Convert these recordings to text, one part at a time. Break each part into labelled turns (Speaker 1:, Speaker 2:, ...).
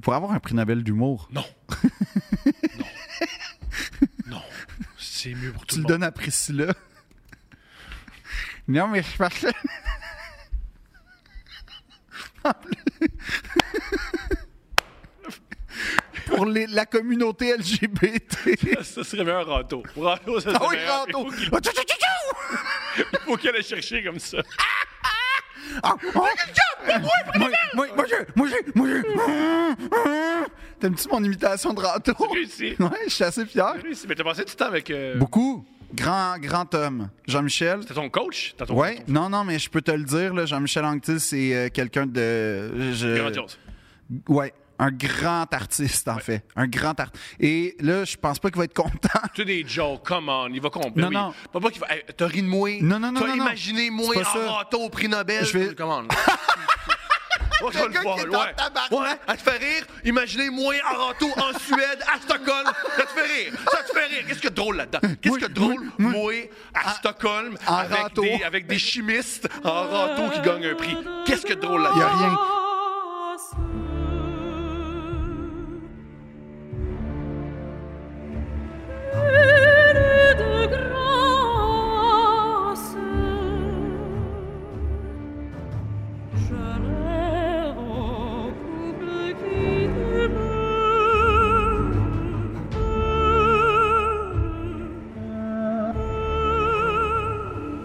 Speaker 1: pour avoir un prix Nobel d'humour,
Speaker 2: Non. non. Non. C'est mieux pour
Speaker 1: tu
Speaker 2: tout le
Speaker 1: le
Speaker 2: monde.
Speaker 1: donnes à Priscilla. non, mais je parce que- En plus- pour les- la communauté LGBT.
Speaker 2: Ça serait mieux un râteau. Râteau, ça serait
Speaker 1: Ah oui,
Speaker 2: meilleur.
Speaker 1: Ranto! Ah, tchou, tchou, tchou, tchou!
Speaker 2: Il faut qu'elle aille chercher comme ça.
Speaker 1: Ah, ah, ah, Moi, moi, moi, je, moi, je, moi, je. ah, T'aimes-tu mon imitation de Ranto?
Speaker 2: J'ai réussi.
Speaker 1: Ouais, je suis assez fier.
Speaker 2: J'ai réussi. Mais t'as passé du temps avec. euh,
Speaker 1: Beaucoup. Grand, grand homme. Jean-Michel.
Speaker 2: T'as ton coach? T'as ton
Speaker 1: Ouais,
Speaker 2: ton-
Speaker 1: non, non, mais je peux te le dire, là, Jean-Michel Anctil, c'est euh, quelqu'un de. je-
Speaker 2: Grandiose.
Speaker 1: Ouais, un grand artiste, en fait. Un grand artiste. Et là, je pense pas qu'il va être content.
Speaker 2: Tu des jokes, come on, il va comprendre.
Speaker 1: Non,
Speaker 2: Oui.
Speaker 1: non.
Speaker 2: Pas pas qu'il va. Hey, T'as ri de moi.
Speaker 1: Non, non, non,
Speaker 2: T'as
Speaker 1: non, non.
Speaker 2: imaginé moi
Speaker 1: C'est pas ça.
Speaker 2: en râteau au prix Nobel.
Speaker 1: Je vais-
Speaker 2: Come on. Moi, je vais
Speaker 1: Quelqu'un
Speaker 2: le voir,
Speaker 1: qui est en tabarnak.
Speaker 2: ouais. ouais. Elle te fait rire. Imaginez moi en râteau en Suède, à Stockholm. Ça te fait rire. Ça te fait rire. Qu'est-ce que drôle là-dedans? Qu'est-ce
Speaker 1: Moi,
Speaker 2: que drôle,
Speaker 1: moi,
Speaker 2: moi, à Stockholm,
Speaker 1: en
Speaker 2: avec,
Speaker 1: râteau.
Speaker 2: des, avec des chimistes en râteau qui gagnent un prix? Qu'est-ce que drôle
Speaker 1: Il y
Speaker 2: là-dedans?
Speaker 1: a rien.
Speaker 3: de grâce, je rêve au couple qui demeure.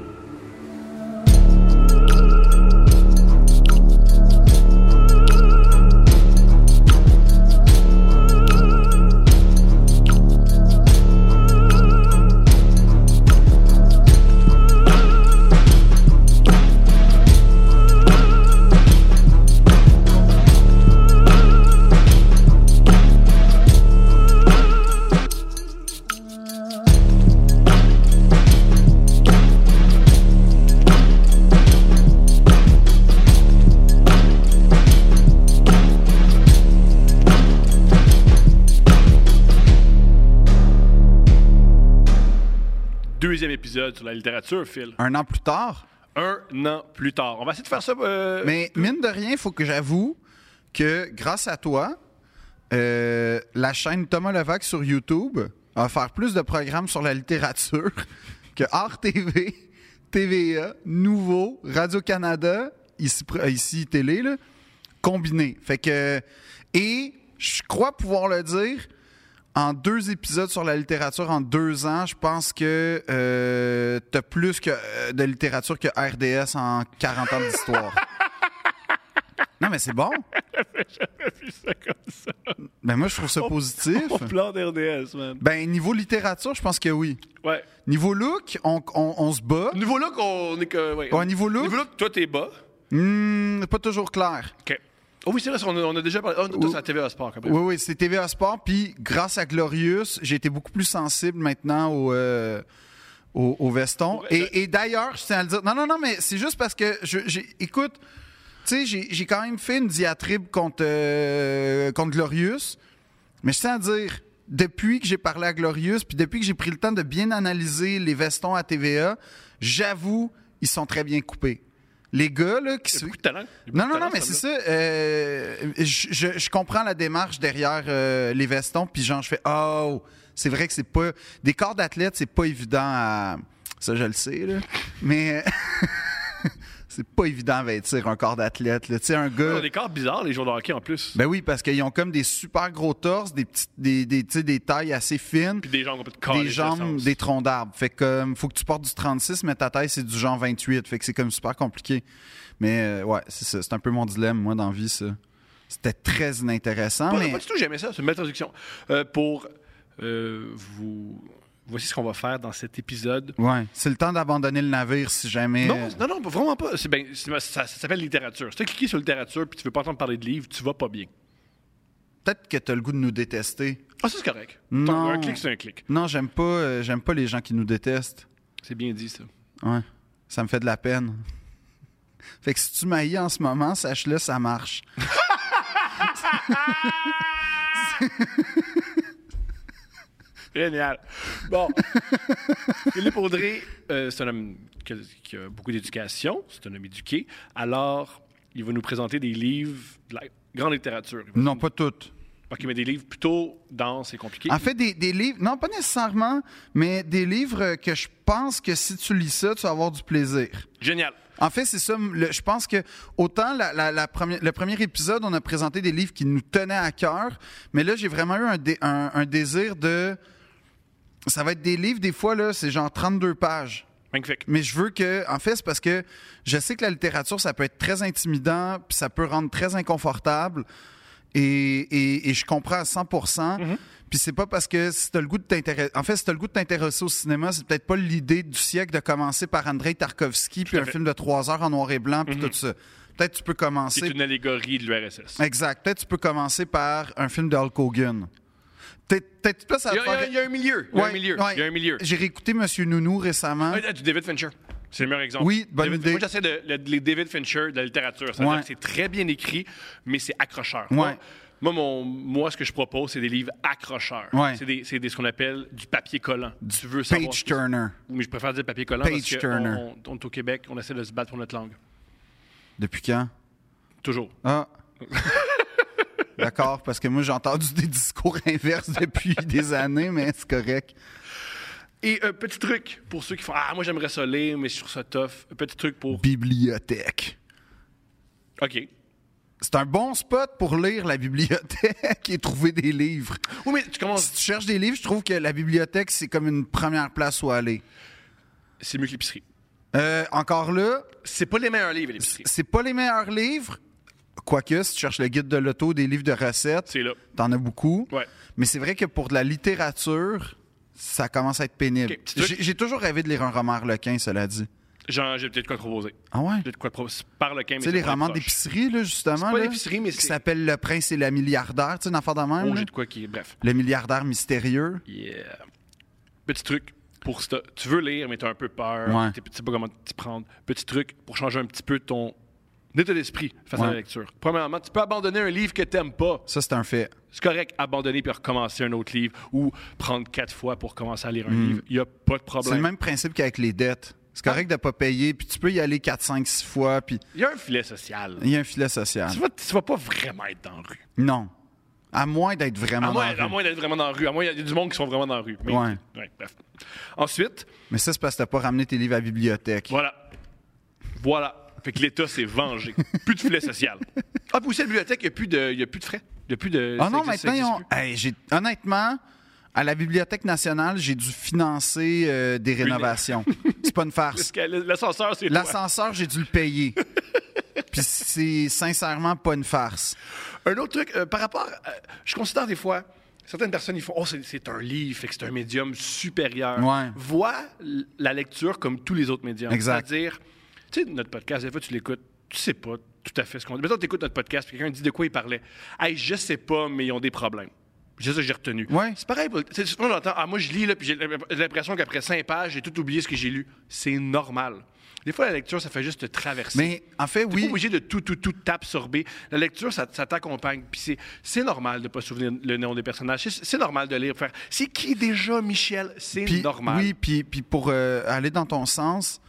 Speaker 2: Deuxième épisode sur la littérature, Phil.
Speaker 1: Un an plus tard.
Speaker 2: Un an plus tard. On va essayer de faire ça. euh,
Speaker 1: Mais mine de rien, il faut que j'avoue que grâce à toi, euh, la chaîne Thomas Levac sur YouTube va faire plus de programmes sur la littérature que Art TV, TVA, Nouveau, Radio-Canada, ici, pr- euh, ici télé, là, combiné. Fait que. Et je crois pouvoir le dire. En deux épisodes sur la littérature en deux ans, je pense que euh, t'as plus que, euh, de littérature que RDS en 40 ans d'histoire. Non, mais c'est bon.
Speaker 2: Puis ça comme ça.
Speaker 1: Ben moi, je trouve ça positif.
Speaker 2: Au plan d'RDS, man.
Speaker 1: Ben, niveau littérature, je pense que oui.
Speaker 2: Ouais.
Speaker 1: Niveau look, on, on- on se bat.
Speaker 2: Niveau look, on est que. Ouais.
Speaker 1: Ouais, niveau look?
Speaker 2: toi, t'es bas.
Speaker 1: Hmm, pas toujours clair.
Speaker 2: OK. Oh oui, c'est vrai, on a, on a déjà parlé. Oh, On est tous à TVA Sport, quand même.
Speaker 1: Oui, oui, c'est TVA Sport. Puis, grâce à Glorious, j'ai été beaucoup plus sensible maintenant au, euh, au, au veston.
Speaker 2: Ouais,
Speaker 1: Et, et d'ailleurs, je tiens à le dire. Non, non, non, mais c'est juste parce que, je, j'ai- écoute, tu sais, j'ai- j'ai quand même fait une diatribe contre, euh, contre Glorious. Mais je tiens à dire, depuis que j'ai parlé à Glorious, puis depuis que j'ai pris le temps de bien analyser les vestons à TVA, j'avoue, ils sont très bien coupés. Les gars, là, qui
Speaker 2: Il y a
Speaker 1: se-
Speaker 2: beaucoup de talent. Il y a beaucoup
Speaker 1: non,
Speaker 2: de
Speaker 1: non,
Speaker 2: talent,
Speaker 1: non, mais
Speaker 2: ce
Speaker 1: c'est
Speaker 2: homme-là.
Speaker 1: ça. euh, je, je- je comprends la démarche derrière euh, les vestons, puis genre, je fais Oh, c'est vrai que c'est pas. Des corps d'athlète, c'est pas évident à. Ça, je le sais, là. Mais. c'est pas évident à vêtir un corps d'athlète, là. Tu sais, un
Speaker 2: Ils
Speaker 1: gars.
Speaker 2: ont des corps bizarres, les joueurs de hockey, en plus.
Speaker 1: euh, Ben oui, parce qu'ils ont comme des super gros torses, des, petites, des, des, tu sais, des tailles assez fines,
Speaker 2: Puis des jambes complètement
Speaker 1: des
Speaker 2: carrées. de
Speaker 1: jambes,
Speaker 2: sens.
Speaker 1: des troncs d'arbres. Fait que euh, faut que tu portes du 36, mais ta taille, c'est du genre 28. Fait que c'est comme super compliqué. Mais euh, ouais, c'est ça. C'est un peu mon dilemme, moi, dans la vie, ça. C'était très inintéressant,
Speaker 2: Pas,
Speaker 1: mais...
Speaker 2: pas du tout, j'aimais ça. C'est une belle traduction. Euh, pour euh, vous. Voici ce qu'on va faire dans cet épisode.
Speaker 1: Ouais, c'est le temps d'abandonner le navire si jamais... euh,
Speaker 2: Non, non, non, vraiment pas. C'est ben, c'est- ça, ça s'appelle littérature. Si tu as cliqué sur littérature puis tu veux pas entendre parler de livres, tu vas pas bien.
Speaker 1: Peut-être que t'as le goût de nous détester.
Speaker 2: Ah, ça, c'est correct.
Speaker 1: Non.
Speaker 2: Un clic, c'est un clic.
Speaker 1: Non, j'aime pas, euh, j'aime pas les gens qui nous détestent.
Speaker 2: C'est bien dit, ça.
Speaker 1: Ouais, ça me fait de la peine. Fait que si tu m'haïs en ce moment, sache-le, ça marche.
Speaker 2: Génial. Bon. Philippe Audrey, euh, c'est un homme que- qui a beaucoup d'éducation, c'est un homme éduqué. Alors, il va nous présenter des livres de la grande littérature.
Speaker 1: Non, Ah. pas toutes.
Speaker 2: Parce qu'il met des livres plutôt denses et compliqués.
Speaker 1: En fait, des, des livres, non, pas nécessairement, mais des livres que je pense que si tu lis ça, tu vas avoir du plaisir.
Speaker 2: Génial.
Speaker 1: En fait, c'est ça. le- je pense que autant la- la- la première- le premier épisode, on a présenté des livres qui nous tenaient à cœur, mais là, j'ai vraiment eu un, dé- un- un désir de. Ça va être des livres, des fois, là, c'est genre 32 pages.
Speaker 2: Magnifique.
Speaker 1: Mais je veux que, en fait, c'est parce que je sais que la littérature, ça peut être très intimidant, puis ça peut rendre très inconfortable. Et, et- et je comprends à 100%.
Speaker 2: Mhm.
Speaker 1: Puis c'est pas parce que si t'as le goût de t'intéresser... En fait, si t'as le goût de t'intéresser au cinéma, c'est peut-être pas l'idée du siècle de commencer par Andrei Tarkovsky, puis
Speaker 2: à
Speaker 1: un
Speaker 2: fait. Mhm.
Speaker 1: film de trois heures en noir et blanc, puis tout ça. Peut-être tu peux
Speaker 2: C'est
Speaker 1: commencer...
Speaker 2: une allégorie de l'URSS.
Speaker 1: Exact. Peut-être tu peux commencer par un film de Hulk Hogan. Peut-être peut-être plus à
Speaker 2: Il y, a, il y a-
Speaker 1: faire-
Speaker 2: il y a un milieu. Il y a un
Speaker 1: Ouais,
Speaker 2: milieu.
Speaker 1: ouais.
Speaker 2: Il y a un milieu.
Speaker 1: J'ai réécouté Monsieur Nounou récemment.
Speaker 2: Ah, Du David Fincher. C'est le meilleur exemple.
Speaker 1: Hein? Oui, bonne
Speaker 2: David-
Speaker 1: idée.
Speaker 2: Moi, j'essaie de, le- les David Fincher de la littérature. Ça veut
Speaker 1: Ouais.
Speaker 2: dire que C'est très bien écrit, mais c'est accrocheur.
Speaker 1: Ouais.
Speaker 2: Moi, moi, mon- moi, ce que je propose, c'est des livres accrocheurs.
Speaker 1: Ouais.
Speaker 2: C'est des- c'est des- ce qu'on appelle du papier collant. Tu veux savoir.
Speaker 1: Page
Speaker 2: ce que-
Speaker 1: Turner.
Speaker 2: Mais je préfère dire papier collant
Speaker 1: Page
Speaker 2: parce
Speaker 1: turner.
Speaker 2: qu'on on, on est au Québec, on essaie de se battre pour notre langue.
Speaker 1: Depuis quand?
Speaker 2: Toujours.
Speaker 1: Ah. D'accord, parce que moi, j'ai entendu des discours inverses depuis des années, mais c'est correct.
Speaker 2: Et un petit truc pour ceux qui font Ah, moi j'aimerais ça lire, mais je trouve ça tough. Un petit truc pour.
Speaker 1: Bibliothèque.
Speaker 2: OK.
Speaker 1: C'est un bon spot pour lire la bibliothèque et trouver des livres.
Speaker 2: Oui, mais tu
Speaker 1: Si
Speaker 2: commences.
Speaker 1: tu cherches des livres, je trouve que la bibliothèque, c'est comme une première place où aller.
Speaker 2: C'est mieux que l'épicerie.
Speaker 1: Euh, encore là,
Speaker 2: C'est pas les meilleurs livres, l'épicerie.
Speaker 1: c'est pas les meilleurs livres. Quoique, si tu cherches le guide de l'auto, des livres de recettes,
Speaker 2: C'est là.
Speaker 1: t'en as beaucoup.
Speaker 2: Ouais.
Speaker 1: Mais c'est vrai que pour de la littérature, ça commence à être pénible.
Speaker 2: Ok, petit truc.
Speaker 1: J'ai- J'ai toujours rêvé de lire un roman Arlequin, cela dit.
Speaker 2: Genre, j'ai peut-être quoi proposer.
Speaker 1: Ah ouais?
Speaker 2: J'ai de quoi proposer. Par le
Speaker 1: Tu sais, les romans d'épicerie, là, justement.
Speaker 2: C'est pas
Speaker 1: là,
Speaker 2: l'épicerie, mais
Speaker 1: Qui
Speaker 2: c'est-
Speaker 1: s'appelle Le Prince et la milliardaire, tu sais, une affaire de même.
Speaker 2: Oh,
Speaker 1: là.
Speaker 2: j'ai de quoi qui. Bref.
Speaker 1: Le milliardaire mystérieux.
Speaker 2: Yeah. Petit truc pour. si t'as- Tu veux lire, mais t'as un peu peur.
Speaker 1: Ouais.
Speaker 2: Tu sais pas comment t'y prendre. Petit truc pour changer un petit peu ton état d'esprit face à la
Speaker 1: Ouais.
Speaker 2: lecture. Premièrement, tu peux abandonner un livre que t'aimes pas.
Speaker 1: Ça, c'est un fait.
Speaker 2: C'est correct, abandonner puis recommencer un autre livre ou prendre quatre fois pour commencer à lire un livre. Il n'y a pas de
Speaker 1: Hmm. C'est le
Speaker 2: problème.
Speaker 1: même principe qu'avec les dettes. C'est
Speaker 2: Ah.
Speaker 1: correct de pas payer, puis tu peux y aller 4, 5, 6 fois, puis
Speaker 2: Il y a un filet social.
Speaker 1: il y a un filet social.
Speaker 2: Tu vas, tu vas pas vraiment être dans la rue.
Speaker 1: Non. À moins d'être
Speaker 2: À
Speaker 1: vraiment.
Speaker 2: moins,
Speaker 1: dans la
Speaker 2: à
Speaker 1: rue.
Speaker 2: moins d'être vraiment dans la rue. À moins, il y a du monde qui sont vraiment dans la rue. Mais-
Speaker 1: Ouais.
Speaker 2: bref. Ensuite,
Speaker 1: Mais ça, c'est parce que t'as pas ramené tes livres à la bibliothèque.
Speaker 2: voilà. Voilà. Fait que l'État s'est vengé. plus de filet social. Ah, puis aussi, à la bibliothèque, il n'y a, plus de- il y a plus de frais. Il y a plus de.
Speaker 1: Ah
Speaker 2: ça
Speaker 1: non,
Speaker 2: existe- ça
Speaker 1: maintenant, ils ont-
Speaker 2: existe plus.
Speaker 1: Hey, j'ai- honnêtement, à la Bibliothèque nationale, j'ai dû financer euh, des rénovations. c'est pas une farce.
Speaker 2: Parce que L'ascenseur, c'est. toi.
Speaker 1: L'ascenseur, j'ai dû le payer. Puis c'est sincèrement pas une farce.
Speaker 2: Un autre truc, euh, par rapport. à- je considère des fois, certaines personnes, ils font Oh, c'est- c'est un livre, fait que c'est un médium supérieur.
Speaker 1: Ouais.
Speaker 2: Vois l- la lecture comme tous les autres médiums.
Speaker 1: Exact.
Speaker 2: C'est-à-dire, tu sais, notre podcast, des fois, tu l'écoutes, tu sais pas tout à fait ce qu'on dit. Mettons, tu écoutes notre podcast, puis quelqu'un dit de quoi il parlait. Hey, je sais pas, mais ils ont des problèmes. C'est ça que j'ai retenu.
Speaker 1: Ouais.
Speaker 2: C'est pareil. pour- C'est souvent, on entend Ah, moi, je lis, là, puis j'ai l'impression qu'après cinq pages, j'ai tout oublié ce que j'ai lu. C'est normal. Des fois, la lecture, ça fait juste te traverser.
Speaker 1: Mais en fait,
Speaker 2: T'es
Speaker 1: oui.
Speaker 2: pas obligé de tout, tout, tout t'absorber. La lecture, ça, ça t'accompagne. Puis c'est, c'est normal de ne pas se souvenir le nom des personnages. C'est, c'est normal de lire. Faire, c'est qui déjà Michel? C'est
Speaker 1: Puis-
Speaker 2: normal.
Speaker 1: Oui, puis, puis pour euh, aller dans ton sens,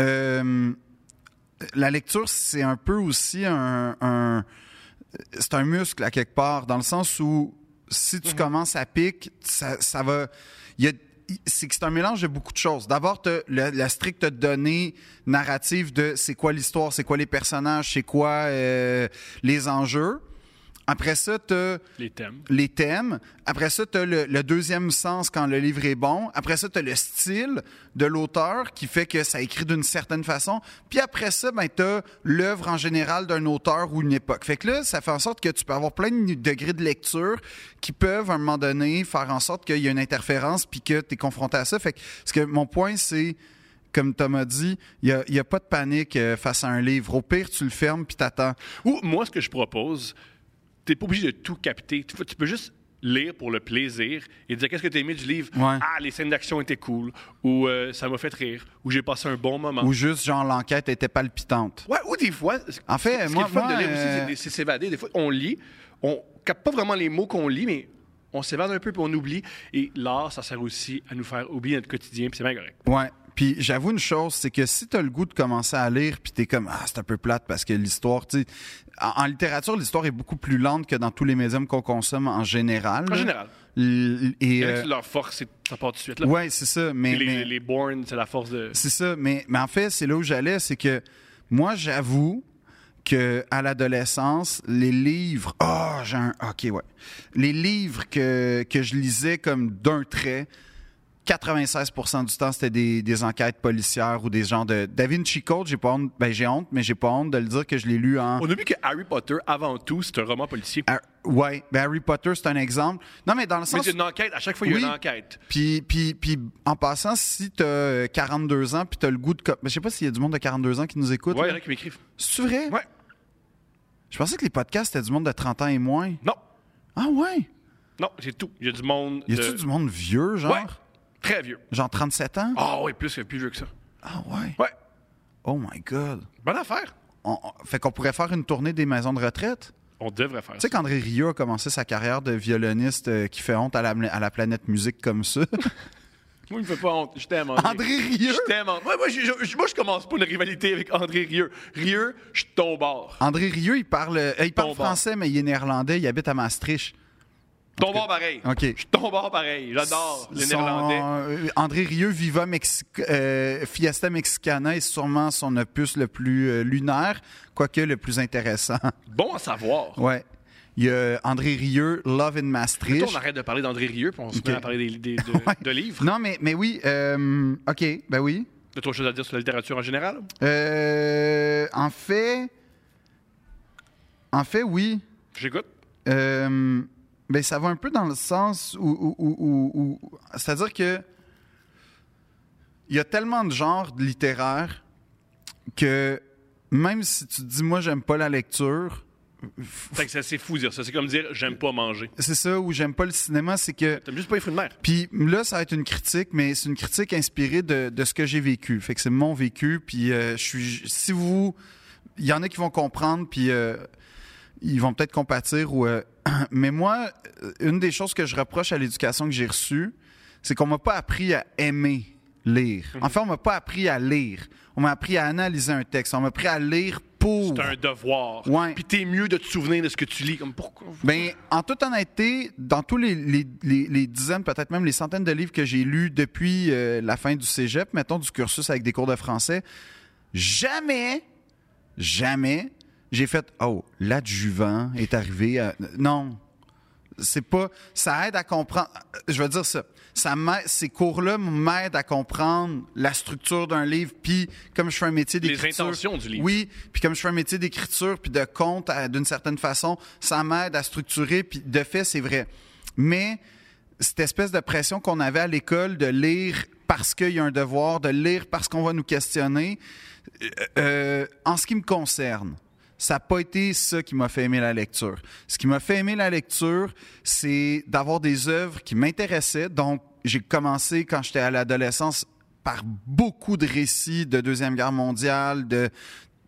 Speaker 1: euh, la lecture, c'est un peu aussi un, un- C'est un muscle à quelque part, dans le sens où si tu
Speaker 2: Mhm.
Speaker 1: commences à pique, ça, ça va. il y a- c'est que c'est un mélange de beaucoup de choses. D'abord, t'as le- la stricte donnée narrative de c'est quoi l'histoire, c'est quoi les personnages, c'est quoi euh, les enjeux. Après ça, tu
Speaker 2: Les thèmes.
Speaker 1: les thèmes. Après ça, tu as le, le deuxième sens quand le livre est bon. Après ça, tu as le style de l'auteur qui fait que ça écrit d'une certaine façon. Puis après ça, ben, tu as l'œuvre en général d'un auteur ou une époque. Fait que là, ça fait en sorte que tu peux avoir plein de degrés de lecture qui peuvent, à un moment donné, faire en sorte qu'il y a une interférence puis que tu es confronté à ça. Fait que, ce que mon point, c'est comme Thomas dit, il n'y a, pas de panique euh, face à un livre. Au pire, tu le fermes puis t'attends.
Speaker 2: Ou moi, ce que je propose, t'es pas obligé de tout capter. Tu, peux- tu peux juste lire pour le plaisir et dire qu'est-ce que t'as aimé du livre.
Speaker 1: Ouais.
Speaker 2: Ah, les scènes d'action étaient cool. Ou euh, ça m'a fait rire. Ou j'ai passé un bon moment.
Speaker 1: Ou juste, genre, l'enquête était palpitante.
Speaker 2: Ouais, ou des fois.
Speaker 1: En fait,
Speaker 2: ce qui
Speaker 1: moi-
Speaker 2: est le fun
Speaker 1: moi,
Speaker 2: de lire aussi, c'est
Speaker 1: euh,
Speaker 2: des- c'est s'évader. Des fois, on lit, on capte pas vraiment les mots qu'on lit, mais on s'évade un peu puis on oublie. Et l'art, ça sert aussi à nous faire oublier notre quotidien, puis c'est bien correct.
Speaker 1: Ouais. Puis j'avoue une chose, c'est que si t'as le goût de commencer à lire, puis t'es comme ah c'est un peu plate parce que l'histoire, tu sais, en, en littérature l'histoire est beaucoup plus lente que dans tous les médiums qu'on consomme en général.
Speaker 2: En
Speaker 1: là.
Speaker 2: général.
Speaker 1: L- Mm-hmm. et
Speaker 2: Il y en a
Speaker 1: euh,
Speaker 2: qui, leur force, c'est ça part tout de suite. Là.
Speaker 1: ouais, c'est ça. Mais,
Speaker 2: Puis les,
Speaker 1: mais-
Speaker 2: les Born, c'est la force de.
Speaker 1: c'est ça, mais, mais en fait, c'est là où j'allais, c'est que moi, j'avoue que à l'adolescence, les livres, ah, j'ai un, ok, ouais, les livres que, que je lisais comme d'un trait, 96% du temps, c'était des, des enquêtes policières ou des genres de Da Vinci Code. J'ai pas honte, ben j'ai honte, mais j'ai pas honte de le dire que je l'ai lu en
Speaker 2: On a vu que Harry Potter, avant tout, c'est un roman policier.
Speaker 1: Har- ouais, ben Harry Potter, c'est un exemple. Non, mais dans le
Speaker 2: Mais
Speaker 1: sens
Speaker 2: c'est une enquête. À chaque fois, il y a
Speaker 1: Oui.
Speaker 2: une enquête.
Speaker 1: Puis, puis, puis en passant, si t'as euh, 42 ans puis t'as le goût de... co- Mais Je sais pas s'il y a du monde de 42 ans qui nous écoute.
Speaker 2: Ouais, il y
Speaker 1: là.
Speaker 2: en a qui m'écrivent.
Speaker 1: C'est vrai?
Speaker 2: Ouais.
Speaker 1: Je pensais que les podcasts c'était du monde de 30 ans et moins.
Speaker 2: Non.
Speaker 1: Ah ouais?
Speaker 2: Non, c'est tout. Il y a du monde.
Speaker 1: Y
Speaker 2: de-
Speaker 1: a-tu du monde vieux, genre?
Speaker 2: Ouais. Très vieux.
Speaker 1: Genre 37 ans?
Speaker 2: Ah oui, plus, que- plus vieux que ça.
Speaker 1: Ah ouais?
Speaker 2: Ouais.
Speaker 1: Oh my God.
Speaker 2: Bonne affaire.
Speaker 1: On- on- fait qu'on pourrait faire une tournée des maisons de retraite?
Speaker 2: On devrait faire
Speaker 1: Tu sais
Speaker 2: ça.
Speaker 1: qu'André Rieu a commencé sa carrière de violoniste euh, qui fait honte à la, à la planète musique comme ça.
Speaker 2: Moi, il me fait pas honte. Je t'aime, André.
Speaker 1: André Rieu!
Speaker 2: Je t'aime. André. Ouais, moi, je, je- moi, je commence pas une rivalité avec André Rieu. Rieu, je suis ton bord.
Speaker 1: André Rieu, il parle, euh, il parle
Speaker 2: Bon, bon.
Speaker 1: français, mais il est néerlandais, il habite à Maastricht.
Speaker 2: Ton bord pareil.
Speaker 1: OK.
Speaker 2: Je suis ton bord pareil. J'adore les
Speaker 1: Son-
Speaker 2: Néerlandais.
Speaker 1: euh, André Rieu, Viva Mexi- euh, Fiesta Mexicana est sûrement son opus le plus euh, lunaire, quoique le plus intéressant.
Speaker 2: Bon à savoir.
Speaker 1: ouais. Il y a André Rieu, Love in
Speaker 2: Toi,
Speaker 1: Maastricht.
Speaker 2: on arrête de parler d'André Rieu, puis on se
Speaker 1: OK.
Speaker 2: met à parler des, des- de,
Speaker 1: Ouais.
Speaker 2: de livres.
Speaker 1: Non, mais, mais oui, euh, OK, ben oui.
Speaker 2: T'as trop de choses à dire sur la littérature en général?
Speaker 1: Euh, en fait, en fait, oui.
Speaker 2: J'écoute.
Speaker 1: Euh, ben, ça va un peu dans le sens où. où- où- où- où- C'est-à-dire que. Il y a tellement de genres littéraires que même si tu te dis, moi, j'aime pas la lecture,
Speaker 2: Fait que c'est assez fou de dire ça. C'est comme dire j'aime pas manger.
Speaker 1: c'est ça, ou j'aime pas le cinéma, c'est que.
Speaker 2: T'aimes juste pas les fruits de mer.
Speaker 1: Puis là, ça va être une critique, mais c'est une critique inspirée de, de ce que j'ai vécu. Fait que c'est mon vécu. Puis euh, je suis. Si vous. Il y en a qui vont comprendre, puis euh, ils vont peut-être compatir. Ou, euh, mais moi, euh, une des choses que je reproche à l'éducation que j'ai reçue, c'est qu'on m'a pas appris à aimer lire.
Speaker 2: Mhm.
Speaker 1: Enfin, on m'a pas appris à lire. On m'a appris à analyser un texte. On m'a appris à lire pour.
Speaker 2: C'est un devoir.
Speaker 1: Ouais.
Speaker 2: Puis t'es mieux de te souvenir de ce que tu lis. Comme pourquoi?
Speaker 1: Ben, en toute honnêteté, dans tous les, les- les- les dizaines, peut-être même les centaines de livres que j'ai lus depuis euh, la fin du cégep, mettons du cursus avec des cours de français, jamais, jamais, j'ai fait Oh, l'adjuvant est arrivé à. Non. C'est pas. Ça aide à comprendre. Je veux dire ça. ça m'aide- ces cours-là m'aident à comprendre la structure d'un livre, puis comme je fais un métier
Speaker 2: Les
Speaker 1: d'écriture.
Speaker 2: intentions du livre.
Speaker 1: Oui, puis comme je fais un métier d'écriture puis de compte à- d'une certaine façon, ça m'aide à structurer puis de fait, c'est vrai. Mais cette espèce de pression qu'on avait à l'école de lire parce qu'il y a un devoir, de lire parce qu'on va nous questionner, euh, euh, en ce qui me concerne, ça n'a pas été ça qui m'a fait aimer la lecture. Ce qui m'a fait aimer la lecture, c'est d'avoir des œuvres qui m'intéressaient. Donc, j'ai commencé quand j'étais à l'adolescence par beaucoup de récits de Deuxième Guerre mondiale, de,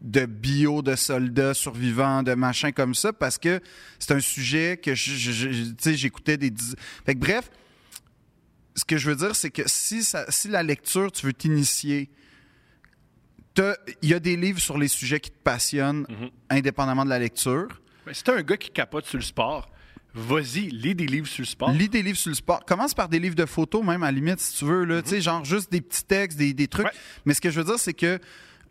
Speaker 1: de bio, de soldats survivants, de machins comme ça, parce que c'est un sujet que je- je- je- tu sais, j'écoutais des... diz- Fait que bref, ce que je veux dire, c'est que si, ça- si la lecture, tu veux t'initier, t'as- il y a des livres sur les sujets qui te passionnent, indépendamment de la lecture.
Speaker 2: Ben, si t'es un gars qui capote sur le sport, vas-y, lis des livres sur le sport.
Speaker 1: Lis des livres sur le sport. Commence par des livres de photos, même à la limite, si tu veux. Là, Tu sais, Genre juste des petits textes, des, des trucs.
Speaker 2: Ouais.
Speaker 1: Mais ce que je veux dire, c'est que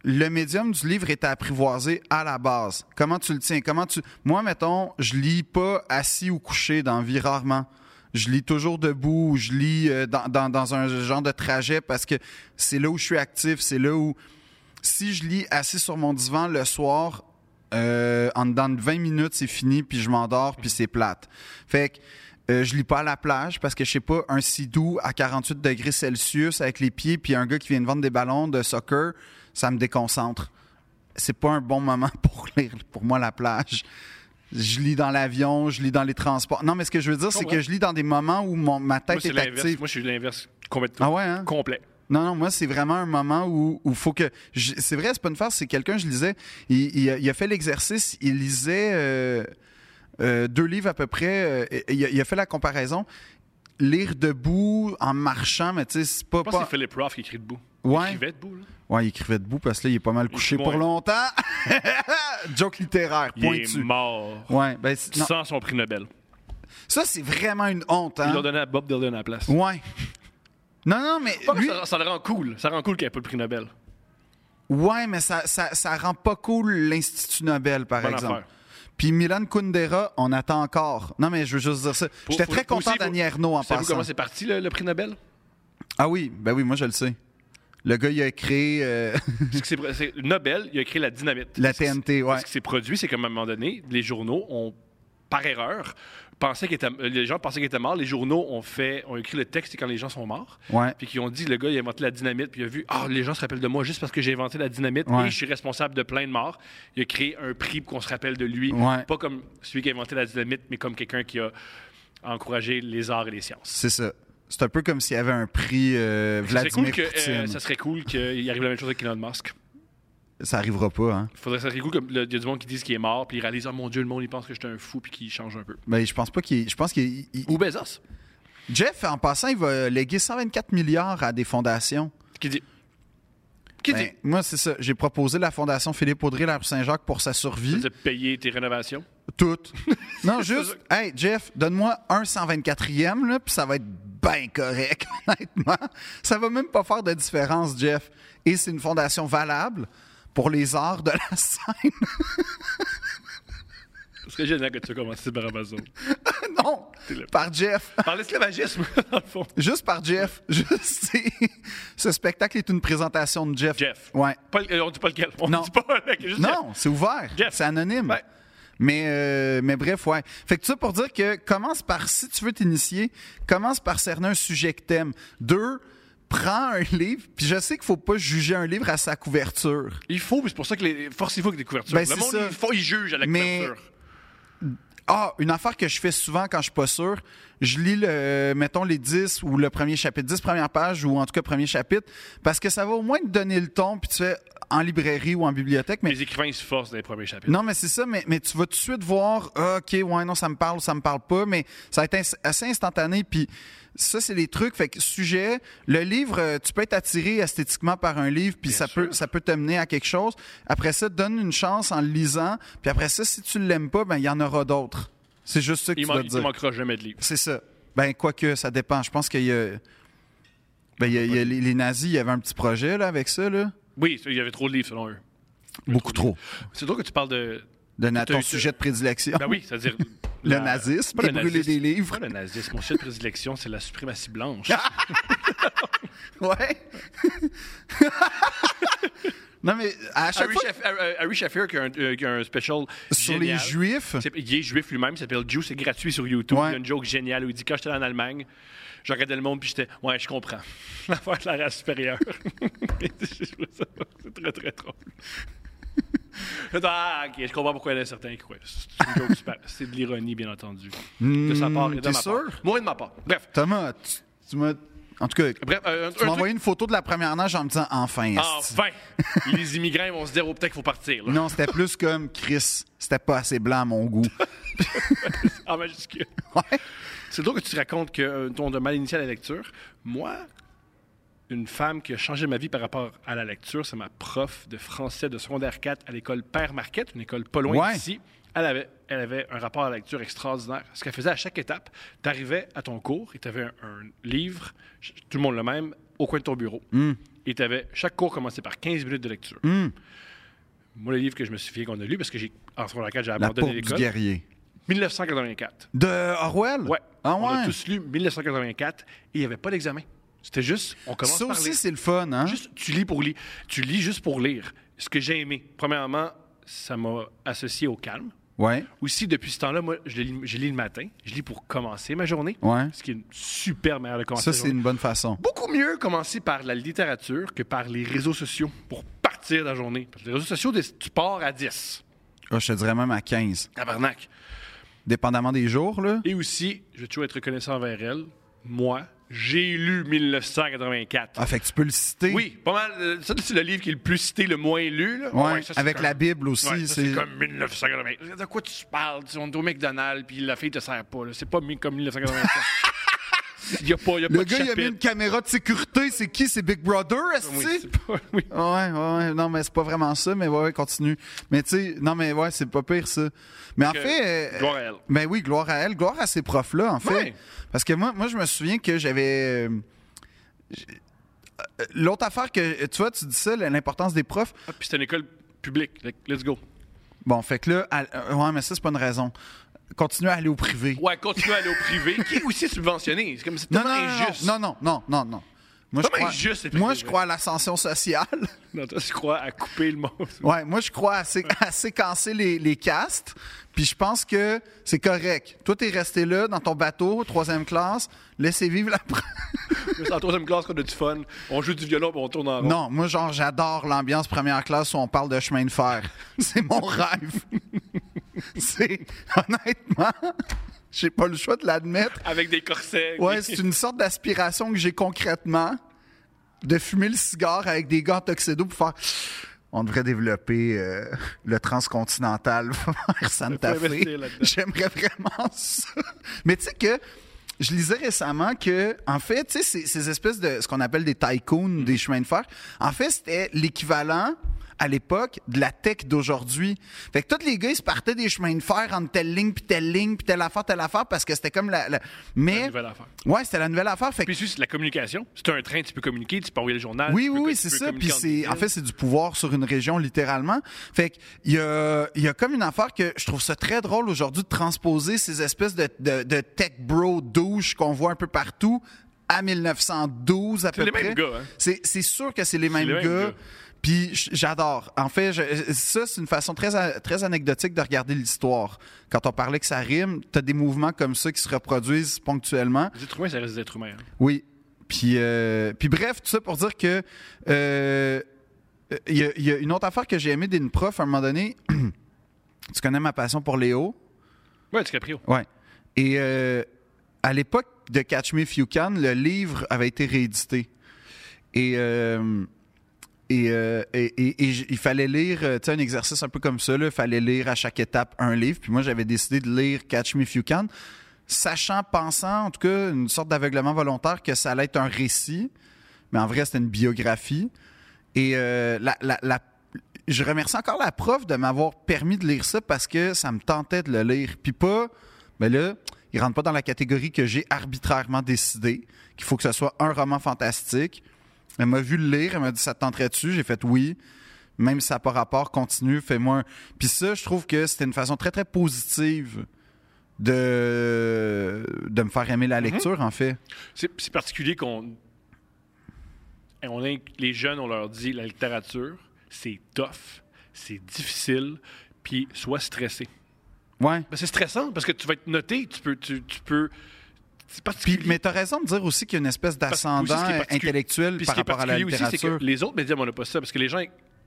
Speaker 1: le médium du livre est apprivoisé à la base. Comment tu le tiens? Comment tu. Moi, mettons, je lis pas assis ou couché dans la vie rarement. Je lis toujours debout, ou je lis euh, dans, dans- dans un genre de trajet parce que c'est là où je suis actif, c'est là où. Si je lis assis sur mon divan le soir, euh, en dedans de 20 minutes, c'est fini, puis je m'endors, puis c'est plate. Fait que euh, je lis pas à la plage parce que je sais pas, un sidou à 48 degrés Celsius avec les pieds, puis un gars qui vient de vendre des ballons de soccer, ça me déconcentre. C'est pas un bon moment pour lire, pour moi, la plage. Je lis dans l'avion, je lis dans les transports. Non, mais ce que je veux dire, c'est
Speaker 2: Comprends.
Speaker 1: que je lis dans des moments où mon- ma
Speaker 2: Moi,
Speaker 1: tête
Speaker 2: c'est
Speaker 1: est
Speaker 2: l'inverse.
Speaker 1: active.
Speaker 2: Moi, je suis l'inverse complètement.
Speaker 1: ah ouais, hein?
Speaker 2: Complet.
Speaker 1: Non, non, moi, c'est vraiment un moment où il faut que. je- C'est vrai, c'est pas une farce, c'est quelqu'un, je lisais, il, il a, il a fait l'exercice, il lisait euh, euh, deux livres à peu près, euh, et- et il, a, il a fait la comparaison. Lire debout, en marchant, mais tu sais, c'est pas.
Speaker 2: Je pense que
Speaker 1: pas-
Speaker 2: c'est Philip Roth qui écrit debout.
Speaker 1: Ouais.
Speaker 2: Écrivait debout, là.
Speaker 1: Ouais, il écrivait debout parce que là, il est pas mal couché
Speaker 2: Ouais.
Speaker 1: pour longtemps. Joke littéraire,
Speaker 2: Il est
Speaker 1: pointu.
Speaker 2: mort.
Speaker 1: Ouais, ben, c'est- non. Hein?
Speaker 2: Sans son prix Nobel.
Speaker 1: ça, c'est vraiment une honte,
Speaker 2: Ils
Speaker 1: hein?
Speaker 2: l'ont donné à Bob Dylan à la place.
Speaker 1: Ouais. Non, non, mais
Speaker 2: Pas que
Speaker 1: lui,
Speaker 2: ça, ça le rend cool. Ça rend cool qu'il n'y ait pas le prix Nobel.
Speaker 1: ouais, mais ça, ça, ça rend pas cool l'Institut Nobel, par
Speaker 2: Bonne
Speaker 1: exemple.
Speaker 2: affaire.
Speaker 1: Puis Milan Kundera, on attend encore. Non, mais je veux juste dire ça.
Speaker 2: Faut-
Speaker 1: J'étais
Speaker 2: faut-
Speaker 1: très
Speaker 2: faut aussi-
Speaker 1: content
Speaker 2: faut-
Speaker 1: d'Annie Ernaux en
Speaker 2: Savez-vous
Speaker 1: passant.
Speaker 2: comment c'est parti, le, le prix Nobel?
Speaker 1: Ah oui, ben oui, moi, je le sais. Le gars, il a créé euh,
Speaker 2: C'est que c'est- c'est- Nobel, il a créé la dynamite.
Speaker 1: la
Speaker 2: Ce qui-
Speaker 1: TNT, ouais.
Speaker 2: Ce qui s'est produit, c'est qu'à un moment donné, les journaux ont, par erreur, pensé qu'il était, les gens pensaient qu'il était mort. Les journaux ont fait, ont écrit le texte quand les gens sont morts.
Speaker 1: Ouais.
Speaker 2: Puis qui ont dit, le gars, il a inventé la dynamite. Puis il a vu, ah, les gens se rappellent de moi juste parce que j'ai inventé la dynamite
Speaker 1: Ouais.
Speaker 2: et je suis responsable de plein de morts. Il a créé un prix pour qu'on se rappelle de lui.
Speaker 1: Ouais.
Speaker 2: Pas comme celui qui a inventé la dynamite, mais comme quelqu'un qui a encouragé les arts et les sciences.
Speaker 1: C'est ça. C'est un peu comme s'il y avait un prix euh,
Speaker 2: Ça serait,
Speaker 1: Vladimir
Speaker 2: cool que,
Speaker 1: Poutine.
Speaker 2: euh, ça serait cool qu'il arrive la même chose avec Elon Musk.
Speaker 1: Ça arrivera pas, hein?
Speaker 2: Faudrait, ça serait cool qu'il y a du monde qui dise qu'il est mort, puis il réalise, oh mon Dieu, le monde, il pense que j'étais un fou, puis qu'il change un peu.
Speaker 1: Ben, je pense pas qu'il. Je pense qu'il. il-
Speaker 2: Ou Bezos,
Speaker 1: Jeff, en passant, il va léguer 124 milliards à des fondations.
Speaker 2: qui dit. Qui
Speaker 1: Ben,
Speaker 2: dit.
Speaker 1: moi, c'est ça. J'ai proposé la fondation Philippe Audrey, la rue Saint-Jacques, pour sa survie.
Speaker 2: De payer tes rénovations.
Speaker 1: Toutes. non, juste. Hey, Jeff, donne-moi un 124e, là, puis ça va être bien correct, honnêtement. Ça va même pas faire de différence, Jeff. Et c'est une fondation valable pour les arts de la scène.
Speaker 2: Ce serait génial que tu commences par Amazon.
Speaker 1: non, par Jeff.
Speaker 2: Par l'esclavagisme, dans le fond.
Speaker 1: Juste par Jeff. Juste, c'est- ce spectacle est une présentation de Jeff.
Speaker 2: Jeff.
Speaker 1: Ouais.
Speaker 2: Pas le- euh, on dit pas lequel. On
Speaker 1: Non.
Speaker 2: dit pas le- juste Jeff.
Speaker 1: Non, c'est ouvert.
Speaker 2: Jeff.
Speaker 1: C'est anonyme.
Speaker 2: Ouais.
Speaker 1: Mais, euh, mais bref, ouais. Fait que tout ça pour dire que commence par, si tu veux t'initier, commence par cerner un sujet que t'aimes. Deux, prends un livre. Puis je sais qu'il faut pas juger un livre à sa couverture.
Speaker 2: Il faut, mais c'est pour ça que les. Forcez-vous avec des couvertures.
Speaker 1: Ben,
Speaker 2: le
Speaker 1: c'est
Speaker 2: monde,
Speaker 1: ça.
Speaker 2: il, faut, il juge à la
Speaker 1: Mais-
Speaker 2: couverture.
Speaker 1: Ah, une affaire que je fais souvent quand je suis pas sûr, je lis le mettons les 10 ou le premier chapitre, 10 premières pages ou en tout cas premier chapitre parce que ça va au moins te donner le ton puis tu fais en librairie ou en bibliothèque mais
Speaker 2: Les écrivains, ils se forcent dans les premiers chapitres.
Speaker 1: non, mais c'est ça, mais, mais tu vas tout de suite voir, ah, OK, ouais, non, ça me parle, ça me parle pas, mais ça va être ins- assez instantané. Puis ça, c'est les trucs. Fait que sujet, le livre, euh, tu peux être attiré esthétiquement par un livre, puis
Speaker 2: Bien
Speaker 1: ça
Speaker 2: sûr.
Speaker 1: peut, ça peut t'amener à quelque chose. Après ça, donne une chance en le lisant. Puis après ça, si tu l'aimes pas, ben il y en aura d'autres. C'est juste ça que
Speaker 2: il,
Speaker 1: tu dois
Speaker 2: man-
Speaker 1: te
Speaker 2: il
Speaker 1: dire.
Speaker 2: manquera jamais de livres.
Speaker 1: C'est ça. Ben, quoique, ça dépend. Je pense qu'il y a. Ben, il y a- il y a les, les nazis, il y avait un petit projet là, avec ça, là.
Speaker 2: Oui, il y avait trop de livres selon eux.
Speaker 1: Beaucoup trop.
Speaker 2: C'est drôle que tu parles de.
Speaker 1: De na-
Speaker 2: T'as eu-
Speaker 1: ton sujet de prédilection.
Speaker 2: Ben oui, c'est-à-dire.
Speaker 1: Le nazisme
Speaker 2: Pas le
Speaker 1: et brûler des
Speaker 2: nazisme.
Speaker 1: livres.
Speaker 2: Pas le nazisme. Mon sujet de prédilection, c'est la suprématie blanche.
Speaker 1: Ouais. non, mais à chaque
Speaker 2: Harry,
Speaker 1: fois.
Speaker 2: Shaf- Harry- Harry Shafir qui a un, euh, qui a un special
Speaker 1: Sur les
Speaker 2: génial.
Speaker 1: Juifs.
Speaker 2: C'est- Il est juif lui-même, il s'appelle Jew, c'est gratuit sur YouTube.
Speaker 1: Ouais.
Speaker 2: Il y a une joke géniale où il dit quand j'étais en Allemagne, je regardais le monde puis j'étais ouais je comprends l'affaire de la race supérieure. Je trouve ça- c'est très très drôle. J'étais, Ah, ok, je comprends pourquoi il y en a certains qui croient. C'est une joke super. C'est de l'ironie, bien entendu. De sa part et de
Speaker 1: Hmm, t'es
Speaker 2: ma part.
Speaker 1: sûr?
Speaker 2: Moi et de ma part. Bref.
Speaker 1: Thomas, tu, tu m'as. En tout cas,
Speaker 2: Bref, euh, un- un
Speaker 1: tu m'as
Speaker 2: truc- Ah,
Speaker 1: envoyé une photo de la première nage en me disant enfin. esti.
Speaker 2: Enfin! les immigrants ils vont se dire, oh, peut-être qu'il faut partir. là.
Speaker 1: Non, c'était plus comme Chris. C'était pas assez blanc à mon goût.
Speaker 2: En majuscule.
Speaker 1: Ouais.
Speaker 2: C'est drôle que tu te racontes que euh, ton de mal initié à la lecture. Moi, une femme qui a changé ma vie par rapport à la lecture, c'est ma prof de français de secondaire 4 à l'école Père Marquette, une école pas loin
Speaker 1: Ouais.
Speaker 2: d'ici. Elle avait, elle avait un rapport à la lecture extraordinaire. Ce qu'elle faisait à chaque étape, tu arrivais à ton cours et tu avais un, un livre, ch- tout le monde le même, au coin de ton bureau.
Speaker 1: Hmm.
Speaker 2: Et t'avais, chaque cours commençait par 15 minutes de lecture. Moi, le livre que je me souviens qu'on a lu, parce que j'ai, en secondaire 4, j'ai
Speaker 1: La
Speaker 2: abandonné
Speaker 1: peau du
Speaker 2: l'école,
Speaker 1: guerrier.
Speaker 2: 1984.
Speaker 1: De Orwell?
Speaker 2: Ouais.
Speaker 1: Ah
Speaker 2: On a
Speaker 1: ouais?
Speaker 2: tous lu 1984 et il n'y avait pas d'examen. C'était juste, on commence
Speaker 1: Ça
Speaker 2: par
Speaker 1: aussi,
Speaker 2: lire.
Speaker 1: c'est le fun, hein?
Speaker 2: Juste, tu lis pour lire. Tu lis juste pour lire. Ce que j'ai aimé, premièrement, ça m'a associé au calme.
Speaker 1: Ouais.
Speaker 2: Aussi, depuis ce temps-là, moi, je lis, je lis le matin. Je lis pour commencer ma journée.
Speaker 1: Ouais.
Speaker 2: Ce qui est une super manière de commencer
Speaker 1: Ça,
Speaker 2: la
Speaker 1: c'est
Speaker 2: journée.
Speaker 1: une bonne façon.
Speaker 2: Beaucoup mieux commencer par la littérature que par les réseaux sociaux pour partir de la journée. Parce que les réseaux sociaux, des- tu pars à 10.
Speaker 1: Ah, je te dirais même à 15.
Speaker 2: Tabarnak.
Speaker 1: Dépendamment des jours, là.
Speaker 2: Et aussi, je vais toujours être reconnaissant envers elle. Moi, j'ai lu 1984.
Speaker 1: Ah, fait que tu peux le citer.
Speaker 2: Oui, pas mal. euh, Ça, c'est le livre qui est le plus cité, le moins lu. Là.
Speaker 1: Ouais,
Speaker 2: ça, c'est
Speaker 1: avec
Speaker 2: comme-
Speaker 1: la Bible aussi.
Speaker 2: Ouais, ça, c'est
Speaker 1: c'est-
Speaker 2: comme 1980. De quoi tu parles? Tu sais, On est au McDonald's, puis la fille te sert pas. là. C'est pas mis comme 1980. Il n'y a pas, il y a
Speaker 1: Le
Speaker 2: pas de
Speaker 1: gars, il a mis une
Speaker 2: chapitre.
Speaker 1: caméra de sécurité. C'est qui? C'est Big Brother, est-ce
Speaker 2: Oui,
Speaker 1: que
Speaker 2: c'est pas- oui.
Speaker 1: Ouais, ouais, ouais, non, mais c'est pas vraiment ça, mais ouais, ouais, continue. Mais tu sais, non, mais ouais, c'est pas pire ça. Mais en
Speaker 2: Que-
Speaker 1: fait. euh,
Speaker 2: gloire à elle.
Speaker 1: Ben oui, gloire à elle, gloire à ces profs-là, en fait.
Speaker 2: Ouais.
Speaker 1: Parce que moi, moi, je me souviens que j'avais. euh, j'- euh, L'autre affaire que. Tu vois, tu dis ça, l'importance des profs.
Speaker 2: Ah, puis c'est une école publique. Like, Let's go.
Speaker 1: Bon, fait que là. à- euh, ouais, mais ça, c'est pas une raison. Continue à aller au privé.
Speaker 2: Ouais, continue à aller au privé, qui est aussi subventionné. C'est comme c'est
Speaker 1: Non,
Speaker 2: tellement
Speaker 1: non, non, non,
Speaker 2: injuste.
Speaker 1: non, non, non, non, non. Moi, je
Speaker 2: Comment
Speaker 1: crois,
Speaker 2: injuste, les
Speaker 1: moi,
Speaker 2: privés?
Speaker 1: je crois à l'ascension sociale.
Speaker 2: Non, toi, tu crois à couper le monde.
Speaker 1: Ouais, moi, je crois à, sé- à séquencer les, les castes. Puis je pense que c'est correct. Toi, t'es resté là, dans ton bateau, troisième classe. Laissez vivre la... pr-
Speaker 2: C'est en troisième classe qu'on a du fun. On joue du violon, puis on tourne en rond.
Speaker 1: Non, moi, genre, j'adore l'ambiance première classe où on parle de chemin de fer. C'est mon rêve. c'est... Honnêtement, j'ai pas le choix de l'admettre.
Speaker 2: Avec des corsets.
Speaker 1: Ouais,
Speaker 2: des-
Speaker 1: c'est une sorte d'aspiration que j'ai concrètement de fumer le cigare avec des gars en tuxedo pour faire. On devrait développer euh, le transcontinental vers Santa
Speaker 2: Faut investir
Speaker 1: Fe.
Speaker 2: là-dedans.
Speaker 1: J'aimerais vraiment ça. Mais tu sais que je lisais récemment que, en fait, tu sais, ces, ces espèces de ce qu'on appelle des
Speaker 2: Mm.
Speaker 1: tycoons, des chemins de fer, en fait, c'était l'équivalent à l'époque de la tech d'aujourd'hui. Fait que tous les gars, ils se partaient des chemins de fer entre telle ligne, puis telle ligne, puis telle affaire, telle affaire, parce que c'était comme la... la- Mais...
Speaker 2: une nouvelle affaire.
Speaker 1: Ouais, c'était la nouvelle affaire. Fait que-
Speaker 2: Puis c'est la communication. C'est un train, tu peux communiquer, tu peux envoyer le journal.
Speaker 1: oui,
Speaker 2: tu
Speaker 1: oui,
Speaker 2: peux-
Speaker 1: oui,
Speaker 2: tu
Speaker 1: c'est
Speaker 2: peux
Speaker 1: ça. Puis
Speaker 2: communiquer
Speaker 1: c'est,
Speaker 2: entre
Speaker 1: en fait, c'est du pouvoir sur une région, littéralement. Fait que il y a, il y a comme une affaire que je trouve ça très drôle aujourd'hui de transposer ces espèces de, de, de tech bro douche qu'on voit un peu partout à 1912 à peu
Speaker 2: les
Speaker 1: près.
Speaker 2: mêmes gars, hein.
Speaker 1: C'est, c'est sûr que c'est les mêmes
Speaker 2: les mêmes
Speaker 1: gars.
Speaker 2: gars.
Speaker 1: Puis j- j'adore. En fait, je- ça, c'est une façon très, a- très anecdotique de regarder l'histoire. Quand on parlait que ça rime, t'as des mouvements comme ça qui se reproduisent ponctuellement.
Speaker 2: Les êtres humains, ça reste des êtres humains. hein.
Speaker 1: Oui. Puis, euh, puis bref, tout ça pour dire que euh, il y, a- il y a une autre affaire que j'ai aimée d'une prof à un moment donné. tu connais ma passion pour Léo?
Speaker 2: Ouais, DiCaprio.
Speaker 1: Ouais. Et euh, à l'époque de Catch Me If You Can, le livre avait été réédité. Et, euh, et, euh, et- et- et j- il fallait lire, euh, tu sais, un exercice un peu comme ça, là, il fallait lire à chaque étape un livre. Puis moi, j'avais décidé de lire Catch Me If You Can, sachant, pensant, en tout cas, une sorte d'aveuglement volontaire que ça allait être un récit, mais en vrai, c'était une biographie. Et euh, la- la- la- je remercie encore la prof de m'avoir permis de lire ça parce que ça me tentait de le lire. Puis pas, mais là, il rentre pas dans la catégorie que j'ai arbitrairement décidé, qu'il faut que ce soit un roman fantastique. Elle m'a vu le lire, elle m'a dit ça te tenterait-tu J'ai fait oui. Même si ça n'a pas rapport, continue, fais-moi un. Puis ça, je trouve que c'était une façon très, très positive de, de me faire aimer
Speaker 2: Mhm.
Speaker 1: la lecture, en fait.
Speaker 2: C'est c'est particulier qu'on. et On inc- les jeunes, on leur dit la littérature, c'est tough, c'est difficile, puis sois stressé.
Speaker 1: Ouais.
Speaker 2: Ben, c'est stressant parce que tu vas être noté, tu peux. Tu, tu peux c'est
Speaker 1: Puis,
Speaker 2: particulier.
Speaker 1: mais t'as raison de dire aussi qu'il y a une espèce
Speaker 2: Parce que aussi, ce
Speaker 1: d'ascendant
Speaker 2: qui est particu-
Speaker 1: intellectuel
Speaker 2: Puis ce
Speaker 1: par
Speaker 2: qui est
Speaker 1: rapport à la
Speaker 2: particulier aussi, c'est que
Speaker 1: littérature.
Speaker 2: les autres médias, mais on n'a pas ça parce que les gens,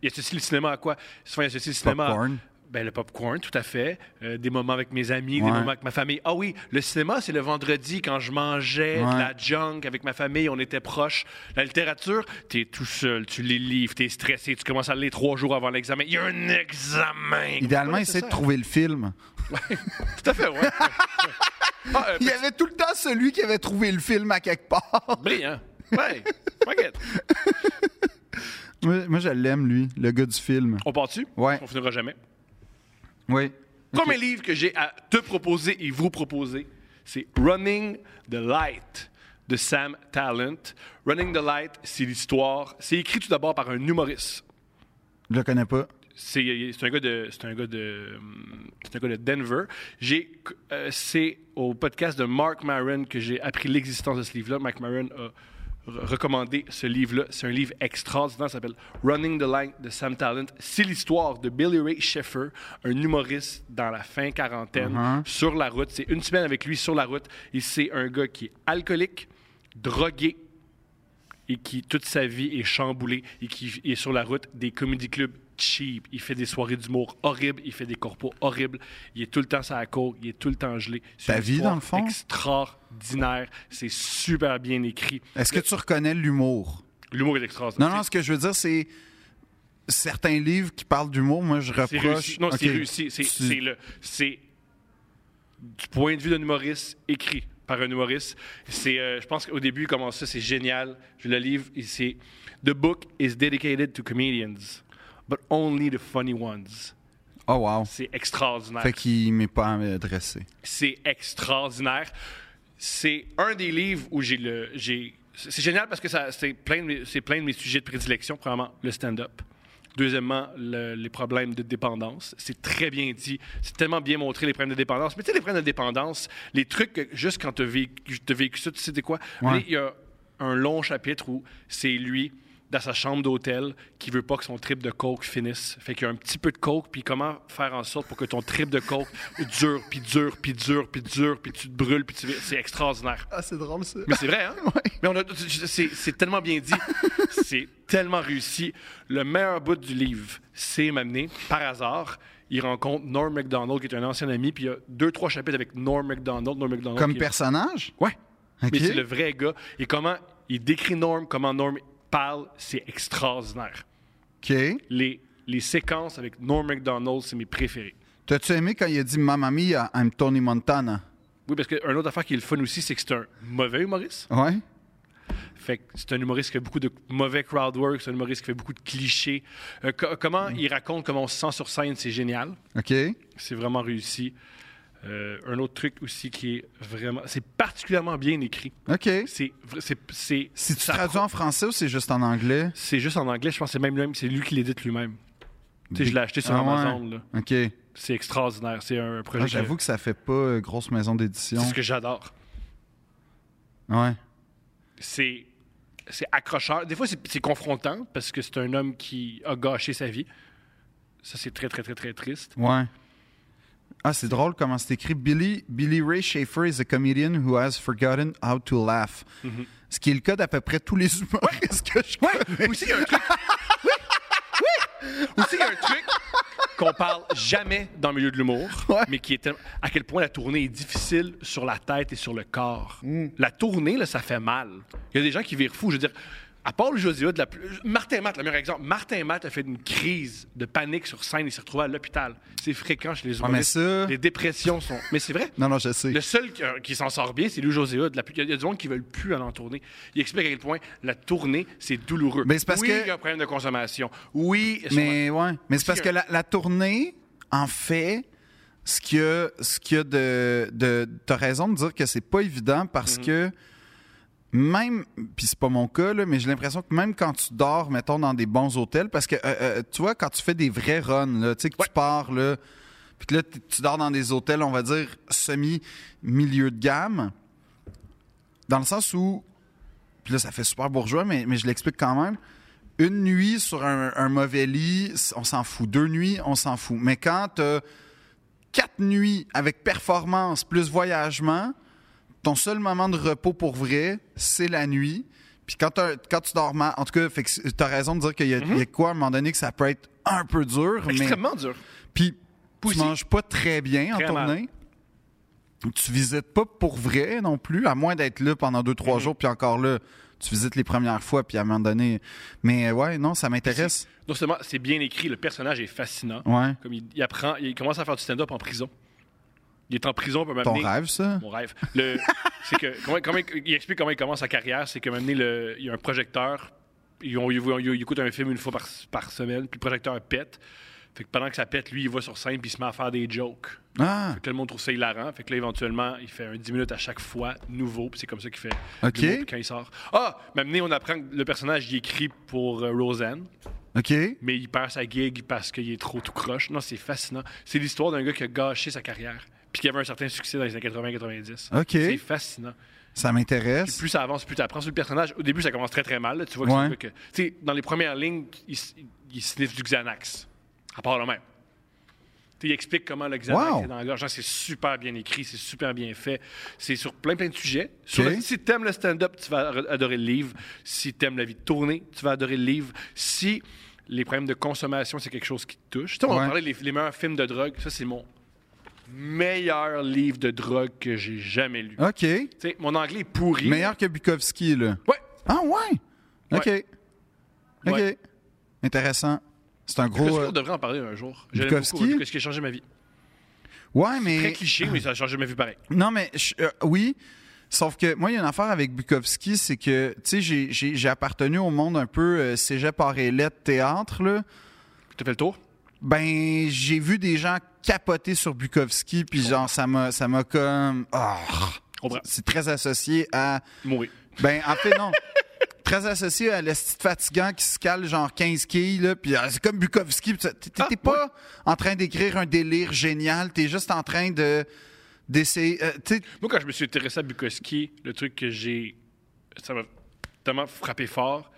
Speaker 2: ils associent le cinéma à quoi Souvent, ils associent le cinéma à-
Speaker 1: Popcorn.
Speaker 2: Ben, le popcorn, tout à fait. Euh, des moments avec mes amis,
Speaker 1: Ouais.
Speaker 2: des moments avec ma famille. Ah oui, le cinéma, c'est le vendredi quand je mangeais
Speaker 1: Ouais.
Speaker 2: de la junk avec ma famille, on était proches. La littérature, t'es tout seul, tu lis le livre, t'es stressé, tu commences à le lire trois jours avant l'examen. Il y a un examen!
Speaker 1: Idéalement,
Speaker 2: Ouais,
Speaker 1: essayer de
Speaker 2: ça.
Speaker 1: trouver le film.
Speaker 2: Tout à fait, ouais. ah, euh,
Speaker 1: Il y avait tout le temps celui qui avait trouvé le film à quelque part.
Speaker 2: brillant. Ouais, hein. Ben, fuck it.
Speaker 1: Moi, moi, je l'aime, lui, le gars du film.
Speaker 2: On part-tu?
Speaker 1: Ouais.
Speaker 2: On finira jamais.
Speaker 1: Oui.
Speaker 2: Premier livre que j'ai à te proposer et vous proposer, c'est Running the Light de Sam Talent. Running the Light, c'est l'histoire. C'est écrit tout d'abord par un humoriste.
Speaker 1: Je le connais pas.
Speaker 2: C'est c'est un gars de c'est un gars de hum, c'est un gars de Denver. J'ai euh, c'est au podcast de Mark Maron que j'ai appris l'existence de ce livre-là. Mark Maron a re- recommandé ce livre-là. C'est un livre extraordinaire. Ça s'appelle Running the Line de Sam Talent. C'est l'histoire de Billy Ray Sheffer, un humoriste dans la fin quarantaine sur la route. C'est une semaine avec lui sur la route. Et c'est un gars qui est alcoolique, drogué, et qui toute sa vie est chamboulée et qui est sur la route des comedy clubs cheap. Il fait des soirées d'humour horribles, il fait des corpos horribles, il est tout le temps sur la cour, il est tout le temps gelé. C'est
Speaker 1: Ta
Speaker 2: une
Speaker 1: vie,
Speaker 2: histoire
Speaker 1: dans le fond?
Speaker 2: Extraordinaire, c'est super bien écrit.
Speaker 1: Est-ce que tu reconnais l'humour?
Speaker 2: L'humour est extraordinaire.
Speaker 1: Non, non, ce que je veux dire, c'est certains livres qui parlent d'humour, moi, je
Speaker 2: C'est
Speaker 1: reproche.
Speaker 2: réussi. Non,
Speaker 1: Ok.
Speaker 2: c'est réussi. C'est
Speaker 1: Tu-
Speaker 2: c'est le- c'est du point de vue d'un humoriste écrit. par un humoriste. C'est, euh, je pense qu'au début, il commence ça, c'est génial. Je le livre, et c'est The book is dedicated to comedians, but only the funny ones.
Speaker 1: Oh, wow.
Speaker 2: C'est extraordinaire.
Speaker 1: Fait qu'il m'est pas adressé.
Speaker 2: C'est extraordinaire. C'est un des livres où j'ai le. J'ai, c'est génial parce que ça, c'est, plein de mes, c'est plein de mes sujets de prédilection. Premièrement, le stand-up. Deuxièmement, le- les problèmes de dépendance. C'est très bien dit. C'est tellement bien montré, les problèmes de dépendance. Mais tu sais, les problèmes de dépendance, les trucs que juste quand tu as vécu, t'as vécu ça, tu sais, c'était quoi?
Speaker 1: Ouais.
Speaker 2: Mais il y a un long chapitre où c'est lui dans sa chambre d'hôtel qui veut pas que son trip de coke finisse. Fait qu'il y a un petit peu de coke, puis comment faire en sorte pour que ton trip de coke dure, puis dure, puis dure, puis dure, puis tu te brûles, puis tu... c'est extraordinaire.
Speaker 1: Ah, c'est drôle, ça.
Speaker 2: Mais c'est vrai, hein? Mais on a, c'est, c'est tellement bien dit. c'est tellement réussi. Le meilleur bout du livre, c'est m'amener, par hasard, il rencontre Norm MacDonald, qui est un ancien ami, puis il y a deux, trois chapitres avec Norm MacDonald. Norm MacDonald
Speaker 1: Comme
Speaker 2: qui est-
Speaker 1: personnage?
Speaker 2: Ouais.
Speaker 1: Ok.
Speaker 2: Mais c'est le vrai gars. Et comment il décrit Norm, comment Norm parle, c'est extraordinaire.
Speaker 1: OK.
Speaker 2: Les, les séquences avec Norm MacDonald, c'est mes préférés.
Speaker 1: T'as-tu aimé quand il a dit Mamma mia, I'm Tony Montana?
Speaker 2: Oui, parce qu'un autre affaire qui est le fun aussi, c'est que c'est un mauvais humoriste.
Speaker 1: Ouais.
Speaker 2: Fait que c'est un humoriste qui fait beaucoup de mauvais crowd work, c'est un humoriste qui fait beaucoup de clichés. Euh, co- comment il raconte comment on se sent sur scène, c'est génial.
Speaker 1: OK.
Speaker 2: C'est vraiment réussi. Euh, un autre truc aussi qui est vraiment. C'est particulièrement bien écrit.
Speaker 1: OK.
Speaker 2: C'est. vra- c'est- c'est-
Speaker 1: Si tu
Speaker 2: ça
Speaker 1: traduis
Speaker 2: prend-
Speaker 1: en français ou c'est juste en anglais?
Speaker 2: C'est juste en anglais, je pense que c'est même lui-même, c'est lui qui l'édite lui-même. Tu sais, je l'ai acheté sur
Speaker 1: Ah ouais.
Speaker 2: Amazon, là.
Speaker 1: OK.
Speaker 2: C'est extraordinaire. C'est un projet.
Speaker 1: Ah,
Speaker 2: que-
Speaker 1: J'avoue que ça fait pas euh, grosse maison d'édition.
Speaker 2: C'est ce que j'adore.
Speaker 1: Ouais.
Speaker 2: c'est c'est accrocheur. Des fois, c'est c'est confrontant parce que c'est un homme qui a gâché sa vie. Ça, c'est très, très, très, très triste.
Speaker 1: Ouais. Ah, c'est drôle comment c'est écrit. Billy, Billy Ray Schaefer is a comedian who has forgotten how to laugh. Ce qui est le cas d'à peu près tous les humoristes que je connais.
Speaker 2: Aussi, il y a un truc. oui, oui. Aussi, il y a un truc qu'on parle jamais dans le milieu de l'humour,
Speaker 1: Ouais.
Speaker 2: mais qui est tellement- à quel point la tournée est difficile sur la tête et sur le corps.
Speaker 1: Hmm.
Speaker 2: La tournée, là, ça fait mal. Il y a des gens qui virent fous. Je veux dire, à part le Josiah, de la plus- Martin Matt, le meilleur exemple, Martin Matt a fait une crise de panique sur scène et s'est retrouvé à l'hôpital. C'est fréquent chez les
Speaker 1: mais
Speaker 2: humoristes.
Speaker 1: ça-
Speaker 2: Les dépressions sont. Mais c'est vrai.
Speaker 1: Non, non, je sais.
Speaker 2: Le seul qui, euh, qui s'en sort bien, c'est Lou José Hood. La plus- Il y, a- il y a du monde qui ne veulent plus aller en tournée. Il explique à quel point la tournée, c'est douloureux.
Speaker 1: Mais c'est parce
Speaker 2: oui,
Speaker 1: que-
Speaker 2: il y a un problème de consommation. Oui, ils sont-
Speaker 1: Mais ouais. Mais c'est parce que la, la tournée, en fait, ce qu'il y a, ce qu'il y a de, de. T'as raison de dire que c'est pas évident parce que même. Puis c'est pas mon cas, là, mais j'ai l'impression que même quand tu dors, mettons, dans des bons hôtels, parce que euh, euh, tu vois, quand tu fais des vrais runs, là, tu sais, que
Speaker 2: Ouais.
Speaker 1: tu pars, là. Puis que là, t- tu dors dans des hôtels, on va dire, semi-milieu de gamme. Dans le sens où puis là, ça fait super bourgeois, mais, mais je l'explique quand même. Une nuit sur un, un mauvais lit, c- on s'en fout. Deux nuits, on s'en fout. Mais quand t'as quatre nuits avec performance plus voyagement, ton seul moment de repos pour vrai, c'est la nuit. Puis quand, t'as- quand tu dors mal, en tout cas, fait que c'est- t'as raison de dire qu'il y, a- il y a quoi à un moment donné que ça peut être un peu dur. Mais,
Speaker 2: extrêmement dur.
Speaker 1: puis tu
Speaker 2: Poussy.
Speaker 1: manges pas très bien
Speaker 2: Très
Speaker 1: en
Speaker 2: mal.
Speaker 1: tournée. Tu visites pas pour vrai non plus, à moins d'être là pendant deux, trois jours, puis encore là, tu visites les premières fois, puis à un moment donné. Mais euh, ouais, non, ça m'intéresse.
Speaker 2: Non seulement c'est bien écrit, le personnage est fascinant.
Speaker 1: Ouais.
Speaker 2: Comme il, il apprend, il commence à faire du stand-up en prison. Il est en prison pour
Speaker 1: Ton
Speaker 2: m'amener.
Speaker 1: rêve, ça?
Speaker 2: Mon rêve. Le- c'est que comment, comment il- il explique comment il commence sa carrière, c'est que même le, il y a un projecteur, ils ont, ils vont- ils écoutent un film une fois par, par semaine, puis le projecteur pète. Fait que pendant que ça pète, lui, il va sur scène puis il se met à faire des jokes.
Speaker 1: Ah,
Speaker 2: Fait que là, le monde trouve ça hilarant. Fait que là, éventuellement, il fait un 10 minutes à chaque fois, nouveau. Puis c'est comme ça qu'il fait.
Speaker 1: Ok.
Speaker 2: l'humour, puis quand il sort. Ah, maintenant, on apprend que le personnage, il écrit pour euh, Roseanne,
Speaker 1: OK.
Speaker 2: mais il perd sa gig parce qu'il est trop tout croche. Non, c'est fascinant. C'est l'histoire d'un gars qui a gâché sa carrière. Puis qui avait un certain succès dans les années 80-90.
Speaker 1: Ok.
Speaker 2: C'est fascinant.
Speaker 1: Ça m'intéresse.
Speaker 2: Plus ça avance, plus tu apprends sur le personnage. Au début, ça commence très très mal. là. Tu vois que c'est
Speaker 1: Ouais.
Speaker 2: un gars que. Tu sais, dans les premières lignes, il, s- il sniffe du Xanax. À part le même. Tu sais, il explique comment le Xanax
Speaker 1: Wow.
Speaker 2: est dans la gorge. Genre, C'est super bien écrit, c'est super bien fait. C'est sur plein plein de sujets. Sur
Speaker 1: Ok.
Speaker 2: le- si t'aimes le stand-up, tu vas re- adorer le livre. Si t'aimes la vie de tournée, tu vas adorer le livre. Si les problèmes de consommation, c'est quelque chose qui te touche. Tu sais, on
Speaker 1: Ouais.
Speaker 2: va parler des les meilleurs films de drogue. Ça, c'est mon meilleur livre de drogue que j'ai jamais lu.
Speaker 1: OK.
Speaker 2: Tu sais, mon anglais est pourri.
Speaker 1: Ah. Meilleur que Bukowski, là.
Speaker 2: Ouais.
Speaker 1: Ah, ouais. OK.
Speaker 2: Ouais.
Speaker 1: OK.
Speaker 2: Ouais.
Speaker 1: Intéressant. C'est un
Speaker 2: Bukowski,
Speaker 1: gros. euh,
Speaker 2: on devrait en parler un jour. J'aime
Speaker 1: Bukowski?
Speaker 2: beaucoup Bukowski, qui a changé ma vie.
Speaker 1: euh, Ouais,
Speaker 2: Très
Speaker 1: mais.
Speaker 2: cliché, mais ça a changé ma vie pareil.
Speaker 1: Non, mais je- euh, oui, Sauf que moi, il y a une affaire avec Bukowski, c'est que, tu sais, j'ai- j'ai j'ai appartenu au monde un peu euh, cégep par théâtre, là.
Speaker 2: Tu fait le tour?
Speaker 1: Ben, j'ai vu des gens capoter sur Bukowski, puis genre, ça m'a ça m'a comme. Ah!
Speaker 2: Comprends.
Speaker 1: c'est très associé à.
Speaker 2: Mourir.
Speaker 1: Ben, en fait, non. Très associé à l'esti de fatigant qui se cale genre 15 quilles, là, puis ah, c'est comme Bukowski. puis ça- T'es t'es-
Speaker 2: Ah,
Speaker 1: t'es pas en train d'écrire un délire génial, t'es juste en train de d'essayer. euh, tu sais,
Speaker 2: Moi, quand je me suis intéressé à Bukowski, le truc que j'ai. Ça m'a tellement frappé fort.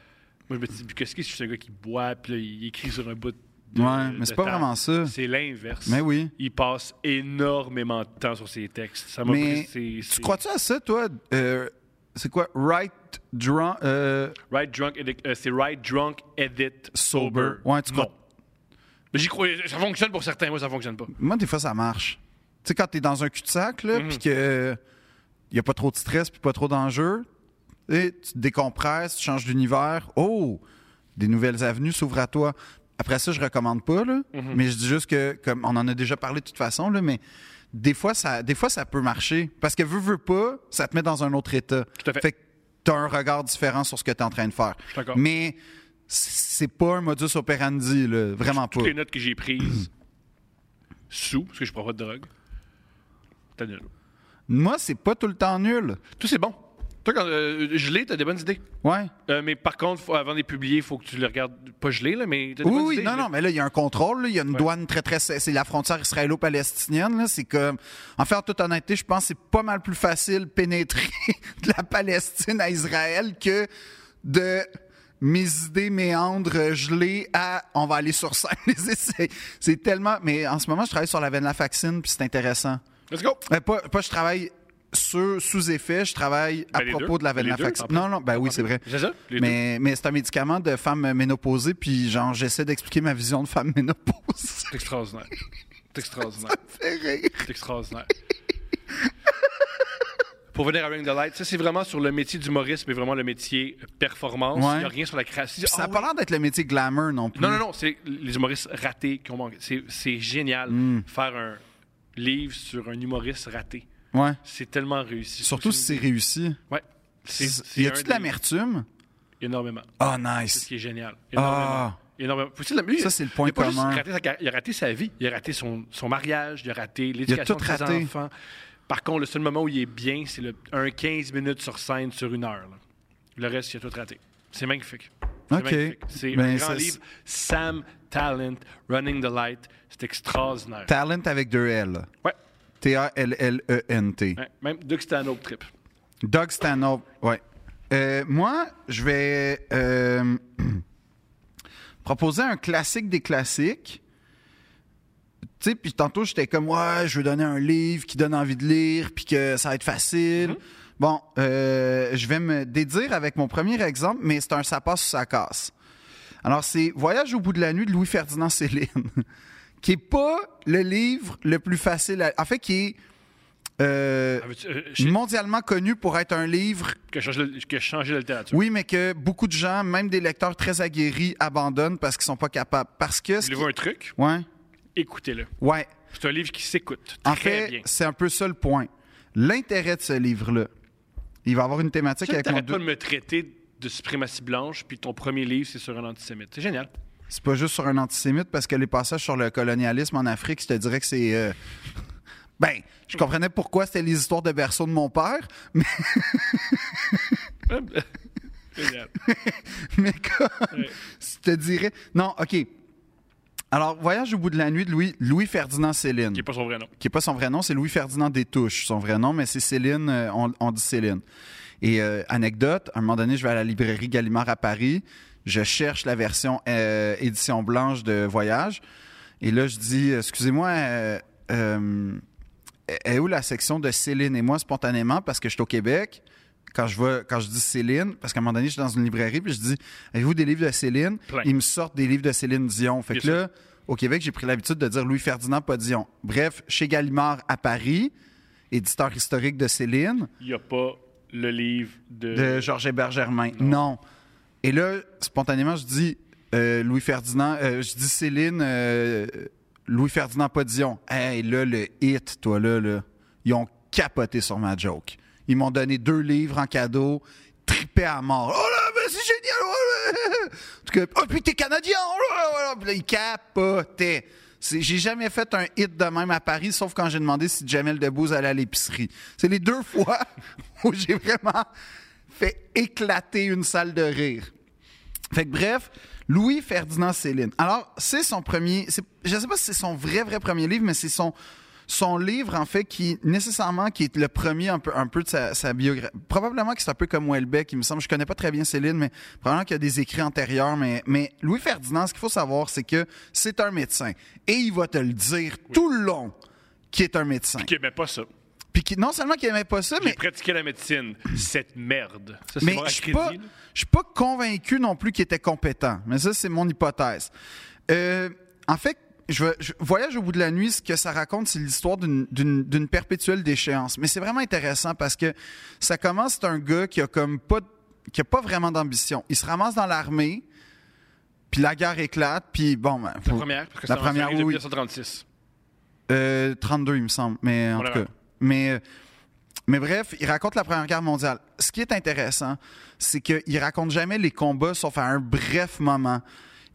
Speaker 2: Moi, je me suis dit, Bukowski, c'est juste un gars qui boit, puis là, il écrit sur un bout de.
Speaker 1: Ouais, mais
Speaker 2: de
Speaker 1: c'est pas
Speaker 2: table.
Speaker 1: vraiment ça.
Speaker 2: C'est l'inverse.
Speaker 1: Mais oui.
Speaker 2: Il passe énormément de temps sur ses textes. Ça m'a
Speaker 1: Mais
Speaker 2: pris. c'est-
Speaker 1: tu
Speaker 2: c'est-
Speaker 1: crois-tu à ça, toi? Euh, c'est quoi? Right, drunk, euh,
Speaker 2: Right drunk, edit- euh, c'est right drunk, edit, sober.
Speaker 1: Ouais, tu crois-
Speaker 2: Non. Mais j'y crois. Ça fonctionne pour certains, moi, ça fonctionne pas.
Speaker 1: Moi, des fois, ça marche. Tu sais, quand t'es dans un cul-de-sac, là,
Speaker 2: Mhm.
Speaker 1: puis que euh, y a pas trop de stress, puis pas trop d'enjeux, et tu te décompresses, tu changes d'univers. Oh, des nouvelles avenues s'ouvrent à toi. Après ça, je recommande pas, là,
Speaker 2: Mhm.
Speaker 1: mais je dis juste que, comme on en a déjà parlé de toute façon, là, mais des fois, ça, des fois, ça peut marcher. Parce que veux, veux pas, ça te met dans un autre état.
Speaker 2: Tout à fait.
Speaker 1: Fait que t'as un regard différent sur ce que t'es en train de faire.
Speaker 2: suis d'accord.
Speaker 1: Mais c'est pas un modus operandi, là, vraiment pas.
Speaker 2: Toutes les notes que j'ai prises sous, parce que je prends pas de drogue, t'as nul.
Speaker 1: Moi, c'est pas tout le temps nul.
Speaker 2: Tout c'est bon. Toi, quand euh, gelé, t'as des bonnes idées.
Speaker 1: Ouais.
Speaker 2: Euh, mais par contre, faut- avant de les publier, il faut que tu les regardes pas gelé, là, mais t'as des
Speaker 1: Oui,
Speaker 2: bonnes
Speaker 1: oui,
Speaker 2: idées.
Speaker 1: non,
Speaker 2: là.
Speaker 1: non, mais là, il y a un contrôle, là, il y a une
Speaker 2: Ouais.
Speaker 1: douane très, très. C'est c'est la frontière israélo-palestinienne, là. C'est comme. En fait, en toute honnêteté, je pense que c'est pas mal plus facile pénétrer de la Palestine à Israël que de mes idées méandres euh, gelées à on va aller sur scène les essayer. C'est tellement. Mais en ce moment, je travaille sur la veine la vaccine, puis c'est intéressant.
Speaker 2: Let's go!
Speaker 1: Euh, pas, pas je travaille sur, sous effet, je travaille à
Speaker 2: Ben, les
Speaker 1: propos
Speaker 2: deux.
Speaker 1: de la veine
Speaker 2: Les
Speaker 1: la
Speaker 2: deux,
Speaker 1: vaccine.
Speaker 2: en plus.
Speaker 1: Non, non, ben oui, c'est vrai.
Speaker 2: C'est ça? Les deux.
Speaker 1: Mais, mais c'est un médicament de femme ménopausée, puis genre, j'essaie d'expliquer ma vision de femme ménopause.
Speaker 2: C'est extraordinaire. C'est extraordinaire.
Speaker 1: Fait rire.
Speaker 2: C'est extraordinaire. Pour venir à Ring the Light, ça c'est vraiment sur le métier d'humoriste, mais vraiment le métier performance.
Speaker 1: Ouais.
Speaker 2: Il n'y a rien sur la création.
Speaker 1: Puis ça
Speaker 2: Ah
Speaker 1: a pas l'air d'être le métier glamour non plus.
Speaker 2: Non, non, non, c'est les humoristes ratés qui ont manqué. C'est, c'est génial
Speaker 1: Mm.
Speaker 2: faire un livre sur un humoriste raté.
Speaker 1: Ouais.
Speaker 2: C'est tellement réussi.
Speaker 1: Surtout si c'est réussi.
Speaker 2: Ouais. C'est, c'est
Speaker 1: Y
Speaker 2: un
Speaker 1: a-tu de
Speaker 2: des-
Speaker 1: l'amertume?
Speaker 2: Énormément.
Speaker 1: Ah,
Speaker 2: C'est ce
Speaker 1: nice.
Speaker 2: qui est génial. Énormément.
Speaker 1: Ah.
Speaker 2: Énormément. Faut-il la- lui,
Speaker 1: Ça, c'est le point
Speaker 2: il a pas juste
Speaker 1: commun.
Speaker 2: raté sa carrière, il a raté sa vie, il a raté son, son mariage, il a raté l'éducation
Speaker 1: tout
Speaker 2: de ses
Speaker 1: raté.
Speaker 2: enfants. Par contre, le seul moment où il est bien, c'est le, un 15 minutes sur scène sur une heure. là. Le reste, il a tout raté. C'est magnifique. C'est
Speaker 1: Ok.
Speaker 2: magnifique. C'est
Speaker 1: Ben,
Speaker 2: un grand
Speaker 1: ça,
Speaker 2: livre. Sam Talent, Running the Light. C'est extraordinaire.
Speaker 1: Talent avec deux L.
Speaker 2: Ouais.
Speaker 1: E T-A-L-L-E-N-T.
Speaker 2: Ouais. Même Doug Stanhope Trip.
Speaker 1: Doug Stanhope, ouais. Euh, moi, je vais euh, proposer un classique des classiques. Tu sais, puis tantôt, j'étais comme, ouais, je veux donner un livre qui donne envie de lire, puis que ça va être facile. Bon, euh, je vais me dédire avec mon premier exemple, mais c'est un ça passe ou ça casse. Alors, c'est Voyage au bout de la nuit de Louis-Ferdinand Céline, qui est pas le livre le plus facile à. En fait, qui est. euh,
Speaker 2: Ah, veux-tu- euh, j'ai-
Speaker 1: mondialement connu pour être un livre,
Speaker 2: qui a changé la- qui a changé la littérature.
Speaker 1: Mm. oui, mais que beaucoup de gens, même des lecteurs très aguerris, abandonnent parce qu'ils sont pas capables. Parce que. ce qui-
Speaker 2: Voulez-vous un truc?
Speaker 1: Ouais.
Speaker 2: Écoutez-le.
Speaker 1: Ouais.
Speaker 2: C'est un livre qui s'écoute.
Speaker 1: En
Speaker 2: très
Speaker 1: fait,
Speaker 2: bien.
Speaker 1: c'est un peu ça le point. L'intérêt de ce livre-là, il va avoir une thématique
Speaker 2: Tu
Speaker 1: avec mon
Speaker 2: t'arrêtes pas
Speaker 1: deux.
Speaker 2: de me traiter de suprématie blanche, puis ton premier livre, c'est sur un antisémite. C'est génial.
Speaker 1: C'est pas juste sur un antisémite parce que les passages sur le colonialisme en Afrique, je te dirais que c'est. euh, Ben, je comprenais pourquoi c'était les histoires de berceau de mon père,
Speaker 2: Génial.
Speaker 1: mais comme, je te dirais. Non, OK. Alors, Voyage au bout de la nuit de Louis- Louis-Ferdinand Céline.
Speaker 2: Qui n'est pas son vrai nom.
Speaker 1: qui n'est pas son vrai nom, c'est Louis-Ferdinand Détouche, son vrai nom, mais c'est Céline, euh, on, on dit Céline. Et euh, anecdote, à un moment donné, je vais à la librairie Gallimard à Paris, je cherche la version euh, édition blanche de Voyage, et là, je dis, excusez-moi, euh, euh, est où la section de Céline et moi spontanément parce que je suis au Québec. Quand je, vois, quand je dis Céline, parce qu'à un moment donné, je suis dans une librairie, puis je dis Avez-vous des livres de Céline
Speaker 2: Plein.
Speaker 1: Ils me sortent des livres de Céline Dion. Fait
Speaker 2: Bien
Speaker 1: que là, au Québec, j'ai pris l'habitude de dire Louis-Ferdinand, pas Dion. Bref, chez Gallimard à Paris, éditeur historique de Céline,
Speaker 2: Il n'y a pas le livre de.
Speaker 1: de Georges Hébert Germain. Non. Et là, spontanément, je dis euh, Louis-Ferdinand, euh, je dis Céline, euh, Louis-Ferdinand, pas Dion. Hey, là, le hit, toi, là, là, ils ont capoté sur ma joke. Ils m'ont donné deux livres en cadeau, trippé à mort. Oh là, mais c'est génial! oh là! En tout cas, oh, puis t'es Canadien! oh là, oh là! Puis là, ils capotaient. C'est- J'ai jamais fait un hit de même à Paris, sauf quand j'ai demandé si Jamel Debbouze allait à l'épicerie. C'est les deux fois où j'ai vraiment fait éclater une salle de rire. Fait que bref, Louis Ferdinand Céline. Alors, c'est son premier. c'est- Je sais pas si c'est son vrai, vrai premier livre, mais c'est son. Son livre, en fait, qui nécessairement qui est le premier un peu, un peu de sa, sa biographie. Probablement que c'est un peu comme Welbeck, il me semble. Je connais pas très bien Céline, mais probablement qu'il y a des écrits antérieurs. Mais, mais Louis Ferdinand, ce qu'il faut savoir, c'est que c'est un médecin. Et il va te le dire tout le long qu'il est un médecin.
Speaker 2: Qui aimait pas ça.
Speaker 1: Puis qui- non seulement qu'il aimait pas ça,
Speaker 2: J'ai
Speaker 1: mais
Speaker 2: pratiqué la médecine. Cette merde. Ça, c'est
Speaker 1: mais
Speaker 2: bon à
Speaker 1: je suis
Speaker 2: crédit.
Speaker 1: pas,
Speaker 2: là.
Speaker 1: je suis pas convaincu non plus qu'il était compétent. Mais ça, c'est mon hypothèse. Euh, en fait, je, vais- je- Voyage au bout de la nuit, ce que ça raconte, c'est l'histoire d'une- d'une d'une perpétuelle déchéance. Mais c'est vraiment intéressant parce que ça commence, c'est un gars qui a comme pas, de- qui a pas vraiment d'ambition. Il se ramasse dans l'armée, puis la guerre éclate, puis bon, ben,
Speaker 2: La
Speaker 1: faut-
Speaker 2: première, parce que
Speaker 1: La
Speaker 2: ça
Speaker 1: première,
Speaker 2: première, depuis
Speaker 1: oui.
Speaker 2: 1936.
Speaker 1: euh, 32, il me semble. Mais en
Speaker 2: Voilà.
Speaker 1: tout cas. Mais, euh, mais bref, il raconte la Première Guerre mondiale. Ce qui est intéressant, c'est qu'il raconte jamais les combats, sauf à un bref moment.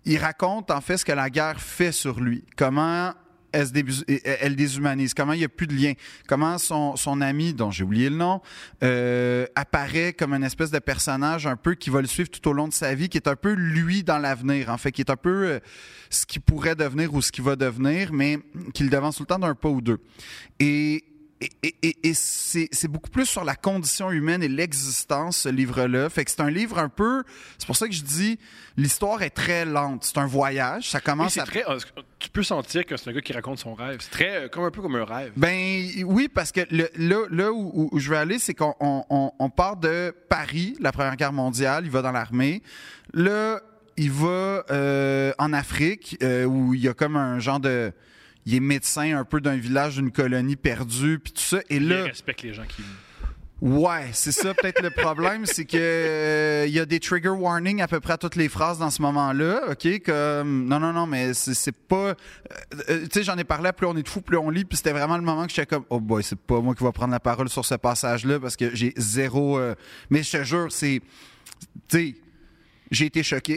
Speaker 1: Il raconte, en fait, ce que la guerre fait sur lui. Comment elle, se débu- elle- elle déshumanise, comment il n'y a plus de lien, comment son, son ami, dont j'ai oublié le nom, euh, apparaît comme une espèce de personnage un peu qui va le suivre tout au long de sa vie, qui est un peu lui dans l'avenir, en fait, qui est un peu euh, ce qui pourrait devenir ou ce qui va devenir, mais qu'il devance tout le temps d'un pas ou deux. Et, et, et- et- et c'est c'est beaucoup plus sur la condition humaine et l'existence, ce livre-là. Fait que c'est un livre un peu. C'est pour ça que je dis l'histoire est très lente. C'est un voyage. Ça
Speaker 2: Oui,
Speaker 1: commence
Speaker 2: c'est
Speaker 1: à.
Speaker 2: très, euh, tu peux sentir que c'est un gars qui raconte son rêve. C'est très, euh, comme un peu comme un rêve.
Speaker 1: Ben oui, parce que le- là, là où, où- où je veux aller, c'est qu'on on- on- on part de Paris, la Première Guerre mondiale, il va dans l'armée. Là, il va euh, en Afrique, euh, où il y a comme un genre de... Il est médecin un peu d'un village, d'une colonie perdue, puis tout ça. Et
Speaker 2: Il
Speaker 1: là...
Speaker 2: respecte les gens qui.
Speaker 1: Ouais, c'est ça peut-être le problème, c'est que euh, il y a des trigger warnings à peu près à toutes les phrases dans ce moment-là, ok? Comme non, non, non, mais c'est c'est pas. euh, euh, tu sais, j'en ai parlé, à plus on est de fous, plus on lit, puis c'était vraiment le moment que j'étais comme, oh boy, c'est pas moi qui va prendre la parole sur ce passage-là parce que j'ai zéro. euh, mais je te jure, c'est, tu sais, j'ai été choqué.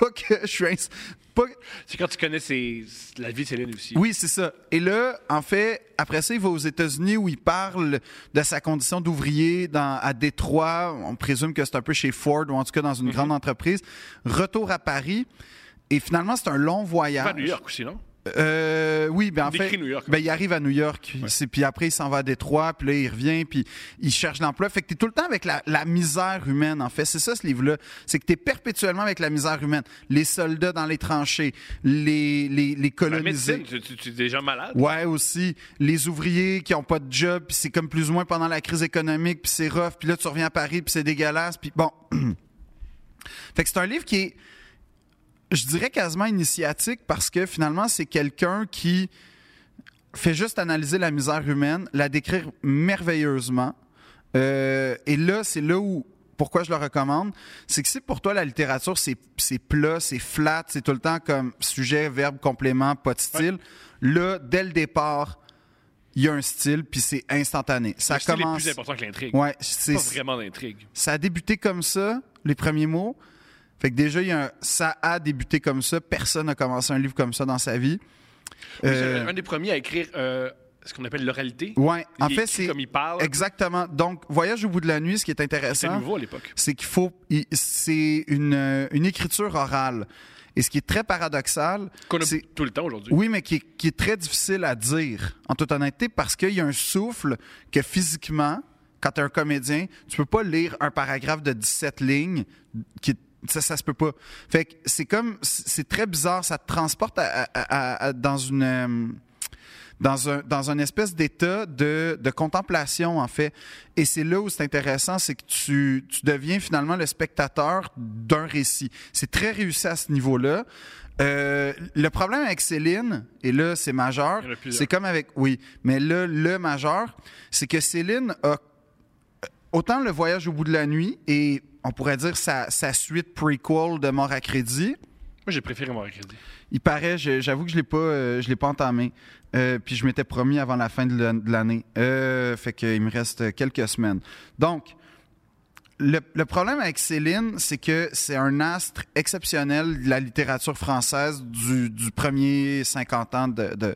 Speaker 1: pas que je suis, ins- pas
Speaker 2: C'est quand tu connais ses- la vie de Céline aussi.
Speaker 1: oui, c'est ça. Et là, en fait, après ça, il va aux États-Unis où il parle de sa condition d'ouvrier dans- à Détroit. On présume que c'est un peu chez Ford ou en tout cas dans une
Speaker 2: Mhm.
Speaker 1: grande entreprise. Retour à Paris. Et finalement, c'est un long voyage.
Speaker 2: Pas à New York aussi, non?
Speaker 1: Euh, oui, ben en
Speaker 2: Décris
Speaker 1: fait,
Speaker 2: New York.
Speaker 1: ben, il arrive à New York, c'est- puis après il s'en va à Détroit, puis là il revient, puis il cherche l'emploi. Fait que t'es tout le temps avec la, la misère humaine, en fait. C'est ça ce livre-là, c'est que t'es perpétuellement avec la misère humaine. Les soldats dans les tranchées, les les, les
Speaker 2: La
Speaker 1: colonisés.
Speaker 2: médecine, tu, tu, tu es déjà malade.
Speaker 1: Ouais, aussi. Les ouvriers qui ont pas de job, puis c'est comme plus ou moins pendant la crise économique, puis c'est rough, puis là, tu reviens à Paris, puis c'est dégueulasse, puis bon. fait que c'est un livre qui est, je dirais quasiment initiatique, parce que finalement, c'est quelqu'un qui fait juste analyser la misère humaine, la décrire merveilleusement. Euh, et là, c'est là où. Pourquoi je le recommande, c'est que si pour toi la littérature c'est c'est plat, c'est flat, c'est tout le temps comme sujet, verbe, complément, pas de style. Là, dès le départ, il y a un style puis c'est instantané. Ça
Speaker 2: Le style est
Speaker 1: commence.
Speaker 2: plus important que l'intrigue.
Speaker 1: ouais,
Speaker 2: C'est
Speaker 1: c'est
Speaker 2: pas vraiment d'intrigue.
Speaker 1: ça a débuté comme ça, les premiers mots. Fait que déjà, il y a un- ça a débuté comme ça. Personne n'a commencé un livre comme ça dans sa vie.
Speaker 2: Oui,
Speaker 1: Euh,
Speaker 2: c'est Un des premiers à écrire euh, ce qu'on appelle l'oralité.
Speaker 1: ouais,
Speaker 2: Il
Speaker 1: en fait,
Speaker 2: écrit
Speaker 1: c'est
Speaker 2: Comme il parle,
Speaker 1: exactement. Donc, Voyage au bout de la nuit, ce qui est
Speaker 2: c'est
Speaker 1: intéressant,
Speaker 2: nouveau à l'époque.
Speaker 1: c'est qu'il faut. il- C'est une, euh, une écriture orale. Et ce qui est très paradoxal,
Speaker 2: Qu'on a
Speaker 1: c'est-
Speaker 2: tout le temps aujourd'hui.
Speaker 1: oui, mais qui est, qui est très difficile à dire, en toute honnêteté, parce qu'il y a un souffle que physiquement, quand tu es un comédien, tu peux pas lire un paragraphe de 17 lignes. Qui, ça, ça se peut pas. Fait que c'est comme. C'est très bizarre. Ça te transporte à- à- à- à- dans une. euh, dans un, dans une espèce d'état de, de contemplation, en fait. Et c'est là où c'est intéressant, c'est que tu, tu deviens finalement le spectateur d'un récit. C'est très réussi à ce niveau-là. Euh, le problème avec Céline, et là, c'est majeur,
Speaker 2: Il y en a plusieurs.
Speaker 1: c'est comme avec... Oui, mais là, le majeur, c'est que Céline a autant le voyage au bout de la nuit et on pourrait dire sa, sa suite prequel de Mort à crédit,
Speaker 2: Moi, j'ai préféré Moral Crédit.
Speaker 1: Il paraît, je- j'avoue que je l'ai pas, euh, je l'ai pas entamé. Euh, puis je m'étais promis avant la fin de l'an- de l'année. Euh, fait qu'il me reste quelques semaines. Donc, le, le problème avec Céline, c'est que c'est un astre exceptionnel de la littérature française du, du premier 50 ans de, de-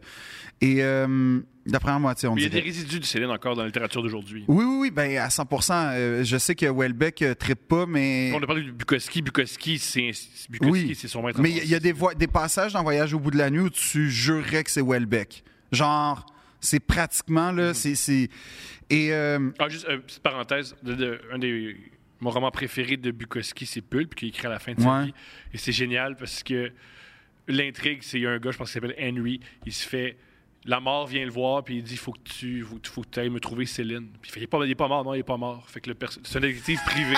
Speaker 1: et euh, de la première moitié, on
Speaker 2: Mais il y a des
Speaker 1: dirait.
Speaker 2: résidus de Céline encore dans la littérature d'aujourd'hui.
Speaker 1: Oui, oui, oui, ben à 100%. euh, je sais que Welbeck euh, trippe pas, mais...
Speaker 2: On a parlé de Bukowski. Bukowski, c'est Bukowski,
Speaker 1: Oui,
Speaker 2: c'est son maître.
Speaker 1: Mais il y a- il y a des, voix- des passages dans Voyage au bout de la nuit où tu jurerais que c'est Welbeck. Genre, c'est pratiquement,
Speaker 2: Mhm.
Speaker 1: là, c'est- c'est... Et euh,
Speaker 2: Ah, juste euh, petite parenthèse, de- de- un des mon roman préféré de Bukowski, c'est Pulp, qui est écrit à la fin de sa
Speaker 1: Ouais.
Speaker 2: vie. Et c'est génial parce que l'intrigue, c'est il y a un gars, je pense qu'il s'appelle Henry, il se fait. La mort vient le voir, puis il dit Faut que tu faut, faut que tu ailles me trouver Céline. Puis il fait Il est pas, il est pas mort, non, il est pas mort. Fait que le perso- c'est un détective privé.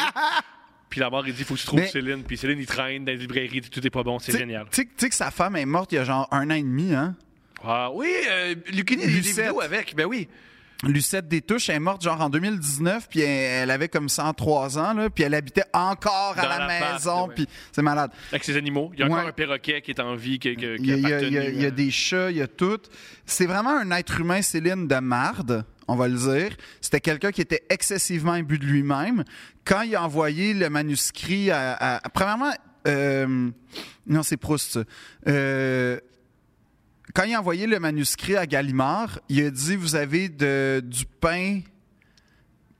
Speaker 2: puis la mort, il dit Faut que tu trouves
Speaker 1: Mais-
Speaker 2: Céline. Puis Céline, il traîne dans les librairies, il dit, tout est pas bon,
Speaker 1: tu
Speaker 2: c'est
Speaker 1: sais
Speaker 2: génial.
Speaker 1: tu sais- tu sais que sa femme est morte il y a genre un an et demi, hein?
Speaker 2: Ah oui, euh, Lucini, il y a des
Speaker 1: Lucette.
Speaker 2: vidéos avec, ben oui.
Speaker 1: Lucette Détouche est morte genre en 2019, puis elle, elle avait comme 103 ans, là, puis elle habitait encore
Speaker 2: Dans
Speaker 1: à la
Speaker 2: l'appart,
Speaker 1: maison,
Speaker 2: ouais.
Speaker 1: puis c'est malade.
Speaker 2: Avec ses animaux. Il y a encore
Speaker 1: Ouais.
Speaker 2: un perroquet qui est en vie, qui, qui- qui
Speaker 1: Il y a, il y a- il y a-
Speaker 2: appartenu euh,
Speaker 1: il y a
Speaker 2: à-
Speaker 1: des chats, il y a tout. C'est vraiment un être humain, Céline, de marde, on va le dire. C'était quelqu'un qui était excessivement imbu de lui-même. Quand il a envoyé le manuscrit à... à- à- premièrement, euh, non, c'est Proust, ça. Euh, quand il a envoyé le manuscrit à Gallimard, il a dit, vous avez de- du pain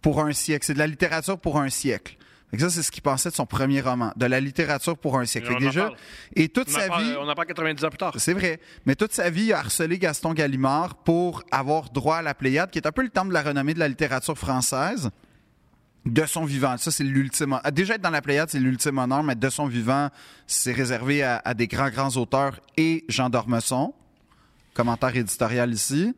Speaker 1: pour un siècle. C'est de la littérature pour un siècle. Fait que ça, c'est ce qu'il pensait de son premier roman, de la littérature pour un siècle.
Speaker 2: Et
Speaker 1: Fait que
Speaker 2: on en
Speaker 1: déjà,
Speaker 2: parle.
Speaker 1: et toute
Speaker 2: On en,
Speaker 1: sa
Speaker 2: parle,
Speaker 1: vie,
Speaker 2: on en parle 90 ans plus tard.
Speaker 1: c'est vrai. Mais toute sa vie, il a harcelé Gaston Gallimard pour avoir droit à la Pléiade, qui est un peu le temple de la renommée de la littérature française, de son vivant. Ça, c'est l'ultime. ah, Déjà être dans la Pléiade, c'est l'ultime honneur, mais de son vivant, c'est réservé à, à des grands, grands auteurs et Jean Dormesson. Commentaire éditorial ici.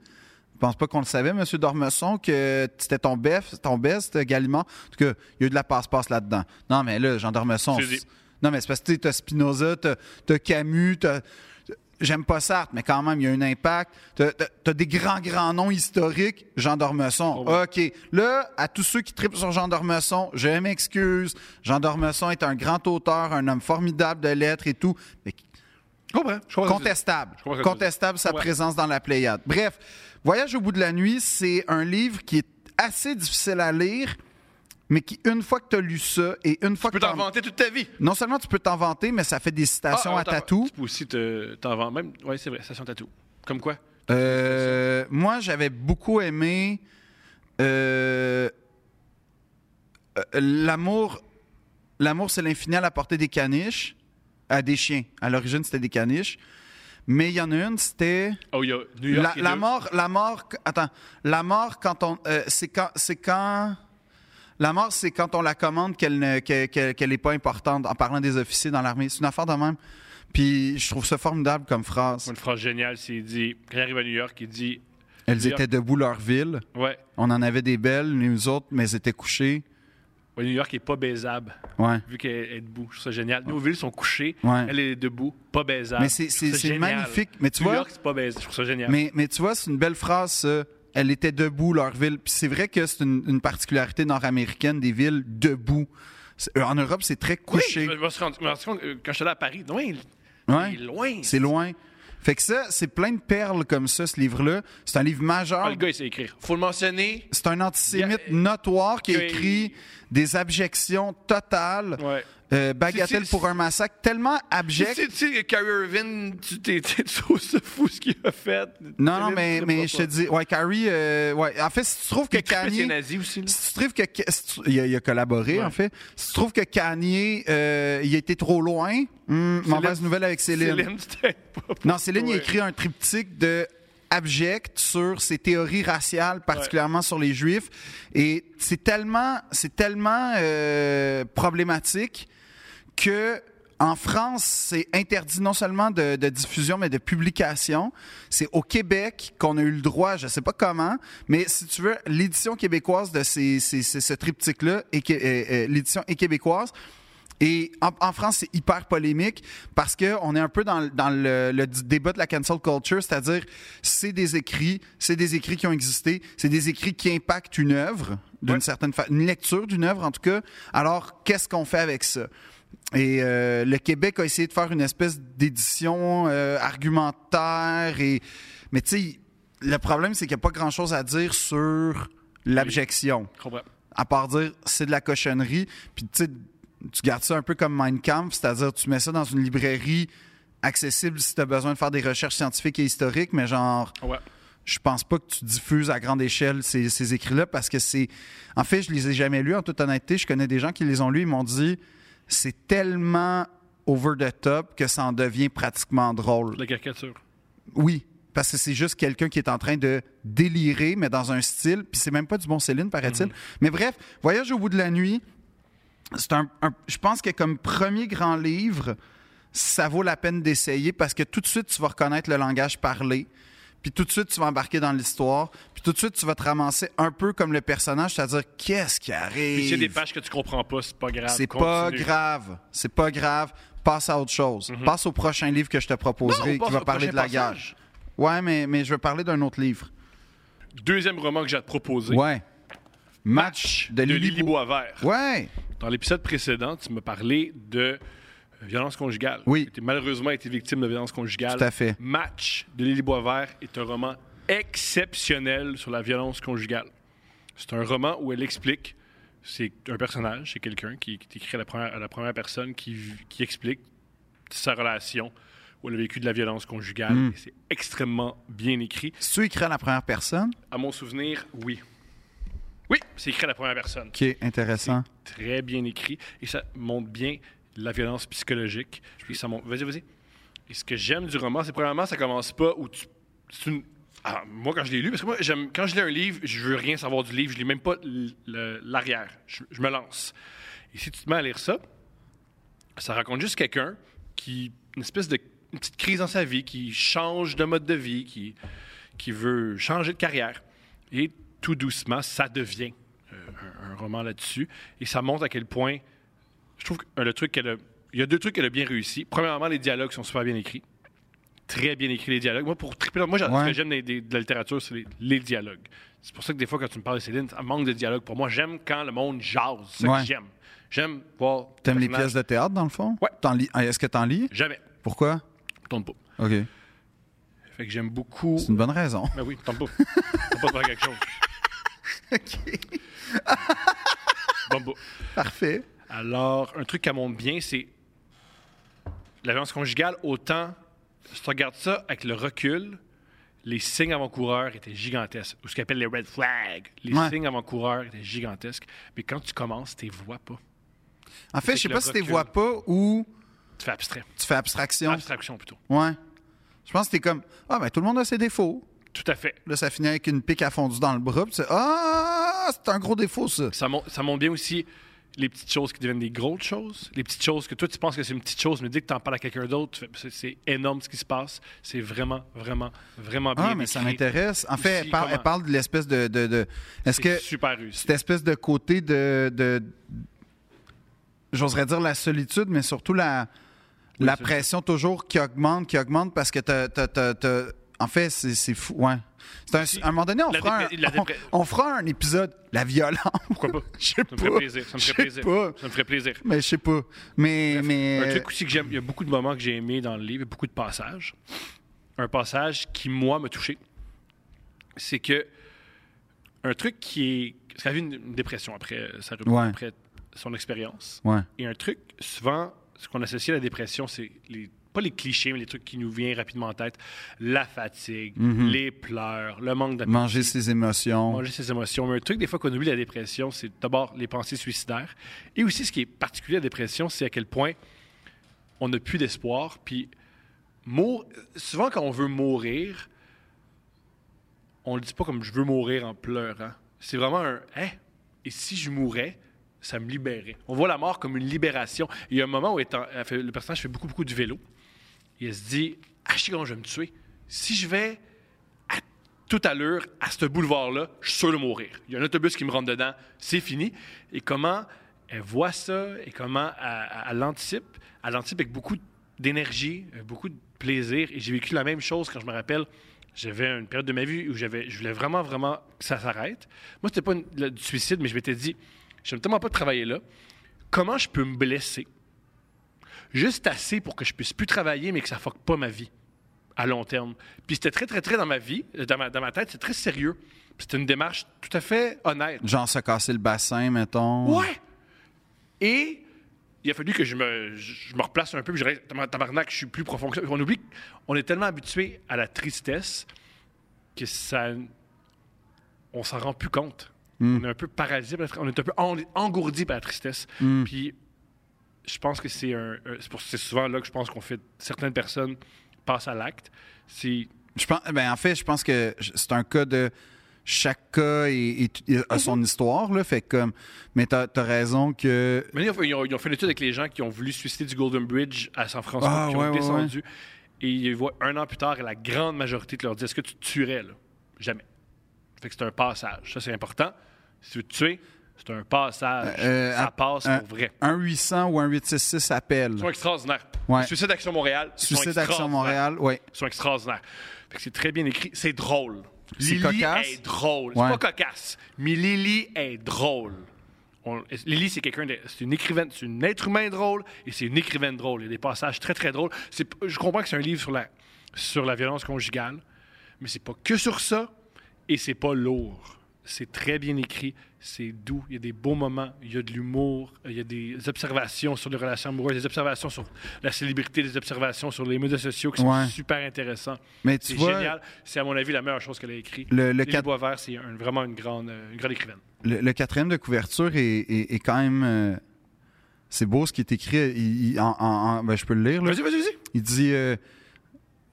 Speaker 1: Je pense pas qu'on le savait, M. Dormesson, que c'était ton best, ton best, Gallimard. En tout cas, il y a eu de la passe-passe là-dedans. Non, mais là, Jean Dormesson.
Speaker 2: C'est dit.
Speaker 1: c'est- Non, mais c'est parce que tu sais, t'as Spinoza, t'as t'as Camus, t'as. J'aime pas Sartre, mais quand même, il y a un impact. T'as t'as- t'as des grands, grands noms historiques. Jean Dormesson.
Speaker 2: Oh, ouais.
Speaker 1: OK. Là, à tous ceux qui tripent sur Jean Dormesson, je m'excuse. Jean Dormesson est un grand auteur, un homme formidable de lettres et tout. Mais
Speaker 2: Je comprends. Je comprends.
Speaker 1: Contestable.
Speaker 2: Je comprends ce que tu veux dire.
Speaker 1: Contestable sa
Speaker 2: Ouais.
Speaker 1: présence dans la Pléiade. Bref, Voyage au bout de la nuit, c'est un livre qui est assez difficile à lire, mais qui, une fois que tu as lu ça, et une fois
Speaker 2: Tu peux
Speaker 1: que
Speaker 2: t'en
Speaker 1: t'en-
Speaker 2: vanter toute ta vie.
Speaker 1: Non seulement tu peux t'en vanter, mais ça fait des citations
Speaker 2: Ah,
Speaker 1: à
Speaker 2: t'en-
Speaker 1: tatou.
Speaker 2: Tu peux aussi te- t'en vendre. Même, oui, c'est vrai, station tatou. Comme quoi?
Speaker 1: Euh, moi, j'avais beaucoup aimé euh, euh, l'amour. L'amour, c'est l'infini à la portée des caniches, à des chiens. À l'origine, c'était des caniches. Mais il y en a une, c'était.
Speaker 2: Oh, il y a New York.
Speaker 1: La,
Speaker 2: et
Speaker 1: la
Speaker 2: deux.
Speaker 1: mort, la mort, qu- attends, la mort quand on, euh, c'est quand, c'est quand, la mort c'est quand on la commande qu'elle ne, qu'elle, qu'elle- qu'elle est pas importante. En parlant des officiers dans l'armée, c'est une affaire de même. Puis je trouve ça formidable comme phrase.
Speaker 2: Une phrase géniale, c'est il dit, quand il arrive à New York, il dit,
Speaker 1: Elles étaient debout leur ville.
Speaker 2: ouais,
Speaker 1: On en avait des belles, nous autres, mais elles étaient couchées.
Speaker 2: ouais, New York est pas baisable,
Speaker 1: Ouais.
Speaker 2: vu qu'elle est debout. Je trouve ça génial. Nos villes sont couchées,
Speaker 1: Ouais.
Speaker 2: elle est debout, pas baisable.
Speaker 1: Mais c'est-
Speaker 2: Je trouve
Speaker 1: c'est-
Speaker 2: ça
Speaker 1: c'est
Speaker 2: génial.
Speaker 1: magnifique. Mais tu
Speaker 2: New
Speaker 1: vois-
Speaker 2: York, c'est pas baisable. Je trouve ça génial.
Speaker 1: Mais, mais tu vois, c'est une belle phrase. ça. Elle était debout, leur ville. Puis c'est vrai que c'est une, une particularité nord-américaine des villes debout. C'est- euh, En Europe, c'est très
Speaker 2: Oui,
Speaker 1: couché.
Speaker 2: je me suis rendu- je me suis rendu compte, euh, quand j'étais allé à Paris, loin, il-
Speaker 1: Ouais.
Speaker 2: il est loin.
Speaker 1: C'est loin. Fait que ça, c'est plein de perles comme ça, ce livre-là. C'est un livre
Speaker 2: Ah,
Speaker 1: majeur.
Speaker 2: le gars, il sait écrire. Faut le mentionner.
Speaker 1: C'est un antisémite
Speaker 2: Il y a-
Speaker 1: notoire qui a
Speaker 2: que-
Speaker 1: écrit des abjections totales.
Speaker 2: Ouais.
Speaker 1: Euh, bagatelle
Speaker 2: C'est- c'est-
Speaker 1: pour un massacre tellement
Speaker 2: Tu
Speaker 1: abject.
Speaker 2: sais, tu sais, Kyrie Irving, tu t'es tu trouves ça fou ce qu'il a fait.
Speaker 1: Non, non, mais,
Speaker 2: Tu sais
Speaker 1: mais
Speaker 2: pas
Speaker 1: je te
Speaker 2: quoi.
Speaker 1: dis, ouais, Carrie, euh, ouais. En fait, si tu trouves que
Speaker 2: Il trippait ses
Speaker 1: Kanye.
Speaker 2: nazis aussi, là.
Speaker 1: Si tu trouves que. si tu- il, a, il a collaboré,
Speaker 2: Ouais.
Speaker 1: en fait. Si tu trouves que Kanye, euh, il a été trop loin, hum, mauvaise nouvelle avec Céline.
Speaker 2: c'était pas pour
Speaker 1: Non, Céline, il a
Speaker 2: toi.
Speaker 1: écrit un triptyque de abject sur ses théories raciales, particulièrement sur les Juifs. Et c'est tellement, c'est tellement euh, problématique que en France, c'est interdit non seulement de, de diffusion, mais de publication. C'est au Québec qu'on a eu le droit, je ne sais pas comment, mais si tu veux, l'édition québécoise de ces, ces- ces- ce triptyque-là, et que- euh, euh, l'édition est québécoise, et en, en France, c'est hyper polémique parce qu'on est un peu dans, le- dans le, le d- débat de la cancel culture, c'est-à-dire c'est des écrits, c'est des écrits qui ont existé, c'est des écrits qui impactent une œuvre d'une
Speaker 2: Ouais.
Speaker 1: certaine façon, une lecture d'une œuvre en tout cas. Alors, qu'est-ce qu'on fait avec ça? Et euh, le Québec a essayé de faire une espèce d'édition euh, argumentaire. Et... Mais tu sais, le problème, c'est qu'il n'y a pas grand-chose à dire sur l'abjection.
Speaker 2: Je comprends.
Speaker 1: À part dire c'est de la cochonnerie. Puis tu sais, tu gardes ça un peu comme Mein Kampf, c'est-à-dire tu mets ça dans une librairie accessible si tu as besoin de faire des recherches scientifiques et historiques, mais genre
Speaker 2: Ouais.
Speaker 1: je pense pas que tu diffuses à grande échelle ces, ces écrits-là parce que c'est. En fait, je les ai jamais lus en toute honnêteté. Je connais des gens qui les ont lus. Ils m'ont dit c'est tellement over the top que ça en devient pratiquement drôle.
Speaker 2: La caricature.
Speaker 1: Oui, parce que c'est juste quelqu'un qui est en train de délirer, mais dans un style. Puis c'est même pas du bon Céline, paraît-il.
Speaker 2: Mm-hmm.
Speaker 1: Mais bref, Voyage au bout de la nuit, c'est un, un- je pense que comme premier grand livre, ça vaut la peine d'essayer parce que tout de suite, tu vas reconnaître le langage parlé. Puis tout de suite, tu vas embarquer dans l'histoire. Puis tout de suite, tu vas te ramasser un peu comme le personnage, c'est-à-dire qu'est-ce qui arrive.
Speaker 2: Puis s'il y a des pages que tu comprends pas, c'est pas grave.
Speaker 1: C'est pas
Speaker 2: Continue. Mm-hmm.
Speaker 1: grave. C'est pas grave. Passe à autre chose. Passe au prochain livre que je te proposerai
Speaker 2: Non, passe
Speaker 1: qui va
Speaker 2: au
Speaker 1: parler
Speaker 2: prochain
Speaker 1: de la guerre.
Speaker 2: passage.
Speaker 1: Ouais, mais, mais je veux parler d'un autre livre.
Speaker 2: Deuxième roman que j'ai à te proposer.
Speaker 1: Ouais. Match de,
Speaker 2: De
Speaker 1: Lily
Speaker 2: Lily
Speaker 1: Bois.
Speaker 2: Boisvert.
Speaker 1: Ouais.
Speaker 2: Dans l'épisode précédent, tu me parlais de euh, violence conjugale.
Speaker 1: Oui.
Speaker 2: Tu as malheureusement été victime de violence conjugale.
Speaker 1: Tout à fait.
Speaker 2: Match de Lily Boisvert est un roman exceptionnel sur la violence conjugale. C'est un roman où elle explique, c'est un personnage, c'est quelqu'un qui, qui est écrit à la première, à la première personne, qui, v- qui explique sa relation où elle a vécu de la violence conjugale.
Speaker 1: Mm.
Speaker 2: Et C'est extrêmement bien écrit.
Speaker 1: Si tu écris à la première personne,
Speaker 2: À mon souvenir, oui. Oui, c'est écrit à la première personne
Speaker 1: qui est intéressant.
Speaker 2: très bien écrit et ça montre bien la violence psychologique. Puis ça montre. Vas-y, vas-y. Et ce que j'aime du roman, c'est premièrement, ça commence pas où tu. c'est une- Ah, moi, quand je l'ai lu, parce que moi, j'aime, quand je lis un livre, je veux rien savoir du livre, je lis même pas l- le- l'arrière. Je, je me lance. Et si tu te mets à lire ça, ça raconte juste quelqu'un qui. une espèce de. une petite crise dans sa vie, qui change de mode de vie, qui, qui veut changer de carrière. Et tout doucement, ça devient euh, un, un roman là-dessus. Et ça montre à quel point. Je trouve que euh, le truc qu'elle a. Il y a deux trucs qu'elle a bien réussi. Premièrement, les dialogues sont super bien écrits. Très bien écrits, les dialogues. Moi, pour triper, moi, j'a-
Speaker 1: Ouais.
Speaker 2: ce que j'aime des- des- de la littérature, c'est les, les dialogues. C'est pour ça que des fois, quand tu me parles de Céline, ça manque de dialogue. Pour moi, j'aime quand le monde jase. C'est ça
Speaker 1: Ouais.
Speaker 2: que j'aime. J'aime voir. le
Speaker 1: T'aimes les
Speaker 2: personnage.
Speaker 1: pièces de théâtre, dans le fond?
Speaker 2: Ouais.
Speaker 1: T'en lis- ah, Est-ce que t'en lis?
Speaker 2: Jamais.
Speaker 1: Pourquoi?
Speaker 2: Tombe pas.
Speaker 1: OK.
Speaker 2: Fait que j'aime beaucoup.
Speaker 1: C'est une bonne raison.
Speaker 2: Ben oui, tombe pas. Tombe pas de faire quelque chose. Tombe pas.
Speaker 1: Parfait.
Speaker 2: Alors, un truc qu'elle montre bien, c'est la violence conjugale, autant, si tu regardes ça avec le recul, les signes avant-coureurs étaient gigantesques, ou ce qu'on appelle les red flags. Les
Speaker 1: Ouais.
Speaker 2: signes avant-coureurs étaient gigantesques, mais quand tu commences, tu les vois pas.
Speaker 1: En fait, je sais
Speaker 2: que
Speaker 1: pas
Speaker 2: le
Speaker 1: si tu
Speaker 2: recul-
Speaker 1: vois pas ou
Speaker 2: Tu fais abstrait.
Speaker 1: tu fais abstraction.
Speaker 2: Abstraction, plutôt.
Speaker 1: ouais. Je pense que t'es comme, ah, ben tout le monde a ses défauts.
Speaker 2: Tout à fait.
Speaker 1: Là, ça finit avec une pique à fondu dans le bras. Puis tu sais, ah, c'est un gros défaut, ça.
Speaker 2: Ça, mon- ça montre bien aussi les petites choses qui deviennent des grosses choses, les petites choses que toi tu penses que c'est une petite chose, mais dès que tu en parles à quelqu'un d'autre, tu fais, c'est- c'est énorme ce qui se passe. C'est vraiment, vraiment, vraiment bien.
Speaker 1: Ah, mais ça
Speaker 2: écrit.
Speaker 1: m'intéresse. En fait, elle
Speaker 2: Aussi,
Speaker 1: parle, elle
Speaker 2: comment-
Speaker 1: parle de l'espèce de. de, de- Est-ce
Speaker 2: C'est
Speaker 1: que
Speaker 2: super réussi.
Speaker 1: cette espèce de côté de. de- J'oserais dire la solitude, mais surtout la, la
Speaker 2: c'est
Speaker 1: pression toujours qui augmente, qui augmente parce que t'as. t'as- t'as- t'as- En fait, c'est c'est fou. Ouais. C'est un,
Speaker 2: Si-
Speaker 1: à un moment donné, on
Speaker 2: la
Speaker 1: fera, un,
Speaker 2: dépre- la
Speaker 1: on,
Speaker 2: dépre-
Speaker 1: on fera un épisode. La violence.
Speaker 2: Pourquoi pas?
Speaker 1: Je sais
Speaker 2: Ça me ferait
Speaker 1: pas.
Speaker 2: plaisir. Ça me
Speaker 1: Je sais
Speaker 2: ferait plaisir.
Speaker 1: pas.
Speaker 2: Ça me ferait plaisir.
Speaker 1: Mais je sais pas. Mais. mais...
Speaker 2: Un truc aussi que j'aime, il y a beaucoup de moments que j'ai aimés dans le livre, il y a beaucoup de passages. Un passage qui, moi, m'a touché, c'est que un truc qui est. Parce qu'elle a eu une, une dépression après, euh, sa rupture,
Speaker 1: Ouais.
Speaker 2: après son expérience.
Speaker 1: Ouais.
Speaker 2: Et un truc, souvent, ce qu'on associe à la dépression, c'est les, pas les clichés, mais les trucs qui nous viennent rapidement en tête. La fatigue, les pleurs, le manque d'appétit.
Speaker 1: Manger ses émotions.
Speaker 2: Manger ses émotions. Mais un truc, des fois, qu'on oublie la dépression, c'est d'abord les pensées suicidaires. Et aussi, ce qui est particulier à la dépression, c'est à quel point on n'a plus d'espoir. Puis, mou- souvent, quand on veut mourir, on le dit pas comme je veux mourir en pleurant. C'est vraiment un Hein? Et si je mourais, ça me libérait. On voit la mort comme une libération. Et Il y a un moment où elle est en- elle fait- le personnage fait beaucoup, beaucoup de vélo. Et elle se dit Ah, je sais comment je vais me tuer. Si je vais à toute allure à ce boulevard-là, je suis sûr de mourir. Il y a un autobus qui me rentre dedans, c'est fini. Et comment elle voit ça et comment elle, elle- elle l'anticipe. Elle l'anticipe avec beaucoup d'énergie, euh, beaucoup de plaisir. Et j'ai vécu la même chose quand je me rappelle. J'avais une période de ma vie où j'avais, je voulais vraiment, vraiment que ça s'arrête. Moi, c'était pas une- le- du suicide, mais je m'étais dit, j'aime tellement pas travailler là. Comment je peux me blesser juste assez pour que je puisse plus travailler, mais que ça fuck pas ma vie à long terme. Puis c'était très, très, très dans ma vie, euh, dans ma, dans ma tête, c'est très sérieux. Puis C'était une démarche tout à fait honnête.
Speaker 1: Genre se casser le bassin, mettons.
Speaker 2: Ouais! Et il a fallu que je me, je je me replace un peu, puis je dirais, Tamar- tabarnak, je suis plus profond que ça. On oublie qu'on est tellement habitué à la tristesse que ça. On s'en rend plus compte. On est un peu paralysé, par la tri- on est un peu en- engourdi par la tristesse. Puis je pense que c'est un. un- c'est pour- c'est souvent là que je pense qu'on fait. Certaines personnes passent à l'acte. C'est.
Speaker 1: Je pense, ben, en fait, je pense que j- c'est un cas de. Chaque cas est- est- est- a
Speaker 2: Mhm.
Speaker 1: son histoire, là. Fait que comme. Mais t'as as raison que.
Speaker 2: Mais ils ont, fait- ils ont- ils ont fait l'étude avec les gens qui ont voulu se suicider du Golden Bridge à San Francisco,
Speaker 1: Ah,
Speaker 2: qui ont
Speaker 1: ouais, ouais,
Speaker 2: descendu. Et ils voient un an plus tard, et la grande majorité te leur dit Est-ce que tu te tuerais là Jamais. Fait que c'est un passage. Ça, c'est important. Si tu veux te tuer, c'est un passage.
Speaker 1: euh,
Speaker 2: ça
Speaker 1: à-
Speaker 2: passe
Speaker 1: un-
Speaker 2: pour vrai.
Speaker 1: Un 800 ou un 866 appelle.
Speaker 2: Ils sont extraordinaires.
Speaker 1: Ouais.
Speaker 2: Les Suicide Action Montréal. ils sont
Speaker 1: Suicide Action
Speaker 2: extraordinaires.
Speaker 1: Montréal, oui.
Speaker 2: Ils sont extraordinaires. Fait que c'est très bien écrit. C'est drôle.
Speaker 1: C'est
Speaker 2: Lily
Speaker 1: cocasse?
Speaker 2: est drôle.
Speaker 1: Ouais.
Speaker 2: C'est pas cocasse, mais Lily est drôle. On- Lily, c'est quelqu'un, de- c'est une écrivaine, c'est une être humain drôle et c'est une écrivaine drôle. Il y a des passages très très drôles. C'est- je comprends que c'est un livre sur la sur la violence conjugale, mais c'est pas que sur ça et c'est pas lourd. C'est très bien écrit, c'est doux, il y a des beaux moments, il y a de l'humour, il y a des observations sur les relations amoureuses, des observations sur la célébrité, des observations sur les médias sociaux qui sont
Speaker 1: Ouais.
Speaker 2: super intéressants.
Speaker 1: Mais tu
Speaker 2: C'est
Speaker 1: vois,
Speaker 2: génial. C'est, à mon avis, la meilleure chose qu'elle a écrite.
Speaker 1: Le- le
Speaker 2: Lily
Speaker 1: cat-
Speaker 2: Boisvert, c'est un- vraiment une grande, euh, une grande écrivaine.
Speaker 1: le, le quatrième de couverture est, est- est quand même. euh, c'est beau ce qui est écrit. Il- il- en, en- en- ben, je peux le lire, là.
Speaker 2: Vas-y, vas-y, vas-y.
Speaker 1: Il dit euh,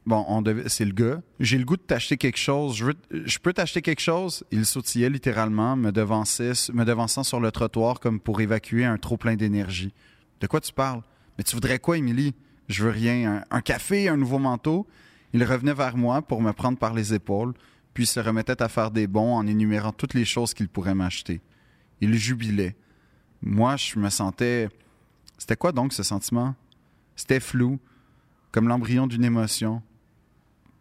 Speaker 1: Bon, on devait- c'est le gars. J'ai le goût de t'acheter quelque chose. Je, veux, je peux t'acheter quelque chose Il sautillait littéralement, me, devançait, me devançant sur le trottoir comme pour évacuer un trop-plein d'énergie. De quoi tu parles Mais tu voudrais quoi, Émilie Je veux rien. Un, un café, un nouveau manteau Il revenait vers moi pour me prendre par les épaules, puis se remettait à faire des bons en énumérant toutes les choses qu'il pourrait m'acheter. Il jubilait. Moi, je me sentais. C'était quoi donc ce sentiment C'était flou comme l'embryon d'une émotion,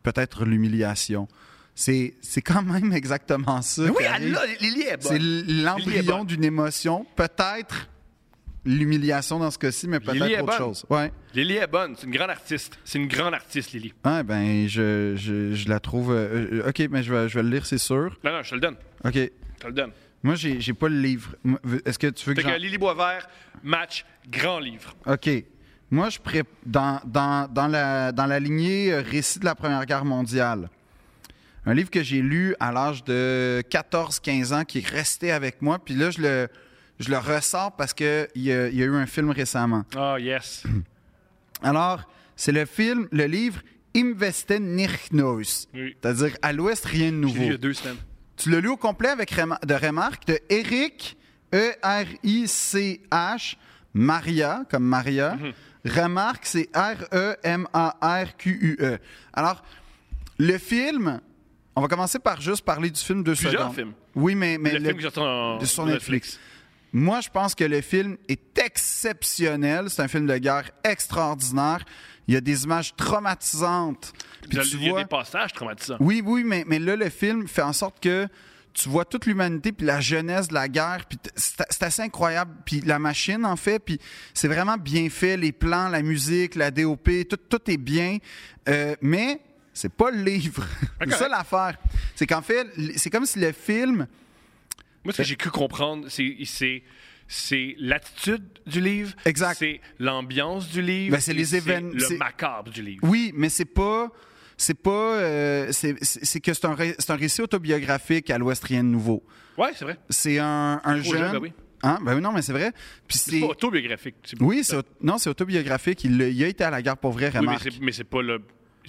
Speaker 1: peut-être l'humiliation. C'est, c'est quand même exactement ça. qui arrive.
Speaker 2: Lily est
Speaker 1: c'est
Speaker 2: Lily est
Speaker 1: l'embryon
Speaker 2: bonne.
Speaker 1: d'une émotion, peut-être l'humiliation dans ce cas-ci, mais
Speaker 2: Lily
Speaker 1: peut-être
Speaker 2: est
Speaker 1: autre
Speaker 2: bonne.
Speaker 1: chose. Ouais.
Speaker 2: Lily est bonne, c'est une grande artiste. C'est une grande artiste, Lily.
Speaker 1: Ah, ben, je, je, je la trouve. euh, euh, ok, mais je vais, je vais le lire, c'est sûr.
Speaker 2: Non, non, je te le donne.
Speaker 1: Ok.
Speaker 2: Je te le donne.
Speaker 1: Moi, j'ai, j'ai pas le livre. Moi, Est-ce que tu veux que
Speaker 2: Fait que
Speaker 1: j'en-
Speaker 2: Lily Boisvert, match, grand livre.
Speaker 1: OK. Moi, je pré... dans, dans, dans, la, dans la lignée euh, Récit de la Première Guerre mondiale, un livre que j'ai lu à l'âge de 14-15 ans qui est resté avec moi. Puis là, je le, je le ressors parce qu'il y, a- il y a eu un film récemment.
Speaker 2: Ah, yes.
Speaker 1: Alors, c'est le film, le livre Im Westen nicht Neues.
Speaker 2: Oui.
Speaker 1: C'est-à-dire À l'Ouest, rien de
Speaker 2: J'ai lu
Speaker 1: nouveau.
Speaker 2: il y a deux semaines.
Speaker 1: Tu l'as lu au complet avec rema- de remarques de Eric, E E-R-I-C-H, Maria, comme Maria.
Speaker 2: Mhm.
Speaker 1: Remarque, c'est E R-E-M-A-R-Q-U-E. E. Alors, le film, on va commencer par juste parler du film deux
Speaker 2: Plusieurs
Speaker 1: secondes.
Speaker 2: films.
Speaker 1: Oui, mais, mais
Speaker 2: le,
Speaker 1: le-
Speaker 2: film qui sort en-
Speaker 1: sur Netflix. moi, je pense que le film est exceptionnel. C'est un film de guerre extraordinaire. Il y a des images traumatisantes.
Speaker 2: Puis
Speaker 1: Puis
Speaker 2: il
Speaker 1: tu
Speaker 2: y a
Speaker 1: vois-
Speaker 2: des passages traumatisants.
Speaker 1: oui, oui, mais, mais là, le film fait en sorte que tu vois toute l'humanité, puis la jeunesse de la guerre, puis t- c'est c'est assez incroyable. Puis la machine, en fait, puis c'est vraiment bien fait, les plans, la musique, la DOP, tout, tout est bien. Euh, mais c'est pas le livre.
Speaker 2: correct.
Speaker 1: c'est ça l'affaire. C'est qu'en fait, l- c'est comme si le film...
Speaker 2: Moi, ce que j'ai cru comprendre, c'est, c'est, c'est l'attitude du livre.
Speaker 1: Exact.
Speaker 2: C'est l'ambiance du livre.
Speaker 1: Ben, c'est
Speaker 2: et
Speaker 1: les évén-
Speaker 2: Le
Speaker 1: c'est-
Speaker 2: macabre du livre.
Speaker 1: Oui, mais c'est pas. C'est pas. euh, c'est c'est- c'est que c'est un, ré- c'est un récit autobiographique à l'Ouest Rien de Nouveau.
Speaker 2: Ouais, c'est vrai.
Speaker 1: C'est un, un
Speaker 2: trop
Speaker 1: jeune.
Speaker 2: jeune, ben oui.
Speaker 1: Hein? Ben oui, non, mais c'est vrai. Puis
Speaker 2: C'est
Speaker 1: c'est.
Speaker 2: pas autobiographique. C'est-
Speaker 1: Oui, c'est aut- non, c'est autobiographique. Il, l'a- il a été à la guerre pour vrai,
Speaker 2: Oui, mais
Speaker 1: remarque.
Speaker 2: c'est, mais c'est pas le.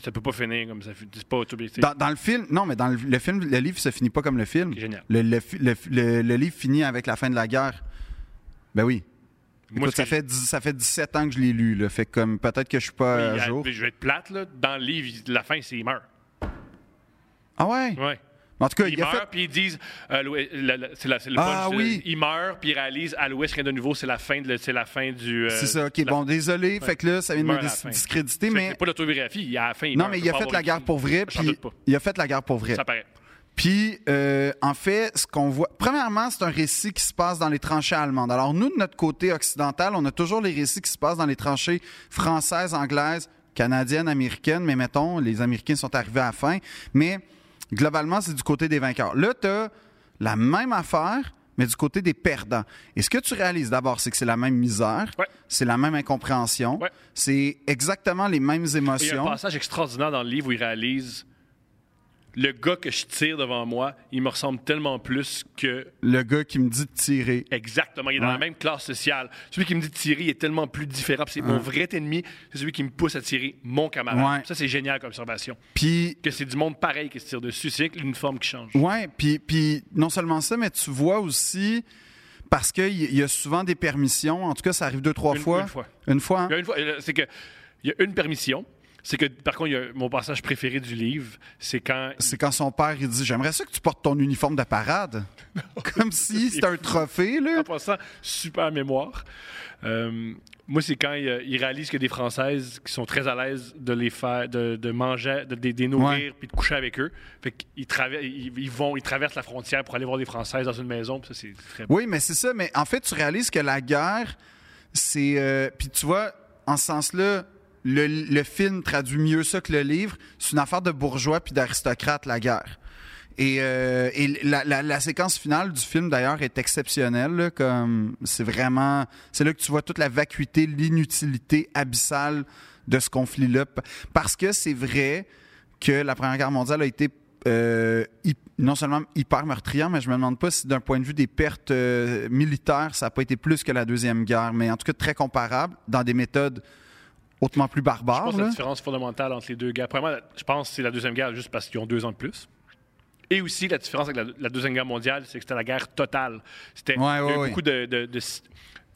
Speaker 2: Ça peut pas finir comme ça. C'est pas autobiographique.
Speaker 1: dans, dans le film, non, mais dans le, le film, le livre se finit pas comme le film.
Speaker 2: C'est génial.
Speaker 1: Le, le fi- le fi- le- le livre finit avec la fin de la guerre. Ben oui.
Speaker 2: Moi,
Speaker 1: Écoute,
Speaker 2: ce
Speaker 1: ça,
Speaker 2: que
Speaker 1: fait dix- ça fait 17 ans que je l'ai lu. Là, fait que comme peut-être que je suis pas
Speaker 2: j'ai-
Speaker 1: à jour.
Speaker 2: Je vais être plate, là. Dans le livre, il- la fin, c'est il meurt.
Speaker 1: Ah ouais?
Speaker 2: Ouais.
Speaker 1: En tout cas,
Speaker 2: Il,
Speaker 1: il, a
Speaker 2: meurt,
Speaker 1: fait.
Speaker 2: puis ils disent. euh, l'Ouest- la- la- c'est, la- c'est le
Speaker 1: Ah,
Speaker 2: punch,
Speaker 1: oui.
Speaker 2: c'est- Il meurt, puis il réalise à l'Ouest, rien de nouveau, c'est la fin, de, le- c'est la fin du. euh,
Speaker 1: C'est ça, ok.
Speaker 2: la-
Speaker 1: Bon, désolé. Fait que là, ça vient de
Speaker 2: meurt
Speaker 1: me
Speaker 2: à la
Speaker 1: dis-
Speaker 2: fin.
Speaker 1: discréditer,
Speaker 2: Fait que
Speaker 1: mais.
Speaker 2: C'est pas l'autobiographie. Il, à la fin, il
Speaker 1: Non,
Speaker 2: meurt.
Speaker 1: mais
Speaker 2: Je
Speaker 1: il
Speaker 2: peux
Speaker 1: a
Speaker 2: pas
Speaker 1: fait
Speaker 2: avoir
Speaker 1: la guerre
Speaker 2: vécu.
Speaker 1: pour vrai,
Speaker 2: J'en
Speaker 1: puis
Speaker 2: doute pas.
Speaker 1: il a fait la guerre pour vrai.
Speaker 2: Ça paraît.
Speaker 1: Puis, euh, en fait, ce qu'on voit. Premièrement, c'est un récit qui se passe dans les tranchées allemandes. Alors, nous, de notre côté occidental, on a toujours les récits qui se passent dans les tranchées françaises, anglaises, canadiennes, américaines, mais mettons, les Américains sont arrivés à la fin. Mais globalement, c'est du côté des vainqueurs. Là, tu as la même affaire, mais du côté des perdants. Et ce que tu réalises d'abord, c'est que c'est la même misère,
Speaker 2: Ouais.
Speaker 1: c'est la même incompréhension,
Speaker 2: Ouais.
Speaker 1: c'est exactement les mêmes
Speaker 2: Et Il y a un
Speaker 1: émotions.
Speaker 2: passage extraordinaire dans le livre où il réalise le gars que je tire devant moi, il me ressemble tellement plus que
Speaker 1: Le gars qui me dit de tirer.
Speaker 2: exactement. Il est dans
Speaker 1: Ouais.
Speaker 2: la même classe sociale. Celui qui me dit de tirer il est tellement plus différent. puis C'est mon vrai ennemi, c'est celui qui me pousse à tirer mon camarade.
Speaker 1: Ouais.
Speaker 2: Ça, c'est génial comme observation.
Speaker 1: Puis
Speaker 2: Que c'est du monde pareil qui se tire dessus. C'est juste l'uniforme qui change.
Speaker 1: Ouais, puis, puis non seulement ça, mais tu vois aussi, parce qu'il y, y a souvent des permissions, en tout cas, ça arrive deux, trois
Speaker 2: Une-
Speaker 1: fois.
Speaker 2: une fois.
Speaker 1: Une fois, hein?
Speaker 2: Il y a une fois, euh, c'est que il y a une permission. C'est que par contre, il y a- mon passage préféré du livre, c'est quand
Speaker 1: C'est quand son père, il dit J'aimerais ça que tu portes ton uniforme de parade. Comme si c'était un trophée, là.
Speaker 2: En passant, super mémoire. Euh, moi, c'est quand ils il réalisent que des Françaises qui sont très à l'aise de les faire, de, de manger, de, de- de les nourrir, puis de coucher avec eux. Fait qu'ils trava- ils, ils vont, ils traversent la frontière pour aller voir des Françaises dans une maison. puis Ça, c'est très
Speaker 1: Oui, mais c'est ça. Mais en fait, tu réalises que la guerre, c'est. euh, puis tu vois, en ce sens-là, le, le film traduit mieux ça que le livre. C'est une affaire de bourgeois puis d'aristocrates, la guerre. Et, euh, et la, la- la séquence finale du film, d'ailleurs, est exceptionnelle. là, comme c'est vraiment, c'est là que tu vois toute la vacuité, l'inutilité abyssale de ce conflit-là, P- parce que c'est vrai que la Première Guerre mondiale a été euh, hy- non seulement hyper meurtrière, mais je me demande pas si d'un point de vue des pertes euh, militaires, ça n'a pas été plus que la Deuxième Guerre, mais en tout cas très comparable dans des méthodes hautement plus
Speaker 2: Je
Speaker 1: barbares.
Speaker 2: pense que
Speaker 1: là.
Speaker 2: la différence fondamentale entre les deux guerres, premièrement, la- je pense que c'est la Deuxième Guerre juste parce qu'ils ont deux ans de plus. Et aussi, la différence avec la, la Deuxième Guerre mondiale, c'est que c'était la guerre totale. C'était
Speaker 1: Ouais,
Speaker 2: il y a
Speaker 1: ouais,
Speaker 2: eu
Speaker 1: ouais.
Speaker 2: beaucoup de... de- de-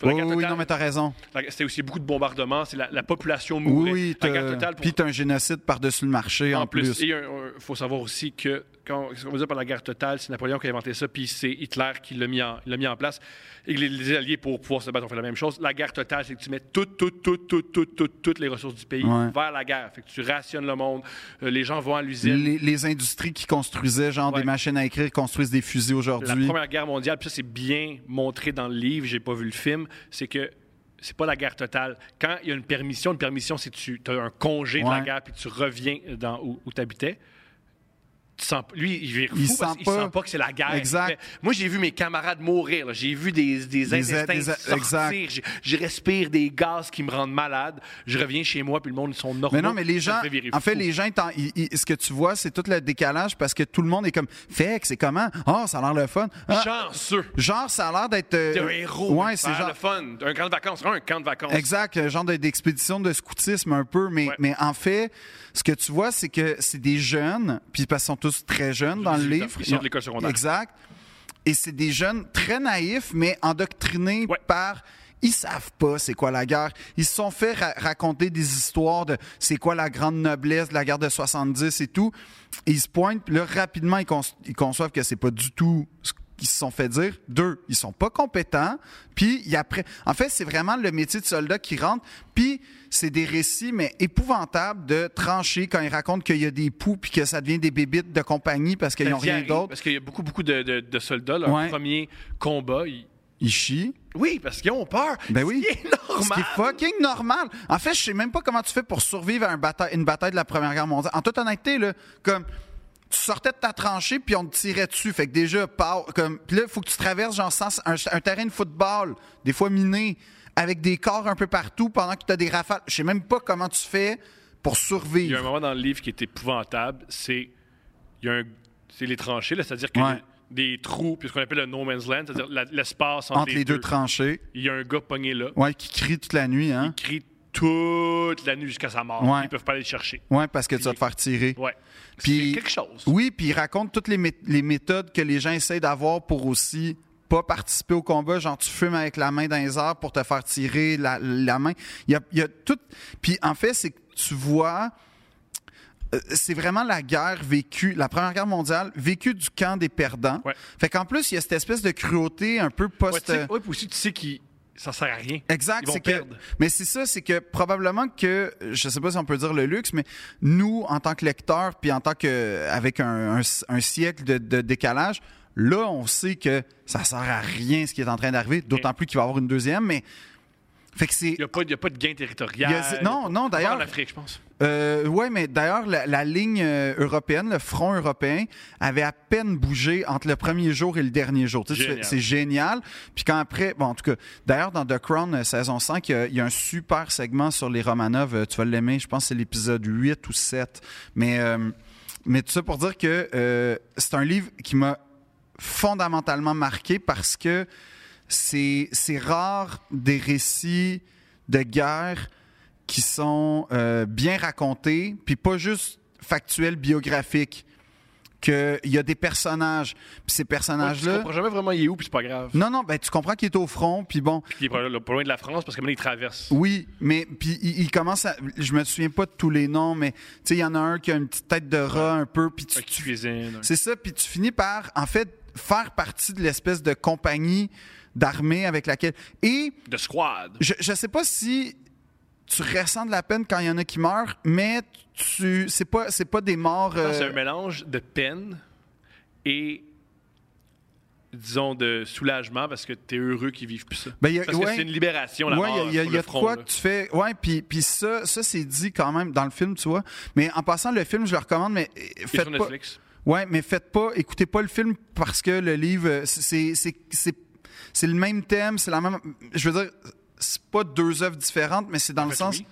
Speaker 2: la
Speaker 1: Oui,
Speaker 2: guerre
Speaker 1: oui, oui,
Speaker 2: totale,
Speaker 1: non, mais t'as raison.
Speaker 2: la- c'était aussi beaucoup de bombardements. C'est la, la population
Speaker 1: Oui,
Speaker 2: mourait.
Speaker 1: oui,
Speaker 2: la guerre
Speaker 1: t'as-
Speaker 2: totale, pour-
Speaker 1: puis t'as un génocide par-dessus le marché en,
Speaker 2: En plus,
Speaker 1: plus.
Speaker 2: il faut savoir aussi que, quand, ce qu'on veut dire par la guerre totale, c'est Napoléon qui a inventé ça, puis c'est Hitler qui l'a mis, en- l'a mis en place. Et les, les Alliés, pour pouvoir se battre, ont fait la même chose. La guerre totale, c'est que tu mets toutes, toutes, toutes, toutes, toutes, toutes, toutes les ressources du pays
Speaker 1: Ouais.
Speaker 2: vers la guerre. Fait que tu rationnes le monde, euh, les gens vont à l'usine.
Speaker 1: les, les industries qui construisaient genre
Speaker 2: Ouais.
Speaker 1: des machines à écrire construisent des fusils
Speaker 2: La
Speaker 1: aujourd'hui.
Speaker 2: Première Guerre mondiale, puis ça, c'est bien montré dans le livre, j'ai pas vu le film, c'est que c'est pas la guerre totale. Quand il y a une permission, une permission, c'est tu as un congé de la
Speaker 1: Ouais.
Speaker 2: guerre, puis tu reviens dans, où, tu habitais. lui, il est fou
Speaker 1: Il
Speaker 2: parce
Speaker 1: sent
Speaker 2: qu'il
Speaker 1: pas.
Speaker 2: sent pas que c'est la guerre.
Speaker 1: Exact.
Speaker 2: Mais moi, j'ai vu mes camarades mourir. là. J'ai vu des, des intestins
Speaker 1: des-
Speaker 2: sortir.
Speaker 1: exact.
Speaker 2: Je, je respire des gaz qui me rendent malade. Je reviens chez moi, puis le monde, ils sont normaux.
Speaker 1: Mais non, mais les
Speaker 2: Ça
Speaker 1: gens,
Speaker 2: fait virer
Speaker 1: en fait,
Speaker 2: fou.
Speaker 1: les gens, étant- ils- ils- ce que tu vois, c'est tout le décalage parce que tout le monde est comme, fait que c'est comment? Ah, ça a l'air le fun. Ah,
Speaker 2: Chanceux!
Speaker 1: genre, ça a l'air d'être. euh,
Speaker 2: T'es un héros!
Speaker 1: Ouais, c'est
Speaker 2: faire
Speaker 1: genre.
Speaker 2: le fun! Un camp de vacances, un camp de vacances.
Speaker 1: Exact, euh, genre de- d'expédition de scoutisme un peu, mais,
Speaker 2: Ouais.
Speaker 1: mais en fait, ce que tu vois, c'est que c'est des jeunes, puis parce qu'ils sont tous très jeunes dans le
Speaker 2: 18 ans.
Speaker 1: livre.
Speaker 2: Ils sortent de l'école secondaire.
Speaker 1: Exact. Et c'est des jeunes très naïfs, mais endoctrinés
Speaker 2: Ouais.
Speaker 1: par. Ils savent pas c'est quoi la guerre. Ils se sont fait ra- raconter des histoires de c'est quoi la grande noblesse de la guerre de 70 et tout. Et ils se pointent, puis là, rapidement, ils, cons- ils conçoivent que c'est pas du tout ce qu'ils se sont fait dire. Deux, ils sont pas compétents. Puis, ils après... en fait, c'est vraiment le métier de soldat qui rentre. Puis, c'est des récits, mais épouvantables de trancher quand ils racontent qu'il y a des poux, puis que ça devient des bébites de compagnie parce qu'ils
Speaker 2: Ça
Speaker 1: n'ont
Speaker 2: dit
Speaker 1: rien
Speaker 2: arrive,
Speaker 1: d'autre.
Speaker 2: Ben, Parce qu'il y a beaucoup, beaucoup de, de- de soldats, leur
Speaker 1: Ouais.
Speaker 2: premier combat. ils-
Speaker 1: Ils chient.
Speaker 2: Oui, parce qu'ils ont peur.
Speaker 1: Ben oui.
Speaker 2: Ce qui est
Speaker 1: Ce qui
Speaker 2: normal.
Speaker 1: est fucking normal. En fait, je sais même pas comment tu fais pour survivre à un bataille- une bataille de la Première Guerre mondiale. En toute honnêteté, là, comme tu sortais de ta tranchée puis on te tirait dessus. Fait que déjà, pow, comme puis là, il faut que tu traverses genre sans- un, un terrain de football, des fois miné, avec des corps un peu partout pendant que tu as des rafales. Je sais même pas comment tu fais pour
Speaker 2: Il y a un
Speaker 1: survivre.
Speaker 2: moment dans le livre qui est épouvantable. C'est il y a un- c'est les tranchées, là, c'est-à-dire que
Speaker 1: Ouais.
Speaker 2: des, des trous, puis ce qu'on appelle le no man's land, c'est-à-dire la- l'espace entre,
Speaker 1: Entre les deux tranchées,
Speaker 2: Il y a un gars pogné là,
Speaker 1: ouais, qui crie toute la nuit, hein.
Speaker 2: qui crie toute la nuit jusqu'à sa mort.
Speaker 1: Ouais.
Speaker 2: Ils peuvent pas aller le chercher.
Speaker 1: Ouais, parce que tu vas te faire tirer.
Speaker 2: Ouais.
Speaker 1: Puis-
Speaker 2: C'est quelque chose.
Speaker 1: Oui, puis il raconte toutes les, mé- les méthodes que les gens essayent d'avoir pour aussi pas participer au combat, genre tu fumes avec la main dans les airs pour te faire tirer la, la main. Il y a, il y a tout. Puis en fait, c'est que tu vois, euh, c'est vraiment la guerre vécue, la Première Guerre mondiale vécue du camp des perdants.
Speaker 2: Ouais.
Speaker 1: Fait qu'en plus, il y a cette espèce de cruauté un peu
Speaker 2: Ouais,
Speaker 1: post.
Speaker 2: tu sais- ouais, puis aussi, tu sais qu'ils ça sert à rien.
Speaker 1: Exact,
Speaker 2: Ils vont
Speaker 1: c'est que.
Speaker 2: perdre.
Speaker 1: Mais c'est ça, c'est que probablement que, je sais pas si on peut dire le luxe, mais nous, en tant que lecteurs, puis en tant que. avec un, un- un siècle de, de décalage, là, on sait que ça sert à rien ce qui est en train d'arriver, d'autant plus qu'il va y avoir une deuxième, mais. Fait que c'est.
Speaker 2: Il n'y a, pas- il y a pas de gain territorial.
Speaker 1: il y a- non, non,
Speaker 2: Pas
Speaker 1: d'ailleurs.
Speaker 2: En Afrique, je pense.
Speaker 1: Euh, ouais, mais d'ailleurs, la, la ligne euh, européenne, le front européen, avait à peine bougé entre le premier jour et le dernier jour. Tu sais, tu fais-
Speaker 2: Génial.
Speaker 1: C'est génial. Puis quand après, bon, en tout cas, d'ailleurs, dans The Crown euh, saison 5, il y a- il y, a un super segment sur les Romanov. euh, Tu vas l'aimer, je pense que c'est l'épisode 8 ou 7. Mais, euh, mais tout ça pour dire que euh, c'est un livre qui m'a fondamentalement marqué parce que c'est c'est rare des récits de guerre qui sont euh, bien racontés, puis pas juste factuels, biographiques. Qu'il y a des personnages, puis ces
Speaker 2: Je
Speaker 1: personnages-là.
Speaker 2: comprends jamais vraiment il est où, puis c'est pas grave.
Speaker 1: Non, non, ben, tu comprends qu'il est au front, puis bon,
Speaker 2: Puis il est pas, là- pas loin de la France parce que maintenant il traverse.
Speaker 1: oui, mais puis il, il commence à. Je me souviens pas de tous les noms, mais tu sais, il y en a un qui a une petite tête de rat un peu, puis tu,
Speaker 2: Fait que tu cuisines.
Speaker 1: C'est ça, puis tu finis par, en fait, faire partie de l'espèce de compagnie d'armée avec laquelle. Et
Speaker 2: De squad.
Speaker 1: je, je sais pas si tu ressens de la peine quand il y en a qui meurent, mais tu c'est pas c'est pas des morts.
Speaker 2: Je pense
Speaker 1: euh,
Speaker 2: que C'est un mélange de peine et disons de soulagement parce que t'es heureux qu'ils vivent plus ça.
Speaker 1: Ben, y a-
Speaker 2: parce
Speaker 1: ouais.
Speaker 2: que c'est une libération la
Speaker 1: Ouais,
Speaker 2: mort
Speaker 1: il y a,
Speaker 2: sur
Speaker 1: il y a de
Speaker 2: le front,
Speaker 1: quoi
Speaker 2: là.
Speaker 1: que tu fais. Ouais, puis, puis ça, ça c'est dit quand même dans le film, tu vois. Mais en passant, le film, je le recommande, mais euh,
Speaker 2: Il est
Speaker 1: faites
Speaker 2: sur
Speaker 1: pas.
Speaker 2: Netflix.
Speaker 1: Ouais, mais faites pas, écoutez pas le film parce que le livre, euh, c'est, c'est, c'est, c'est le même thème, c'est la même. Je veux dire, c'est pas deux œuvres différentes, mais c'est dans le
Speaker 2: fait,
Speaker 1: sens.
Speaker 2: oui.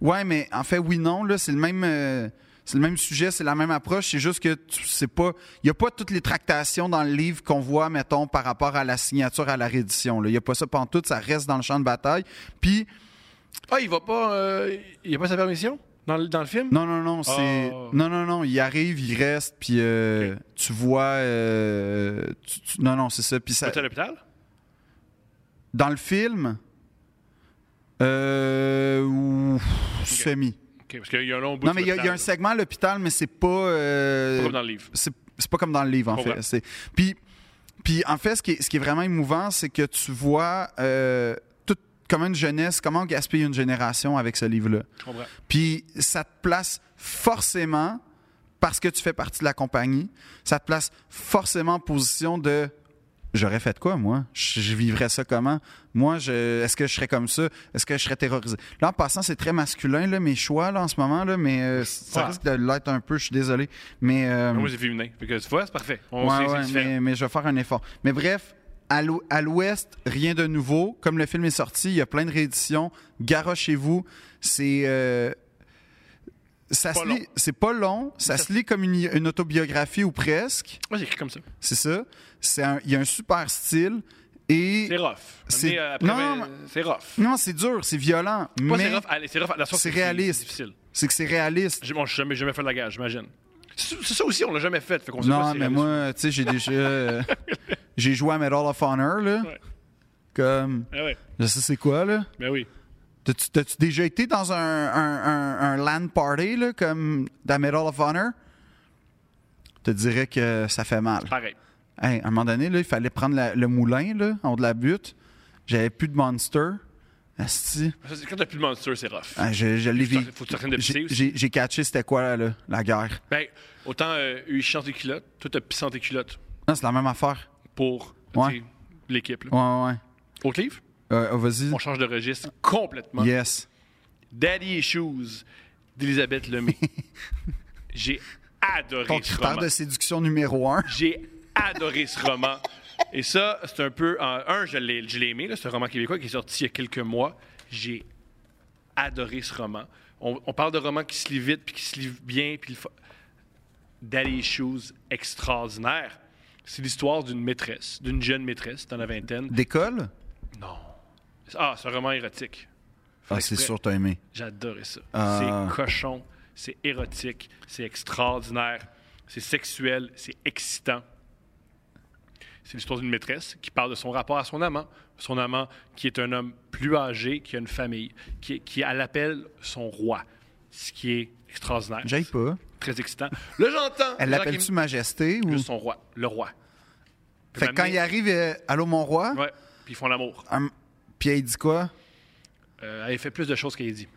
Speaker 1: Ouais, mais en fait, oui, non, là, c'est le même. euh, c'est le même sujet, c'est la même approche, c'est juste que tu sais pas. Il n'y a pas toutes les tractations dans le livre qu'on voit, mettons, par rapport à la signature, à la réédition. Il n'y a pas ça pantoute, ça reste dans le champ de bataille. Puis,
Speaker 2: Ah, il va pas. euh, il a pas sa permission dans le, dans le film?
Speaker 1: Non, non, non, c'est.
Speaker 2: Oh.
Speaker 1: Non, non, non, il arrive, il reste, puis euh, tu vois. euh, tu- tu- Non, non, c'est ça. Puis
Speaker 2: Il
Speaker 1: ça.
Speaker 2: est à l'hôpital?
Speaker 1: Dans le film. Euh. ouf, Semi.
Speaker 2: Ok, parce qu'il y a un long bout
Speaker 1: Non,
Speaker 2: sur
Speaker 1: mais il y, a- il y a un
Speaker 2: l'hôpital,
Speaker 1: segment à l'hôpital, mais c'est pas. euh,
Speaker 2: là. Pas comme dans le livre.
Speaker 1: c'est c'est pas comme dans le livre, en
Speaker 2: Comprends.
Speaker 1: fait. C'est- Puis, puis, en fait, ce qui est, ce qui est vraiment émouvant, c'est que tu vois euh, toute, comment une jeunesse, comment on gaspille une génération avec ce livre-là.
Speaker 2: Je comprends.
Speaker 1: Puis ça te place forcément, parce que tu fais partie de la compagnie, ça te place forcément en position de j'aurais fait quoi, moi je, je vivrais ça comment Moi, je- est-ce que je serais comme ça Est-ce que je serais terrorisé Là, en passant, c'est très masculin, là, mes choix là, en ce moment, là, mais euh, ça
Speaker 2: Ouais.
Speaker 1: risque de l'être un peu, je suis désolé. Mais, euh,
Speaker 2: Moi, c'est féminin. Fait que tu vois, c'est parfait. On
Speaker 1: Ouais,
Speaker 2: sait que
Speaker 1: ouais,
Speaker 2: c'est différent.
Speaker 1: mais, mais je vais faire un effort. Mais bref, à l'ou- à l'ouest, rien de nouveau. Comme le film est sorti, il y a plein de rééditions. Garochez-vous. C'est. euh, ça
Speaker 2: Pas
Speaker 1: se
Speaker 2: long.
Speaker 1: lit- c'est pas long, ça, se lit comme une, une autobiographie ou presque,
Speaker 2: Moi, c'est écrit comme ça.
Speaker 1: c'est ça. C'est un- il y a un super style et
Speaker 2: C'est rough.
Speaker 1: C'est-
Speaker 2: C'est après,
Speaker 1: Non,
Speaker 2: euh, c'est rough.
Speaker 1: non, c'est dur, c'est violent,
Speaker 2: Pas
Speaker 1: mais
Speaker 2: c'est rough, allez, c'est rough. La sorte,
Speaker 1: c'est
Speaker 2: c'est
Speaker 1: réaliste.
Speaker 2: C'est difficile.
Speaker 1: c'est que c'est réaliste.
Speaker 2: J'ai- Bon, je jamais, jamais fait de la guerre, j'imagine. C'est c'est ça aussi, on l'a jamais fait. Fait qu'on sait pas
Speaker 1: Non,
Speaker 2: si
Speaker 1: mais
Speaker 2: c'est
Speaker 1: moi, tu sais, j'ai déjà euh, j'ai joué à Medal of Honor là,
Speaker 2: Ouais.
Speaker 1: comme
Speaker 2: réaliste. Ah
Speaker 1: je
Speaker 2: ouais,
Speaker 1: sais c'est quoi là.
Speaker 2: ben oui.
Speaker 1: T'as-tu t'as-tu déjà été dans un, un, un- un LAN party, là, comme dans Medal of Honor? Je te dirais que ça fait mal.
Speaker 2: Pareil.
Speaker 1: Hey, à un moment donné, là, il fallait prendre la- le moulin, là, en haut de la butte. J'avais plus de monster. Asti.
Speaker 2: Ça, c'est- Quand t'as plus de monster, c'est rough.
Speaker 1: Ah, je je l'ai
Speaker 2: Faut que
Speaker 1: vécu.
Speaker 2: tu- faut que tu t'entraînes de pisser
Speaker 1: J'ai-
Speaker 2: aussi.
Speaker 1: J'ai j'ai catché c'était quoi, là, la guerre.
Speaker 2: Ben, autant euh, eu chiant tes culottes, toi, t'as pissant tes culottes
Speaker 1: Non, c'est la même affaire.
Speaker 2: pour
Speaker 1: Ouais.
Speaker 2: tu sais, l'équipe. là.
Speaker 1: Ouais, ouais, ouais.
Speaker 2: Autre livre,
Speaker 1: Euh, oh, Vas-y.
Speaker 2: on change de registre complètement.
Speaker 1: Yes.
Speaker 2: Daddy Issues d'Elisabeth Lemay. J'ai adoré
Speaker 1: Ton
Speaker 2: ce
Speaker 1: critère
Speaker 2: roman.
Speaker 1: de séduction numéro un.
Speaker 2: J'ai adoré ce roman. Et ça, c'est un peu. en- un, je l'ai je l'ai aimé, là, c'est un roman québécois qui est sorti il y a quelques mois. J'ai adoré ce roman. On, on parle de romans qui se lit vite, puis qui se lit bien, puis le fa- Daddy Issues extraordinaire. C'est l'histoire d'une maîtresse, d'une jeune maîtresse dans la vingtaine.
Speaker 1: D'école?
Speaker 2: Non. Ah, c'est un roman érotique.
Speaker 1: Ah,
Speaker 2: Fait
Speaker 1: c'est
Speaker 2: exprès.
Speaker 1: sûr, t'as aimé.
Speaker 2: J'adorais ça.
Speaker 1: Ah.
Speaker 2: C'est cochon, c'est érotique, c'est extraordinaire, c'est sexuel, c'est excitant. C'est l'histoire d'une maîtresse qui parle de son rapport à son amant. Son amant qui est un homme plus âgé, qui a une famille, qui, qui elle l'appelle son roi, ce qui est extraordinaire.
Speaker 1: J'aille pas.
Speaker 2: Très excitant. Là, j'entends.
Speaker 1: Elle
Speaker 2: les gens qui
Speaker 1: l'appelle-tu
Speaker 2: me-
Speaker 1: Majesté ou.
Speaker 2: Juste son roi, le roi.
Speaker 1: Fait que quand il
Speaker 2: m'amener-
Speaker 1: arrive, euh, allô mon roi,
Speaker 2: Ouais, puis ils font l'amour.
Speaker 1: hum, Puis elle dit quoi?
Speaker 2: Euh, elle fait plus de choses qu'elle dit.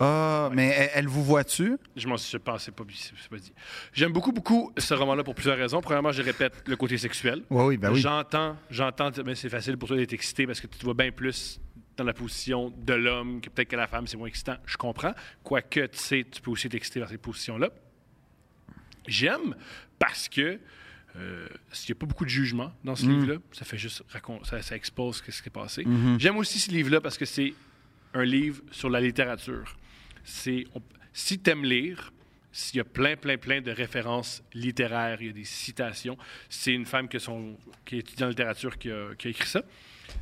Speaker 1: Ah, mais elle, elle vous voit-tu?
Speaker 2: Je m'en suis pas, c'est pas, c'est pas dit. J'aime beaucoup, beaucoup ce roman-là pour plusieurs raisons. Premièrement, je répète, le côté sexuel.
Speaker 1: Ouais, oui, ben oui.
Speaker 2: J'entends, j'entends, mais c'est facile pour toi d'être excité parce que tu te vois bien plus dans la position de l'homme que peut-être que la femme, c'est moins excitant. Je comprends. Quoique, tu sais, tu peux aussi t'exciter dans ces positions-là. J'aime parce que euh, il n'y a pas beaucoup de jugement dans
Speaker 1: Mm.
Speaker 2: ce livre-là. Ça fait juste racon- ça, ça expose ce qui s'est passé.
Speaker 1: Mm-hmm.
Speaker 2: J'aime aussi ce livre-là parce que c'est un livre sur la littérature. C'est on- si t'aimes lire, s'il y a plein plein plein de références littéraires, il y a des citations. C'est une femme que son- qui est étudiante en littérature qui a, qui a écrit ça.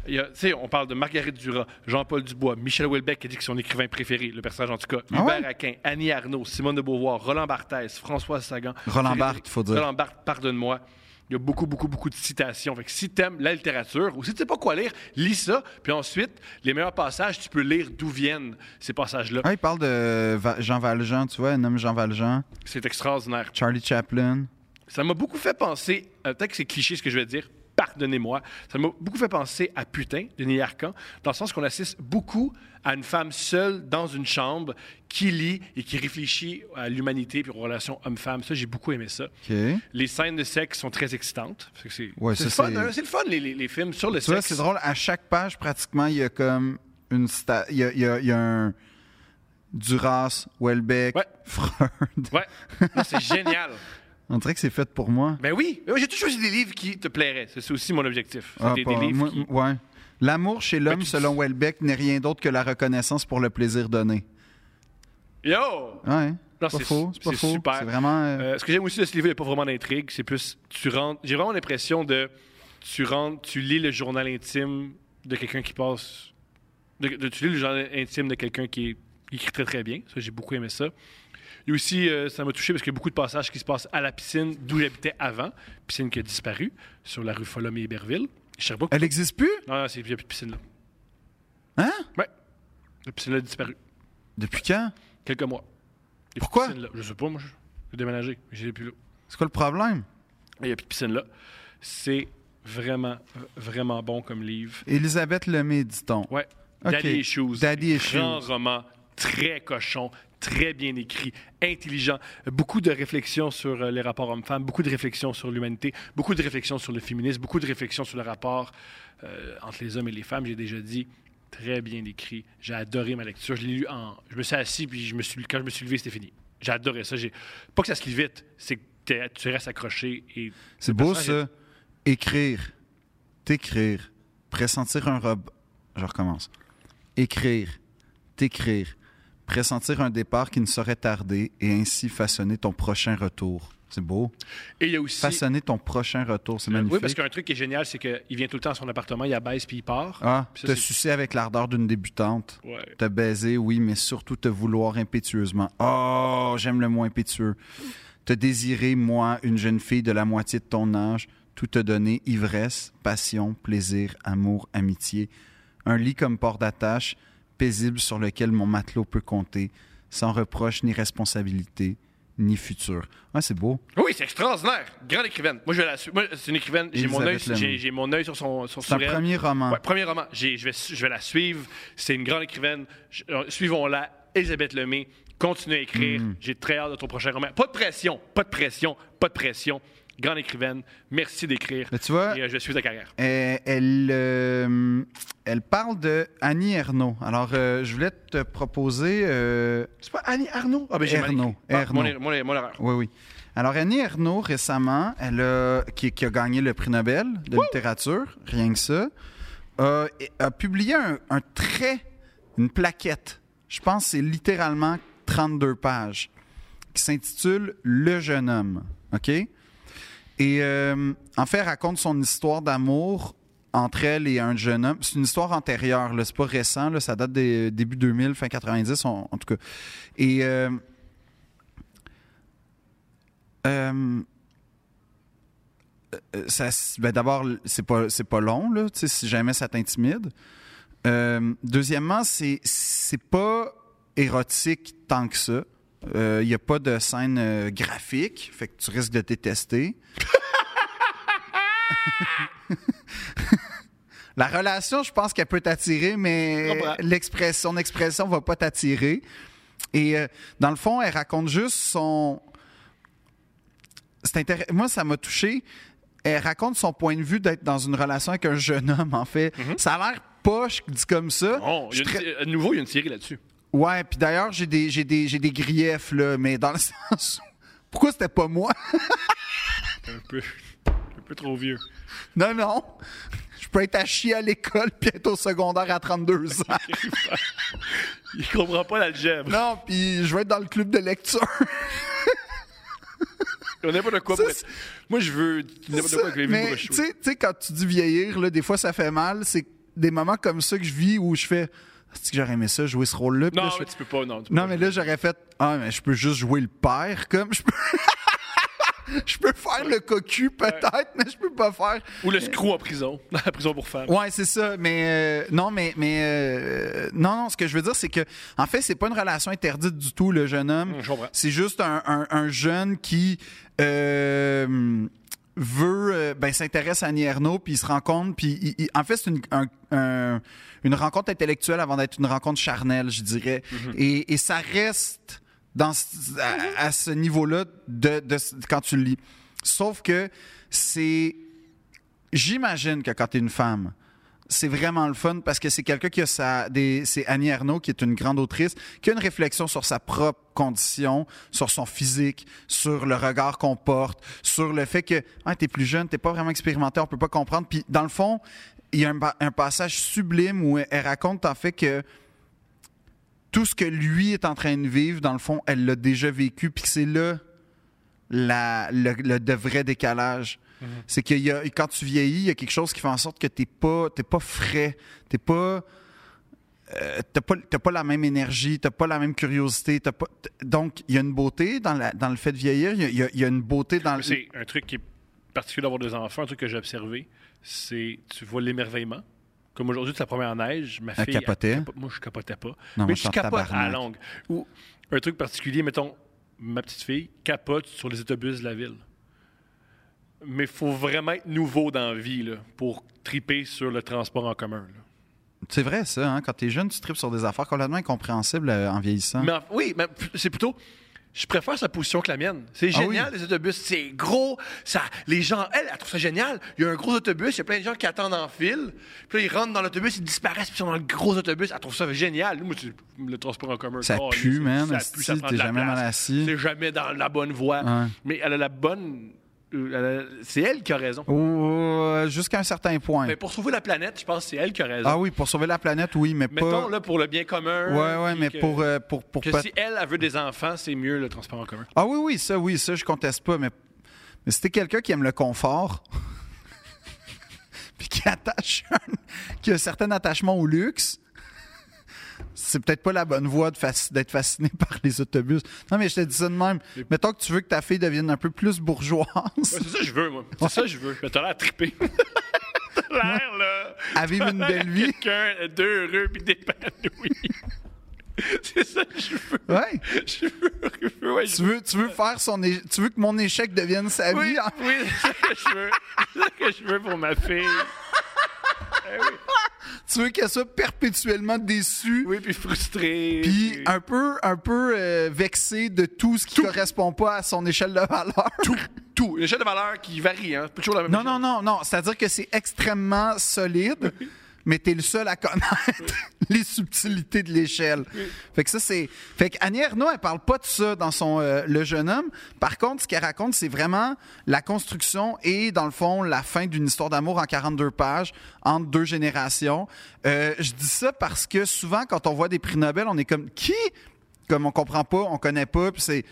Speaker 2: Il y a- tu sais, on parle de Marguerite Duras, Jean-Paul Dubois, Michel Houellebecq qui a dit que son écrivain préféré, le personnage en tout cas,
Speaker 1: Ah ouais?
Speaker 2: Hubert Aquin, Annie Arnaud, Simone de Beauvoir, Roland Barthes, François Sagan.
Speaker 1: Roland
Speaker 2: Frédéric-
Speaker 1: Barthes, faut dire.
Speaker 2: Roland Barthes, pardonne-moi. Il y a beaucoup, beaucoup, beaucoup de citations. Fait que si t'aimes la littérature ou si tu sais pas quoi lire, lis ça. Puis ensuite, les meilleurs passages, tu peux lire d'où viennent ces passages-là.
Speaker 1: Ah, il parle de Va- Jean Valjean, tu vois, elle nomme Jean Valjean,
Speaker 2: C'est extraordinaire.
Speaker 1: Charlie Chaplin.
Speaker 2: Ça m'a beaucoup fait penser, euh, peut-être que c'est cliché ce que je vais dire, pardonnez-moi, ça m'a beaucoup fait penser à Putain de Neil Arcan, dans le sens qu'on assiste beaucoup à une femme seule dans une chambre qui lit et qui réfléchit à l'humanité puis aux relations homme-femme. Ça, j'ai beaucoup aimé ça.
Speaker 1: OK. Tu
Speaker 2: Les scènes de sexe sont très excitantes. Fait que C'est
Speaker 1: Ouais,
Speaker 2: c'est
Speaker 1: ça,
Speaker 2: le fun,
Speaker 1: c'est-
Speaker 2: hein, c'est le fun, les, les- les films sur le
Speaker 1: vois,
Speaker 2: sexe.
Speaker 1: c'est drôle, à chaque page, pratiquement, il y a comme une... sta- Il y a, il y a- il y a un... Duras, Welbeck,
Speaker 2: Ouais.
Speaker 1: Freud.
Speaker 2: Ouais, Non, c'est génial.
Speaker 1: On dirait que c'est fait pour moi.
Speaker 2: Ben oui, Ben oui, j'ai toujours choisi des livres qui te plairaient. C'est c'est aussi mon objectif. C'est
Speaker 1: Ah,
Speaker 2: des, des
Speaker 1: pas-
Speaker 2: livres
Speaker 1: moi-
Speaker 2: qui-
Speaker 1: ouais. L'amour chez l'homme,
Speaker 2: Ben, tu-
Speaker 1: selon Welbeck, n'est rien d'autre que la reconnaissance pour le plaisir donné.
Speaker 2: Yo!
Speaker 1: Ouais.
Speaker 2: Non,
Speaker 1: c'est pas
Speaker 2: c'est-
Speaker 1: faux. C'est pas
Speaker 2: c'est
Speaker 1: faux.
Speaker 2: super.
Speaker 1: C'est vraiment. euh,
Speaker 2: Euh, ce que j'aime aussi de ce livre, il n'y a pas vraiment d'intrigue. C'est plus, tu rentres. J'ai vraiment l'impression de, tu rentres, tu lis le journal intime de quelqu'un qui passe. de- de- tu lis le journal intime de quelqu'un qui est- qui écrit très très bien. Ça, j'ai beaucoup aimé ça. Et aussi, euh, ça m'a touché parce qu'il y a beaucoup de passages qui se passent à la piscine d'où j'habitais avant, piscine qui a disparu sur la rue Follum et Iberville, Sherbrooke.
Speaker 1: Elle existe plus?
Speaker 2: Non, non, c'est- il n'y a plus de piscine là.
Speaker 1: Hein?
Speaker 2: Ouais, la piscine là a disparu.
Speaker 1: Depuis quand?
Speaker 2: Quelques mois. Il y a plus de
Speaker 1: Pourquoi?
Speaker 2: piscine là. Je sais pas, moi, je- j'ai déménagé, j'ai plus là.
Speaker 1: C'est quoi le problème?
Speaker 2: Il n'y a plus de piscine là. C'est vraiment, vraiment bon comme livre.
Speaker 1: Elisabeth Lemay, dit-on.
Speaker 2: Ouais.
Speaker 1: Ok.
Speaker 2: Daddy Issues.
Speaker 1: Daddy Issues.
Speaker 2: Grand roman, très cochon, très bien écrit, intelligent. Beaucoup de réflexions sur euh, les rapports hommes-femmes, beaucoup de réflexions sur l'humanité, beaucoup de réflexions sur le féminisme, beaucoup de réflexions sur le rapport euh, entre les hommes et les femmes. J'ai déjà dit. Très bien écrit. J'ai adoré ma lecture. Je l'ai lu en. Je me suis assis, puis je me suis... quand je me suis levé, c'était fini. J'ai adoré ça. J'ai... Pas que ça se lit vite, c'est que t'es- tu restes accroché et.
Speaker 1: C'est
Speaker 2: le
Speaker 1: beau,
Speaker 2: personnage
Speaker 1: ça. Écrire. T'écrire. Pressentir un rob. Je recommence. Écrire. T'écrire. Pressentir un départ qui ne saurait tarder et ainsi façonner ton prochain retour. C'est beau.
Speaker 2: est- Et il y a aussi.
Speaker 1: Façonner ton prochain retour, c'est magnifique.
Speaker 2: Euh, Oui, parce qu'un truc qui est génial, c'est qu'il vient tout le temps à son appartement, il abaisse puis il part.
Speaker 1: Ah,
Speaker 2: Puis ça,
Speaker 1: te
Speaker 2: c'est-
Speaker 1: sucer avec l'ardeur d'une débutante.
Speaker 2: Ouais.
Speaker 1: Te baiser, oui, mais surtout te vouloir impétueusement. Oh, j'aime le mot impétueux. Te désirer, moi, une jeune fille de la moitié de ton âge, tout te donner, ivresse, passion, plaisir, amour, amitié. Un lit comme port d'attache, paisible sur lequel mon matelot peut compter, sans reproche ni responsabilité, ni futur. Ah, c'est beau.
Speaker 2: Oui, c'est extraordinaire. Grande écrivaine. Moi, je vais la suivre. Moi, c'est une écrivaine. J'ai mon, œil,
Speaker 1: Elisabeth Lemay.
Speaker 2: j'ai, j'ai mon œil sur son sur
Speaker 1: C'est un
Speaker 2: sur elle.
Speaker 1: premier roman.
Speaker 2: Ouais, premier roman. J'ai- je, vais, su- je vais la suivre. C'est une grande écrivaine. Je- euh, suivons-la. Elisabeth Lemay, continue à écrire.
Speaker 1: Mm.
Speaker 2: J'ai très hâte de ton prochain roman. Pas de pression, pas de pression, pas de pression. Grande écrivaine, merci d'écrire.
Speaker 1: Mais tu vois,
Speaker 2: Et euh, je vais suivre ta carrière.
Speaker 1: Euh, elle, euh, elle parle de Annie Ernaux. Alors, euh, je voulais te proposer. euh,
Speaker 2: C'est pas Annie Arnaud? Ah, ben j'ai mal
Speaker 1: Ernaud,
Speaker 2: écrit. Ah,
Speaker 1: Ernaud.
Speaker 2: mon- mon- mon erreur.
Speaker 1: oui, oui. Alors, Annie Ernaux, récemment, elle a, qui, qui a gagné le prix Nobel de littérature, rien que ça, a, a publié un, un trait, une plaquette. Je pense que c'est littéralement 32 pages, qui s'intitule Le jeune homme. OK? Et euh, en fait, elle raconte son histoire d'amour entre elle et un jeune homme. C'est une histoire antérieure, là, c'est pas récent, là, ça date des début 2000, fin 90, en- en tout cas. Et euh, euh, euh, ça s- ben d'abord, c'est pas, c'est pas long, là, tu sais, si jamais ça t'intimide. Euh, deuxièmement, c'est, c'est pas érotique tant que ça. Il n'y a pas de scène euh, graphique, fait que tu risques de détester. La relation, je pense qu'elle peut t'attirer, mais
Speaker 2: Comprends.
Speaker 1: l'expression, son expression va pas t'attirer. Et euh, dans le fond, elle raconte juste son. C'est intér- Moi, ça m'a touché. Elle raconte son point de vue d'être dans une relation avec un jeune homme, en fait. Ça a l'air poche dit comme ça.
Speaker 2: Mm-hmm. Bon, il y a
Speaker 1: Je suis
Speaker 2: une- à nouveau, il y a une série là-dessus.
Speaker 1: Ouais, puis d'ailleurs, j'ai des, j'ai des, j'ai des griefs, là, mais dans le sens où- Pourquoi c'était pas moi?
Speaker 2: Un peu, un peu trop vieux.
Speaker 1: Non, non. Je peux être à chier à l'école puis être au secondaire à 32 ans.
Speaker 2: Il comprend pas l'algèbre.
Speaker 1: Non, puis je vais être dans le club de lecture.
Speaker 2: On n'a pas de quoi.
Speaker 1: Ça,
Speaker 2: pour être-
Speaker 1: c'est-
Speaker 2: Moi, je veux n'importe quoi avec les
Speaker 1: mais
Speaker 2: vies
Speaker 1: tu sais, tu sais, quand tu dis vieillir, là, des fois, ça fait mal. C'est des moments comme ça que je vis où je fais... cest que j'aurais aimé ça, jouer ce rôle-là? Puis
Speaker 2: Non,
Speaker 1: là, je
Speaker 2: mais
Speaker 1: fais-
Speaker 2: tu peux pas. Non, tu peux
Speaker 1: non
Speaker 2: pas.
Speaker 1: mais là, j'aurais fait... Ah, mais je peux juste jouer le père, comme je peux... Je peux faire le cocu, peut-être, mais je peux pas faire...
Speaker 2: Ou le screw en prison. Dans la prison pour femmes.
Speaker 1: Ouais, c'est ça. Mais euh, non, mais mais euh, non, non. Ce que je veux dire, c'est que en fait, c'est pas une relation interdite du tout. Le jeune homme,
Speaker 2: Mm, je comprends.
Speaker 1: c'est juste un, un- un jeune qui euh, veut, euh, ben, s'intéresse à Nierno, puis il se rencontre, puis il- il- en fait, c'est une, un- un- une rencontre intellectuelle avant d'être une rencontre charnelle, je dirais.
Speaker 2: Mhm.
Speaker 1: et, et ça reste dans ce- à, à ce niveau-là de, de quand tu le lis. Sauf que c'est J'imagine que quand tu es une femme, c'est vraiment le fun parce que c'est quelqu'un qui a sa. des- C'est Annie Arnaud, qui est une grande autrice, qui a une réflexion sur sa propre condition, sur son physique, sur le regard qu'on porte, sur le fait que ah, t'es plus jeune, t'es pas vraiment expérimenté, on peut pas comprendre. Puis dans le fond, il y a un, pa- un passage sublime où elle, elle raconte en fait que tout ce que lui est en train de vivre, dans le fond, elle l'a déjà vécu, puis que c'est là la, le, le de vrai décalage.
Speaker 2: Mhm.
Speaker 1: C'est que y a- quand tu vieillis, il y a quelque chose qui fait en sorte que tu n'es pas, t'es pas frais, tu pas. euh, t'as pas, t'as pas la même énergie, t'as pas la même curiosité. t'as pas, t- donc, il y a une beauté dans, la- dans le fait de vieillir, il y a- il y, a- il y a une beauté dans le.
Speaker 2: C'est un truc qui est particulier d'avoir des enfants, un truc que j'ai observé, c'est tu vois l'émerveillement. Comme aujourd'hui, c'est la première neige, ma
Speaker 1: Elle
Speaker 2: fille. elle
Speaker 1: capotait.
Speaker 2: capo- moi, je capotais pas.
Speaker 1: moi, je
Speaker 2: mais je
Speaker 1: suis en
Speaker 2: capote à la
Speaker 1: tabarnak.
Speaker 2: langue. Ou un truc particulier, mettons, ma petite fille capote sur les autobus de la ville. Mais il faut vraiment être nouveau dans la vie là, pour triper sur le transport en commun. là.
Speaker 1: C'est vrai, ça, hein, quand t'es jeune, tu tripes sur des affaires complètement incompréhensibles euh, en vieillissant.
Speaker 2: Mais en- oui, mais p- c'est plutôt. Je préfère sa position que la mienne. C'est
Speaker 1: Ah
Speaker 2: génial, les autobus. C'est gros. Ça, les gens, elle, elle trouve ça génial. Il y a un gros autobus, il y a plein de gens qui attendent en file. Puis là, ils rentrent dans l'autobus, ils disparaissent, puis ils sont dans le gros autobus. Elle trouve ça génial. Moi, c'est le transport en commun.
Speaker 1: Ça
Speaker 2: oh,
Speaker 1: pue,
Speaker 2: c'est-
Speaker 1: man,
Speaker 2: Ça
Speaker 1: esti,
Speaker 2: pue, ça prend
Speaker 1: t'es
Speaker 2: de la
Speaker 1: jamais
Speaker 2: place.
Speaker 1: mal assis.
Speaker 2: T'es jamais dans la bonne voie.
Speaker 1: Ouais.
Speaker 2: Mais elle a la bonne. euh, elle a- C'est elle qui a raison.
Speaker 1: Ou- euh, Jusqu'à un certain point.
Speaker 2: Mais pour sauver la planète, je pense que c'est elle qui a raison.
Speaker 1: Ah oui, pour sauver la planète, oui, mais
Speaker 2: Mettons,
Speaker 1: pas.
Speaker 2: là, pour le bien commun.
Speaker 1: ouais, ouais,
Speaker 2: puis
Speaker 1: mais
Speaker 2: que-
Speaker 1: pour, euh, pour, pour
Speaker 2: Que
Speaker 1: peut-
Speaker 2: si elle, elle veut des enfants, c'est mieux le transport en commun.
Speaker 1: Ah oui, oui, ça, oui, ça, je conteste pas, mais, mais si t'es quelqu'un qui aime le confort, puis qui attache un- qui a un certain attachement au luxe, c'est peut-être pas la bonne voie de fasc- d'être fasciné par les autobus. Non, mais je te dis ça de même. Mettons que tu veux que ta fille devienne un peu plus bourgeoise.
Speaker 2: Ouais, c'est ça que je veux, moi. C'est ça que je veux. Mais t'as l'air trippé. t'as l'air, là.
Speaker 1: À vivre une
Speaker 2: t'as l'air
Speaker 1: belle vie.
Speaker 2: Quelqu'un d'heureux puis d'épanoui. c'est ça que je veux.
Speaker 1: Ouais.
Speaker 2: Je veux, je veux, ouais, je
Speaker 1: Tu veux, tu veux faire son é- tu veux que mon échec devienne sa
Speaker 2: veux. Oui,
Speaker 1: vie. en-
Speaker 2: oui, c'est ça que je veux. C'est ça que je veux pour ma fille.
Speaker 1: Tu veux qu'elle soit perpétuellement déçue.
Speaker 2: Oui, puis frustrée.
Speaker 1: Puis un peu, un peu euh, vexée de tout ce qui correspond pas à son échelle de valeur.
Speaker 2: tout, tout. Une échelle de valeur qui varie, hein. C'est pas toujours la même
Speaker 1: Non,
Speaker 2: chose.
Speaker 1: non, non, non. C'est-à-dire que c'est extrêmement solide, mais t'es le seul à connaître les subtilités de l'échelle. Fait que ça, c'est. Fait que Annie Ernaux, elle parle pas de ça dans son euh, Le jeune homme. Par contre, ce qu'elle raconte, c'est vraiment la construction et, dans le fond, la fin d'une histoire d'amour en 42 pages entre deux générations. Euh, je dis ça parce que souvent, quand on voit des prix Nobel, on est comme qui Comme on comprend pas, on connaît pas, puis c'est.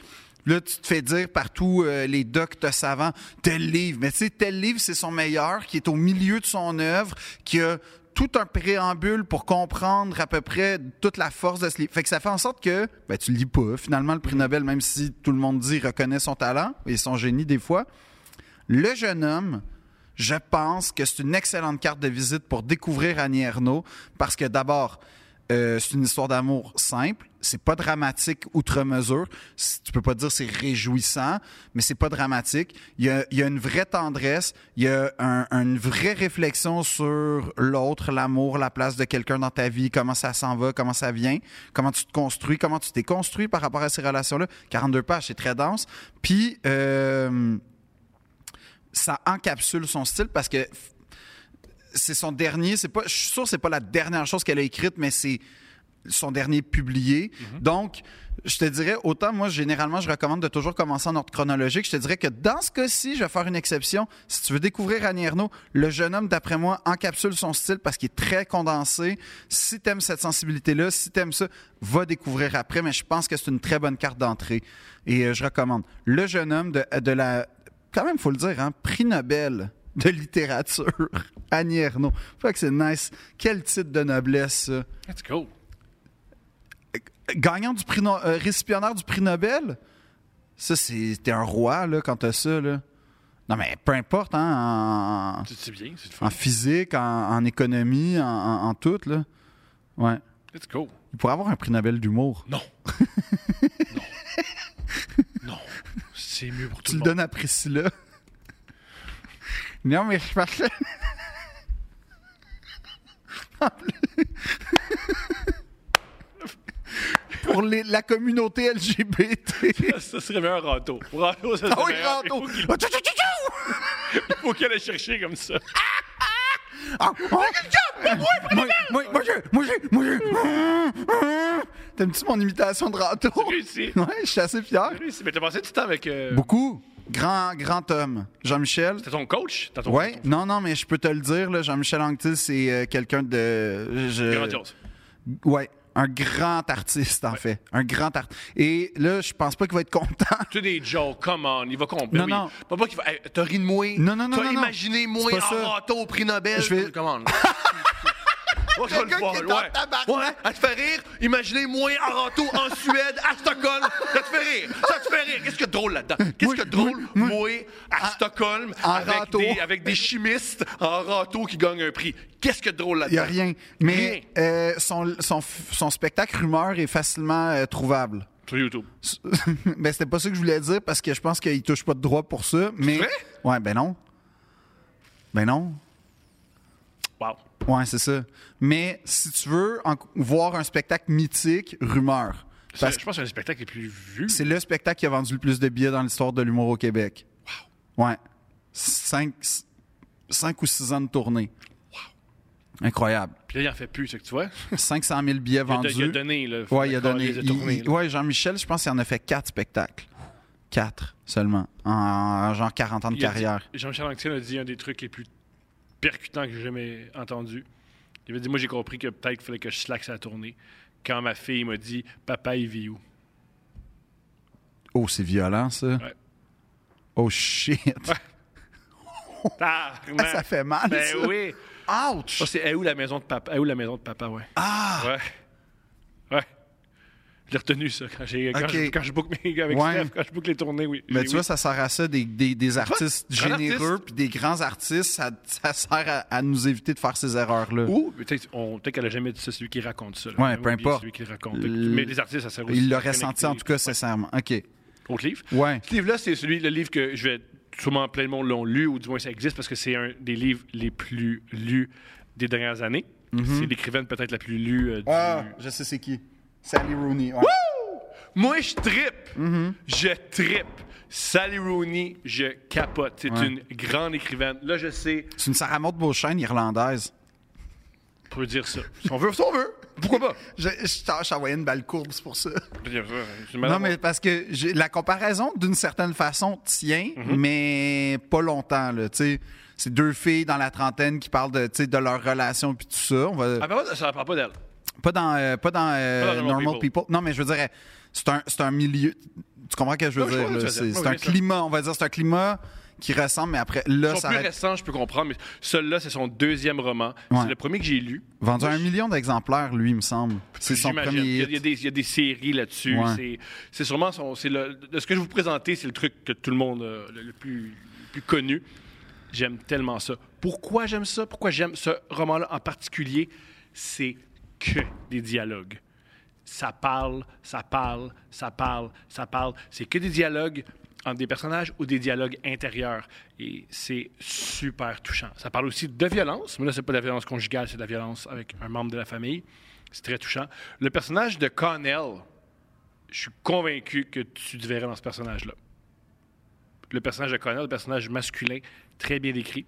Speaker 1: Là, tu te fais dire partout euh, les doctes savants, tel livre. Mais tu sais, tel livre, c'est son meilleur, qui est au milieu de son œuvre, qui a tout un préambule pour comprendre à peu près toute la force de ce livre. Fait que ça fait en sorte que ben, tu le lis pas. Finalement, le prix Nobel, même si tout le monde dit reconnaît son talent et son génie des fois, le jeune homme, je pense que c'est une excellente carte de visite pour découvrir Annie Ernaux parce que d'abord, Euh, c'est une histoire d'amour simple. C'est pas dramatique outre mesure. C- Tu peux pas dire c'est réjouissant, mais c'est pas dramatique. Il y a, il y a une vraie tendresse. Il y a un- une vraie réflexion sur l'autre, l'amour, la place de quelqu'un dans ta vie, comment ça s'en va, comment ça vient, comment tu te construis, comment tu t'es construit par rapport à ces relations-là. 42 pages, c'est très dense. Puis, euh, ça encapsule son style parce que c'est son dernier. C'est pas, je suis sûr que c'est pas la dernière chose qu'elle a écrite, mais c'est son dernier publié. Donc, je te dirais, autant moi, généralement, je recommande de toujours commencer en ordre chronologique. Je te dirais que dans ce cas-ci, je vais faire une exception. Si tu veux découvrir Annie Ernaux, le jeune homme, d'après moi, encapsule son style parce qu'il est très condensé. Si t'aimes cette sensibilité-là, si t'aimes ça, va découvrir après, mais je pense que c'est une très bonne carte d'entrée. Et euh, je recommande Le jeune homme de, de la quand même, faut le dire, hein, prix Nobel de littérature, Annie Ernaux. Fait que c'est nice. Quel titre de noblesse, ça.
Speaker 2: Let's go.
Speaker 1: Gagnant du prix, No- euh, récipiendaire du prix Nobel, ça, c'est, t'es un roi, là, quand t'as ça, là. Non, mais peu importe, hein,
Speaker 2: C'est- C'est bien, c'est le
Speaker 1: en, en
Speaker 2: fun.
Speaker 1: physique, en, en économie, en, en- en tout, là. Ouais.
Speaker 2: Let's go.
Speaker 1: Il pourrait avoir un prix Nobel d'humour.
Speaker 2: Non. non. Non. C'est mieux pour
Speaker 1: Tu
Speaker 2: tout
Speaker 1: le
Speaker 2: le monde.
Speaker 1: donnes à Priscilla. non, mais je parlais... En plus- Pour les- la communauté LGBT.
Speaker 2: Ça serait meilleur Ranto. Ranto, ça serait
Speaker 1: Ah oui,
Speaker 2: meilleur. hein, Il
Speaker 1: Ranto!
Speaker 2: faut qu'il-
Speaker 1: Ah, tchou, tchou, tchou, tchou!
Speaker 2: Il faut qu'elle aille chercher comme ça.
Speaker 1: Ah, ah, Moi, moi, moi, je- moi, je- moi, je- T'aimes-tu mon imitation de Ranto?
Speaker 2: réussi.
Speaker 1: Ouais, je suis assez fier.
Speaker 2: Oui, c'est- Mais t'as passé du temps avec. euh,
Speaker 1: Beaucoup. Grand, grand homme. Jean-Michel.
Speaker 2: T'as ton coach? T'as ton
Speaker 1: Ouais,
Speaker 2: ton-
Speaker 1: non, non, mais je peux te le dire, là, Jean-Michel Anctil, c'est euh, quelqu'un de. je-
Speaker 2: Grandiose.
Speaker 1: Ouais, un grand artiste, en fait. Un grand artiste. Et là, je pense pas qu'il va être content.
Speaker 2: Tu des jokes, come on, il va comprendre.
Speaker 1: Non, non.
Speaker 2: Pas pas qu'il va. Hey, t'as ri de moi.
Speaker 1: Non, non, non,
Speaker 2: T'as
Speaker 1: non, non.
Speaker 2: imaginé moi
Speaker 1: C'est pas ça.
Speaker 2: en râteau au prix Nobel.
Speaker 1: Je vais-
Speaker 2: Come on. Moi, je vais le
Speaker 1: gars
Speaker 2: voir,
Speaker 1: qui est
Speaker 2: ouais.
Speaker 1: en tabarnak.
Speaker 2: Ouais, elle te fait rire. Imaginez moi en râteau en Suède, à Stockholm. Ça te fait rire. Ça te fait rire. Qu'est-ce que drôle là-dedans? Qu'est-ce
Speaker 1: Moi,
Speaker 2: que drôle, moi,
Speaker 1: moi,
Speaker 2: à Stockholm,
Speaker 1: en
Speaker 2: avec
Speaker 1: râteau.
Speaker 2: des, avec des chimistes en râteau qui gagnent un prix? Qu'est-ce que drôle
Speaker 1: Il y
Speaker 2: là-dedans?
Speaker 1: a rien. Mais euh, son, son, son spectacle Rumeur est facilement euh, trouvable.
Speaker 2: Sur YouTube.
Speaker 1: ben, c'était pas ça que je voulais dire parce que je pense qu'il touche pas de droit pour ça. Mais.
Speaker 2: vrai?
Speaker 1: Ouais, ben non. Ben non.
Speaker 2: Wow.
Speaker 1: Ouais, c'est ça. Mais si tu veux en- voir un spectacle mythique, Rumeur.
Speaker 2: C'est-
Speaker 1: Parce
Speaker 2: Je pense que c'est un des spectacles les plus vus.
Speaker 1: C'est le spectacle qui a vendu le plus de billets dans l'histoire de l'humour au Québec. Ouais. Cinq, cinq ou six ans de tournée. Incroyable.
Speaker 2: Puis là, il en fait plus, c'est que tu vois.
Speaker 1: 500 000 billets
Speaker 2: Il a,
Speaker 1: vendus.
Speaker 2: il a donné, là.
Speaker 1: Ouais, il a donné.
Speaker 2: les
Speaker 1: il-
Speaker 2: tournées,
Speaker 1: il-
Speaker 2: là.
Speaker 1: ouais, Jean-Michel, je pense qu'il en a fait quatre spectacles. Quatre seulement. En, en genre 40 ans de
Speaker 2: Il a
Speaker 1: carrière.
Speaker 2: dit- Jean-Michel Anctil a dit un des trucs les plus percutants que j'ai jamais entendu. Il avait dit Moi, j'ai compris que peut-être qu'il fallait que je slack sa tournée. Quand ma fille m'a dit Papa, il vit où
Speaker 1: Oh, c'est violent, ça.
Speaker 2: Ouais.
Speaker 1: Oh, shit. Ah, ça fait mal,
Speaker 2: Ben
Speaker 1: ça.
Speaker 2: oui.
Speaker 1: Ouch!
Speaker 2: Ça, c'est Eh où la maison de papa Eh où la maison de papa, ouais.
Speaker 1: Ah!
Speaker 2: Ouais. Ouais. Je l'ai retenu, ça, quand, j'ai, quand,
Speaker 1: Ok.
Speaker 2: je, quand je book mes avec
Speaker 1: Ouais.
Speaker 2: Steph, quand je book les tournées, oui.
Speaker 1: Mais
Speaker 2: J'ai-
Speaker 1: tu
Speaker 2: ben oui.
Speaker 1: vois, ça sert à ça, des, des, des artistes
Speaker 2: grand artiste.
Speaker 1: généreux puis des grands artistes, ça, ça sert à, à nous éviter de faire ces erreurs-là.
Speaker 2: Ou peut-être on- peut-être qu'elle a jamais dit ça, celui qui raconte ça. là.
Speaker 1: Ouais,
Speaker 2: On
Speaker 1: peu
Speaker 2: oublie
Speaker 1: importe.
Speaker 2: Celui qui le raconte.
Speaker 1: Le-
Speaker 2: Mais les artistes, ça sert aussi.
Speaker 1: Il
Speaker 2: à
Speaker 1: l'aurait
Speaker 2: connecter.
Speaker 1: senti, en tout cas, sincèrement. OK.
Speaker 2: Autre livre.
Speaker 1: Ouais.
Speaker 2: Ce livre-là, c'est celui, le livre que je vais sûrement plein de monde l'ont lu, ou du moins ça existe, parce que c'est un des livres les plus lus des dernières années.
Speaker 1: Mm-hmm.
Speaker 2: C'est l'écrivaine peut-être la plus lue euh, du...
Speaker 1: Ah, je sais c'est qui. Sally Rooney. ouais.
Speaker 2: Moi, je trippe!
Speaker 1: Mm-hmm.
Speaker 2: Je trippe! Sally Rooney, je capote. C'est
Speaker 1: Ouais.
Speaker 2: une grande écrivaine. Là, je sais,
Speaker 1: C'est une Sarah Maud Beauchesne irlandaise.
Speaker 2: on peut dire ça. Si on veut, si on veut. Pourquoi pas?
Speaker 1: Je, je t'en- je t'envoyais une balle courbe, c'est pour ça.
Speaker 2: C'est une
Speaker 1: Non,
Speaker 2: madame-
Speaker 1: mais parce que j'ai- la comparaison, d'une certaine façon, tient,
Speaker 2: Mhm.
Speaker 1: mais pas longtemps. Là, tu sais. c'est deux filles dans la trentaine qui parlent de, tu sais, de leur relation puis tout ça. On va...
Speaker 2: Ah, par contre, ça ne parle pas d'elle.
Speaker 1: Pas dans, euh, pas dans, euh,
Speaker 2: Pas dans
Speaker 1: Normal, people.
Speaker 2: Normal People.
Speaker 1: Non, mais je veux dire, euh, c'est un, c'est un milieu. Tu comprends ce que je veux
Speaker 2: Oui, je
Speaker 1: dire?
Speaker 2: comprends
Speaker 1: là?
Speaker 2: ce que tu
Speaker 1: C'est
Speaker 2: veux dire.
Speaker 1: c'est
Speaker 2: Oui,
Speaker 1: un
Speaker 2: oui, ça.
Speaker 1: climat, on va dire, c'est un climat qui ressemble, mais après, là,
Speaker 2: Son
Speaker 1: ça
Speaker 2: plus
Speaker 1: arrête.
Speaker 2: récent, je peux comprendre, mais celui-là, c'est son deuxième roman.
Speaker 1: Ouais.
Speaker 2: C'est le premier que j'ai lu.
Speaker 1: Vendu à un
Speaker 2: Moi, je-
Speaker 1: million d'exemplaires, lui, il me semble. C'est son
Speaker 2: J'imagine.
Speaker 1: premier
Speaker 2: Il y a, il y a
Speaker 1: hit.
Speaker 2: des, il y a des séries là-dessus.
Speaker 1: Ouais.
Speaker 2: C'est- C'est sûrement son. c'est le- de ce que je vous présentez, c'est le truc que tout le monde euh, le, le plus, le plus connu. J'aime tellement ça. Pourquoi j'aime ça Pourquoi j'aime ce roman-là en particulier C'est que des dialogues. Ça parle, ça parle, ça parle, ça parle. C'est que des dialogues entre des personnages ou des dialogues intérieurs. Et c'est super touchant. Ça parle aussi de violence, mais là, c'est pas de la violence conjugale, c'est de la violence avec un membre de la famille. C'est très touchant. Le personnage de Connell, je suis convaincu que tu te verrais dans ce personnage-là. Le personnage de Connell, le personnage masculin, très bien décrit.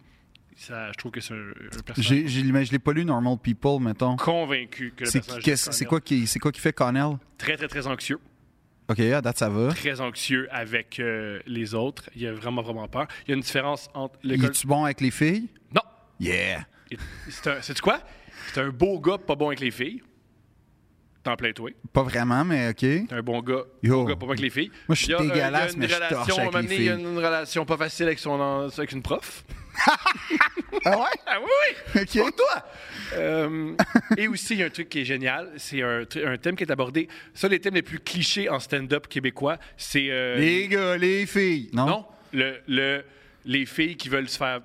Speaker 2: Ça, je trouve que c'est un, un personnage.
Speaker 1: J'ai, j'ai- mais je l'ai pas lu Normal People, mettons.
Speaker 2: convaincu que le
Speaker 1: C'est,
Speaker 2: personnage
Speaker 1: qui-
Speaker 2: de
Speaker 1: qu'est-ce- c'est
Speaker 2: Connell-
Speaker 1: quoi qui, c'est quoi qui fait Connell?
Speaker 2: très très très anxieux,
Speaker 1: Ok, à date, ça va.
Speaker 2: très anxieux avec euh, les autres. Il a vraiment vraiment peur. Il y a une différence entre
Speaker 1: Il
Speaker 2: l'école.
Speaker 1: est-tu bon avec les filles?
Speaker 2: Non,
Speaker 1: Yeah!
Speaker 2: Il- c'est un, c'est quoi C'est un beau gars pas bon avec les filles. T'en plains toi.
Speaker 1: Pas vraiment, mais ok.
Speaker 2: T'es un bon gars,
Speaker 1: Yo.
Speaker 2: bon gars pas bon avec les filles.
Speaker 1: Moi, je suis
Speaker 2: Il y a, euh, il y a
Speaker 1: dégueulasse,
Speaker 2: une
Speaker 1: mais je suis
Speaker 2: relation,
Speaker 1: torche avec
Speaker 2: à un moment
Speaker 1: les
Speaker 2: donné, Il y a une relation pas facile avec son en- avec une prof.
Speaker 1: Ah ouais?
Speaker 2: Ah oui, oui.
Speaker 1: Ok.
Speaker 2: Pour toi! Euh, et aussi, il y a un truc qui est génial, c'est un, tru- un thème qui est abordé. Ça, les thèmes les plus clichés en stand-up québécois, c'est. euh,
Speaker 1: Les gars, les filles. Non?
Speaker 2: Non, le, le- les filles qui veulent se faire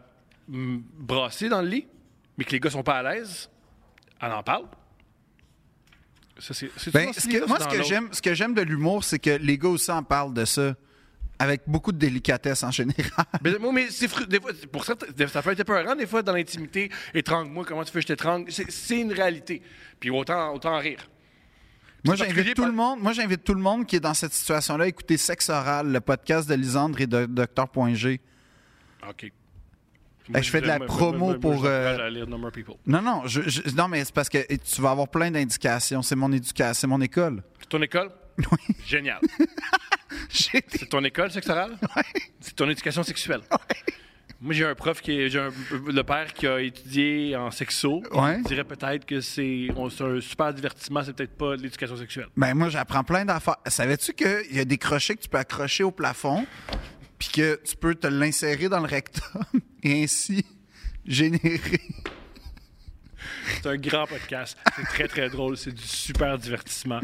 Speaker 2: mm, brasser dans le lit, mais que les gars sont pas à l'aise, on en parle. Ça, c'est. c'est-tu
Speaker 1: Ben,
Speaker 2: dans
Speaker 1: ce que,
Speaker 2: livre-là, c'est
Speaker 1: moi,
Speaker 2: dans
Speaker 1: ce que,
Speaker 2: l'autre?
Speaker 1: j'aime, ce que j'aime de l'humour, c'est que les gars aussi en parlent de ça. Avec beaucoup de délicatesse en général.
Speaker 2: Mais, Ben, moi, mais c'est fru- des fois, c'est pour ça, que ça fait un peu peurant, des fois, dans l'intimité. Étrangle-moi, comment tu fais, je t'étrangle. C'est, c'est une réalité. Puis autant, autant en rire.
Speaker 1: Moi,
Speaker 2: C'est
Speaker 1: j'invite
Speaker 2: particulier
Speaker 1: tout
Speaker 2: par-
Speaker 1: le monde. Moi, j'invite tout le monde qui est dans cette situation-là à écouter Sexe Oral, le podcast de Lisandre et de Docteur.g.
Speaker 2: OK.
Speaker 1: je fais de la promo pour, euh, Non, non, je- je- non, mais c'est parce que tu vas avoir plein d'indications. C'est mon éducation, c'est mon école.
Speaker 2: C'est ton école?
Speaker 1: Oui.
Speaker 2: Génial.
Speaker 1: J'ai été-
Speaker 2: C'est ton école sectorale? C'est ton éducation sexuelle? Moi, j'ai un prof qui est. J'ai un- le père qui a étudié en sexo.
Speaker 1: Ouais.
Speaker 2: Je dirais peut-être que c'est, on- c'est un super divertissement, c'est peut-être pas de l'éducation sexuelle.
Speaker 1: Ben moi, j'apprends plein d'affaires. Savais-tu qu'il y a des crochets que tu peux accrocher au plafond, puis que tu peux te l'insérer dans le rectum et ainsi générer.
Speaker 2: C'est un grand podcast. C'est très, très drôle. C'est du super divertissement.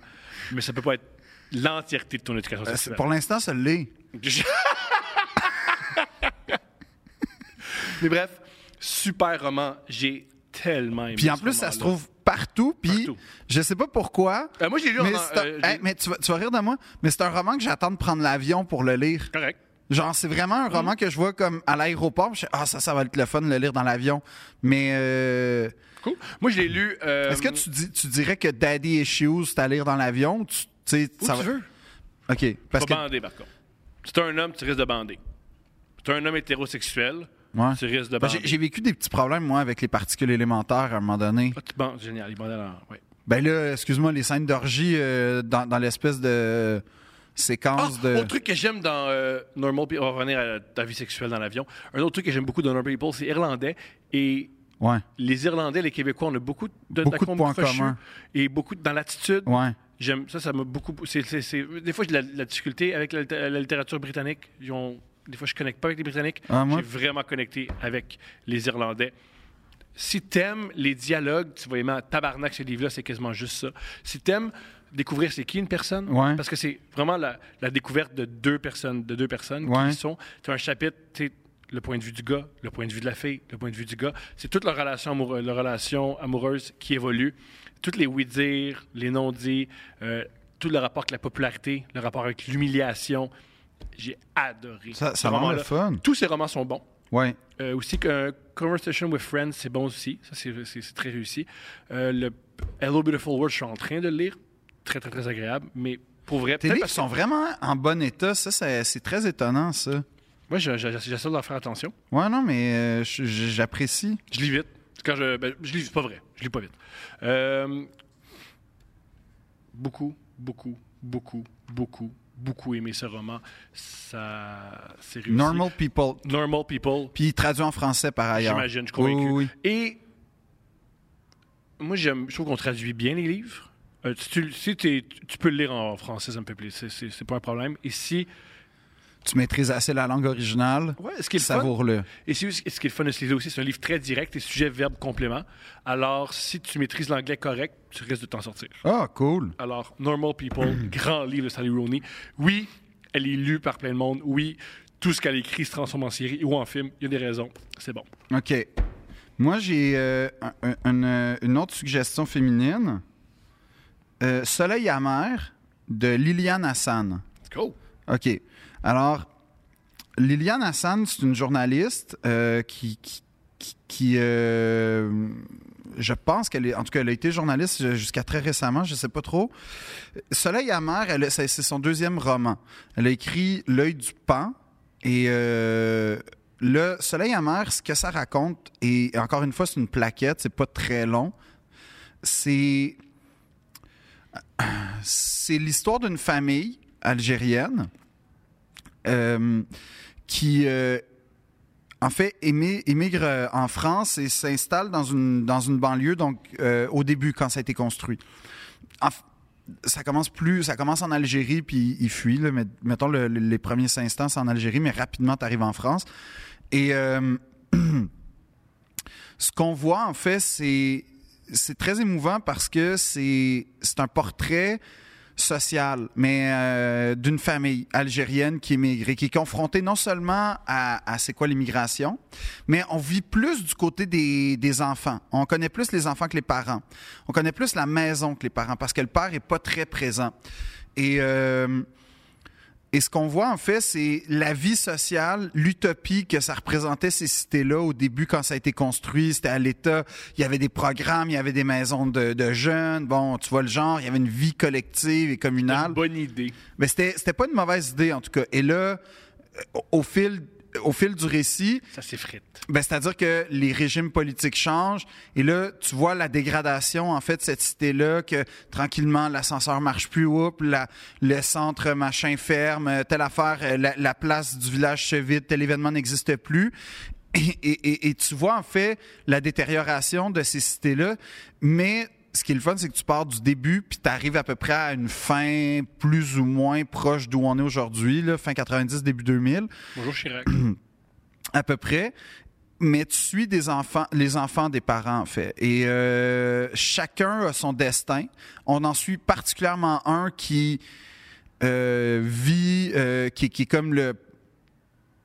Speaker 2: Mais ça peut pas être l'entièreté de ton éducation
Speaker 1: Euh, c'est-
Speaker 2: sexuelle.
Speaker 1: Pour l'instant, ça l'est.
Speaker 2: Mais bref, super roman. J'ai tellement aimé
Speaker 1: Puis en
Speaker 2: ce
Speaker 1: plus, ça se
Speaker 2: roman-là.
Speaker 1: trouve partout. Puis
Speaker 2: Partout.
Speaker 1: je sais pas pourquoi.
Speaker 2: Euh, moi, j'ai lu en-
Speaker 1: mais,
Speaker 2: euh,
Speaker 1: c'est un-
Speaker 2: j'ai-
Speaker 1: Hey, mais tu, vas, tu vas rire de moi, mais c'est un roman que j'attends de prendre l'avion pour le lire.
Speaker 2: Correct.
Speaker 1: Genre, c'est vraiment
Speaker 2: Mm.
Speaker 1: un roman que je vois comme à l'aéroport. puis Je sais, ah, ça, ça va être le fun de le lire dans l'avion. Mais euh,
Speaker 2: Cool. Moi, je l'ai lu. euh,
Speaker 1: est-ce que tu, dis, tu dirais que Daddy Issues, c'est à lire dans l'avion? ou Tu, tu sais,
Speaker 2: où
Speaker 1: ça
Speaker 2: tu
Speaker 1: va-
Speaker 2: veux?
Speaker 1: OK. Parce que
Speaker 2: Pas bandé, par contre. Si t'es un homme, tu risques de bander. Si t'es un homme hétérosexuel,
Speaker 1: Ouais.
Speaker 2: tu risques de
Speaker 1: Ben,
Speaker 2: bander.
Speaker 1: j'ai- j'ai vécu des petits problèmes, moi, avec les particules élémentaires à un moment donné.
Speaker 2: Ah, tu bandes, génial. Il bandait dans... ouais.
Speaker 1: Ben là, excuse-moi, les scènes d'orgie euh, dans, dans l'espèce de
Speaker 2: Ah,
Speaker 1: séquence de.
Speaker 2: Autre truc que j'aime dans euh, Normal People, on va revenir à ta vie sexuelle dans l'avion. Un autre truc que j'aime beaucoup dans Normal People, c'est irlandais. Et
Speaker 1: Ouais,
Speaker 2: les Irlandais, les Québécois, on a beaucoup de,
Speaker 1: Beaucoup de
Speaker 2: d'accomptes
Speaker 1: points
Speaker 2: crochus
Speaker 1: communs.
Speaker 2: Et beaucoup de- dans l'attitude.
Speaker 1: ouais.
Speaker 2: J'aime ça, ça m'a beaucoup. c'est- c'est- c'est- Des fois, j'ai de la, la difficulté avec la, litté- la littérature britannique. Ils ont- Des fois, je connecte pas avec les Britanniques.
Speaker 1: Ah, moi?
Speaker 2: J'ai vraiment connecté avec les Irlandais. Si t'aimes les dialogues, tu vas aimer en tabarnak ce livre-là, c'est quasiment juste ça. Si t'aimes découvrir c'est qui une personne,
Speaker 1: Ouais.
Speaker 2: parce que c'est vraiment la, la découverte de deux personnes, de deux personnes
Speaker 1: Ouais.
Speaker 2: qui sont. T'as un chapitre, t'sais, le point de vue du gars, le point de vue de la fille, le point de vue du gars. C'est toute leur relation, amoure- leur relation amoureuse qui évolue. Toutes les oui-dire, les non-dits, euh, tout le rapport avec la popularité, le rapport avec l'humiliation. J'ai adoré.
Speaker 1: Ça-
Speaker 2: ce
Speaker 1: ça a vraiment
Speaker 2: roman-là.
Speaker 1: le fun.
Speaker 2: Tous ces romans sont bons.
Speaker 1: Ouais.
Speaker 2: Euh, aussi, que Conversation with Friends, c'est bon aussi. Ça, c'est c'est- c'est très réussi. Euh, le Hello Beautiful World, je suis en train de le lire. Très, très, très agréable. Mais pour vrai,
Speaker 1: Tes
Speaker 2: peut-être
Speaker 1: livres
Speaker 2: parce que-
Speaker 1: sont vraiment en bon état. Ça, ça- c'est très étonnant, ça.
Speaker 2: Moi, je- je- j'essaie d'en faire attention.
Speaker 1: Ouais, non, mais euh, je- je- j'apprécie.
Speaker 2: Je lis vite. Quand je, ben, je lis, c'est pas vrai. Je lis pas vite. Euh, beaucoup, beaucoup, beaucoup, beaucoup, beaucoup aimé ce roman. Ça, c'est réussi.
Speaker 1: Normal People.
Speaker 2: Normal People.
Speaker 1: Puis traduit en français par ailleurs.
Speaker 2: J'imagine, je suis
Speaker 1: Oui,
Speaker 2: convaincu.
Speaker 1: oui, oui.
Speaker 2: Et moi, j'aime, je trouve qu'on traduit bien les livres. Euh, si tu, si t'es- tu peux le lire en français, ça me fait plaisir. C'est- C'est c'est pas un problème. Et si.
Speaker 1: Tu maîtrises assez la langue originale.
Speaker 2: Ouais, ce qui est le fun-
Speaker 1: Savoure-le.
Speaker 2: Et c'est aussi- ce qui est le fun de ce livre aussi, c'est un livre très direct et sujet, verbe, complément. Alors, si tu maîtrises l'anglais correct, tu risques de t'en sortir.
Speaker 1: Ah, cool.
Speaker 2: Alors, Normal People, grand livre de Sally Rooney. Oui, elle est lue par plein de monde. Oui, tout ce qu'elle écrit se transforme en série ou en film. Il y a des raisons. C'est bon.
Speaker 1: euh, OK. Moi, j'ai euh, un- un- une, une autre suggestion féminine. euh, Soleil amer de Liliane Hassan.
Speaker 2: Let's go.
Speaker 1: OK. Alors, Liliane Hassan, c'est une journaliste euh, qui. qui- qui- qui, euh, je pense qu'elle est. En tout cas, elle a été journaliste euh, jusqu'à très récemment, je ne sais pas trop. Soleil amer, elle a- c'est c'est son deuxième roman. Elle a écrit L'œil du pan. Et euh, le Soleil amer, ce que ça raconte, et encore une fois, c'est une plaquette, c'est pas très long. C'est c'est l'histoire d'une famille algérienne euh, qui, euh, en fait, émi- émigre euh, en France et s'installe dans une, dans une banlieue, donc euh, au début, quand ça a été construit. En f- ça commence plus, ça commence en Algérie, puis il fuit, là, mais, mettons le- le- les premiers instants, c'est en Algérie, mais rapidement, tu arrives en France. Et euh, ce qu'on voit, en fait, c'est c'est très émouvant parce que c'est c'est un portrait social, mais euh, d'une famille algérienne qui émigre et qui est confrontée non seulement à, à c'est quoi l'immigration, mais on vit plus du côté des, des enfants. On connaît plus les enfants que les parents. On connaît plus la maison que les parents parce que le père est pas très présent. Et euh, et ce qu'on voit, en fait, c'est la vie sociale, l'utopie que ça représentait ces cités-là au début quand ça a été construit. C'était à l'État. Il y avait des programmes, il y avait des maisons de, de jeunes. Bon, tu vois le genre, il y avait une vie collective et communale.
Speaker 2: Une bonne idée.
Speaker 1: Mais c'était, c'était pas une mauvaise idée, en tout cas. Et là, euh, au- au fil, au fil du récit,
Speaker 2: Ça s'effrite.
Speaker 1: ben, c'est-à-dire que les régimes politiques changent et là, tu vois la dégradation, en fait, de cette cité-là, que tranquillement, l'ascenseur marche plus, oups, la- le centre machin ferme, euh, telle affaire, euh, la, la place du village se vide, tel événement n'existe plus. Et, et- et- et tu vois, en fait, la détérioration de ces cités-là, mais ce qui est le fun, c'est que tu pars du début, puis tu arrives à peu près à une fin plus ou moins proche d'où on est aujourd'hui, là, fin 90, début 2000
Speaker 2: Bonjour Chirac.
Speaker 1: à peu près. Mais tu suis des enfants, les enfants des parents, en fait. Et euh, chacun a son destin. On en suit particulièrement un qui euh, vit, euh, qui, qui est comme le.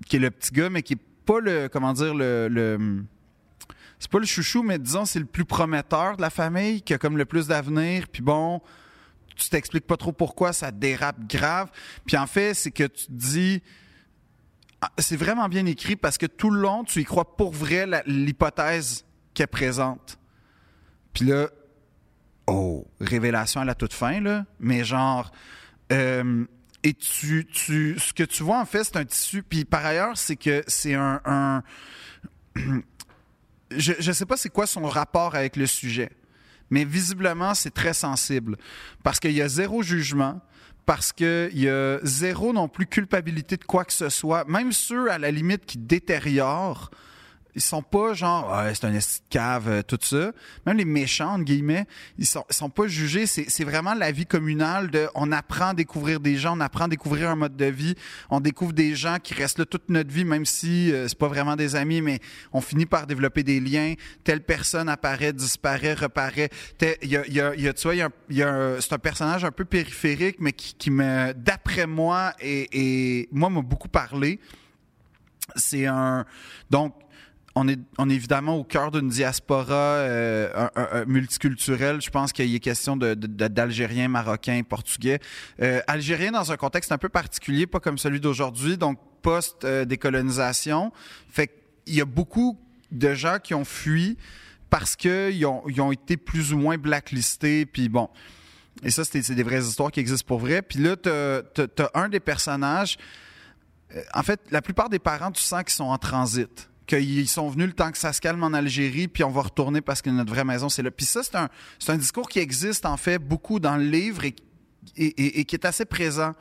Speaker 1: qui est le petit gars, mais qui est pas le. comment dire, le. le- c'est pas le chouchou, mais disons, c'est le plus prometteur de la famille, qui a comme le plus d'avenir. Puis bon, tu t'expliques pas trop pourquoi ça dérape grave. Puis en fait, c'est que tu te dis. Ah, c'est vraiment bien écrit parce que tout le long, tu y crois pour vrai la- l'hypothèse qu'elle présente. Puis là, oh, révélation à la toute fin, là. Mais genre, euh, et tu, tu, ce que tu vois, en fait, c'est un tissu. Puis par ailleurs, c'est que c'est un. un- je, je sais pas c'est quoi son rapport avec le sujet, mais visiblement, c'est très sensible. Parce qu'il y a zéro jugement, parce qu'il y a zéro non plus culpabilité de quoi que ce soit. Même ceux, à la limite, qui détériorent, ils sont pas genre Ouais, c'est un esti de cave euh, tout ça même les méchants entre guillemets ils sont ils sont pas jugés c'est c'est vraiment la vie communale de on apprend à découvrir des gens on apprend à découvrir un mode de vie on découvre des gens qui restent là toute notre vie même si euh, c'est pas vraiment des amis mais on finit par développer des liens telle personne apparaît disparaît reparaît Tel- il y a il y a, il y a- tu vois il y a un- il y a un- c'est un personnage un peu périphérique mais qui, qui me d'après moi et, et moi m'a beaucoup parlé c'est un. Donc, on est, on est évidemment au cœur d'une diaspora euh, un- un- un multiculturelle. Je pense qu'il y est question de- de- de- d'Algériens, Marocains, Portugais. Euh, Algériens dans un contexte un peu particulier, pas comme celui d'aujourd'hui, donc post-décolonisation. Fait qu'il y a beaucoup de gens qui ont fui parce qu'ils ont, ils ont été plus ou moins blacklistés. Puis bon, et ça, c'est c'est des vraies histoires qui existent pour vrai. Puis là, t'as t'as- t'as un des personnages euh, en fait, la plupart des parents, tu sens qu'ils sont en transit, qu'ils sont venus le temps que ça se calme en Algérie, puis on va retourner parce que notre vraie maison, c'est là. Puis ça, c'est un, c'est un discours qui existe, en fait, beaucoup dans le livre et, et- et- et qui est assez présent.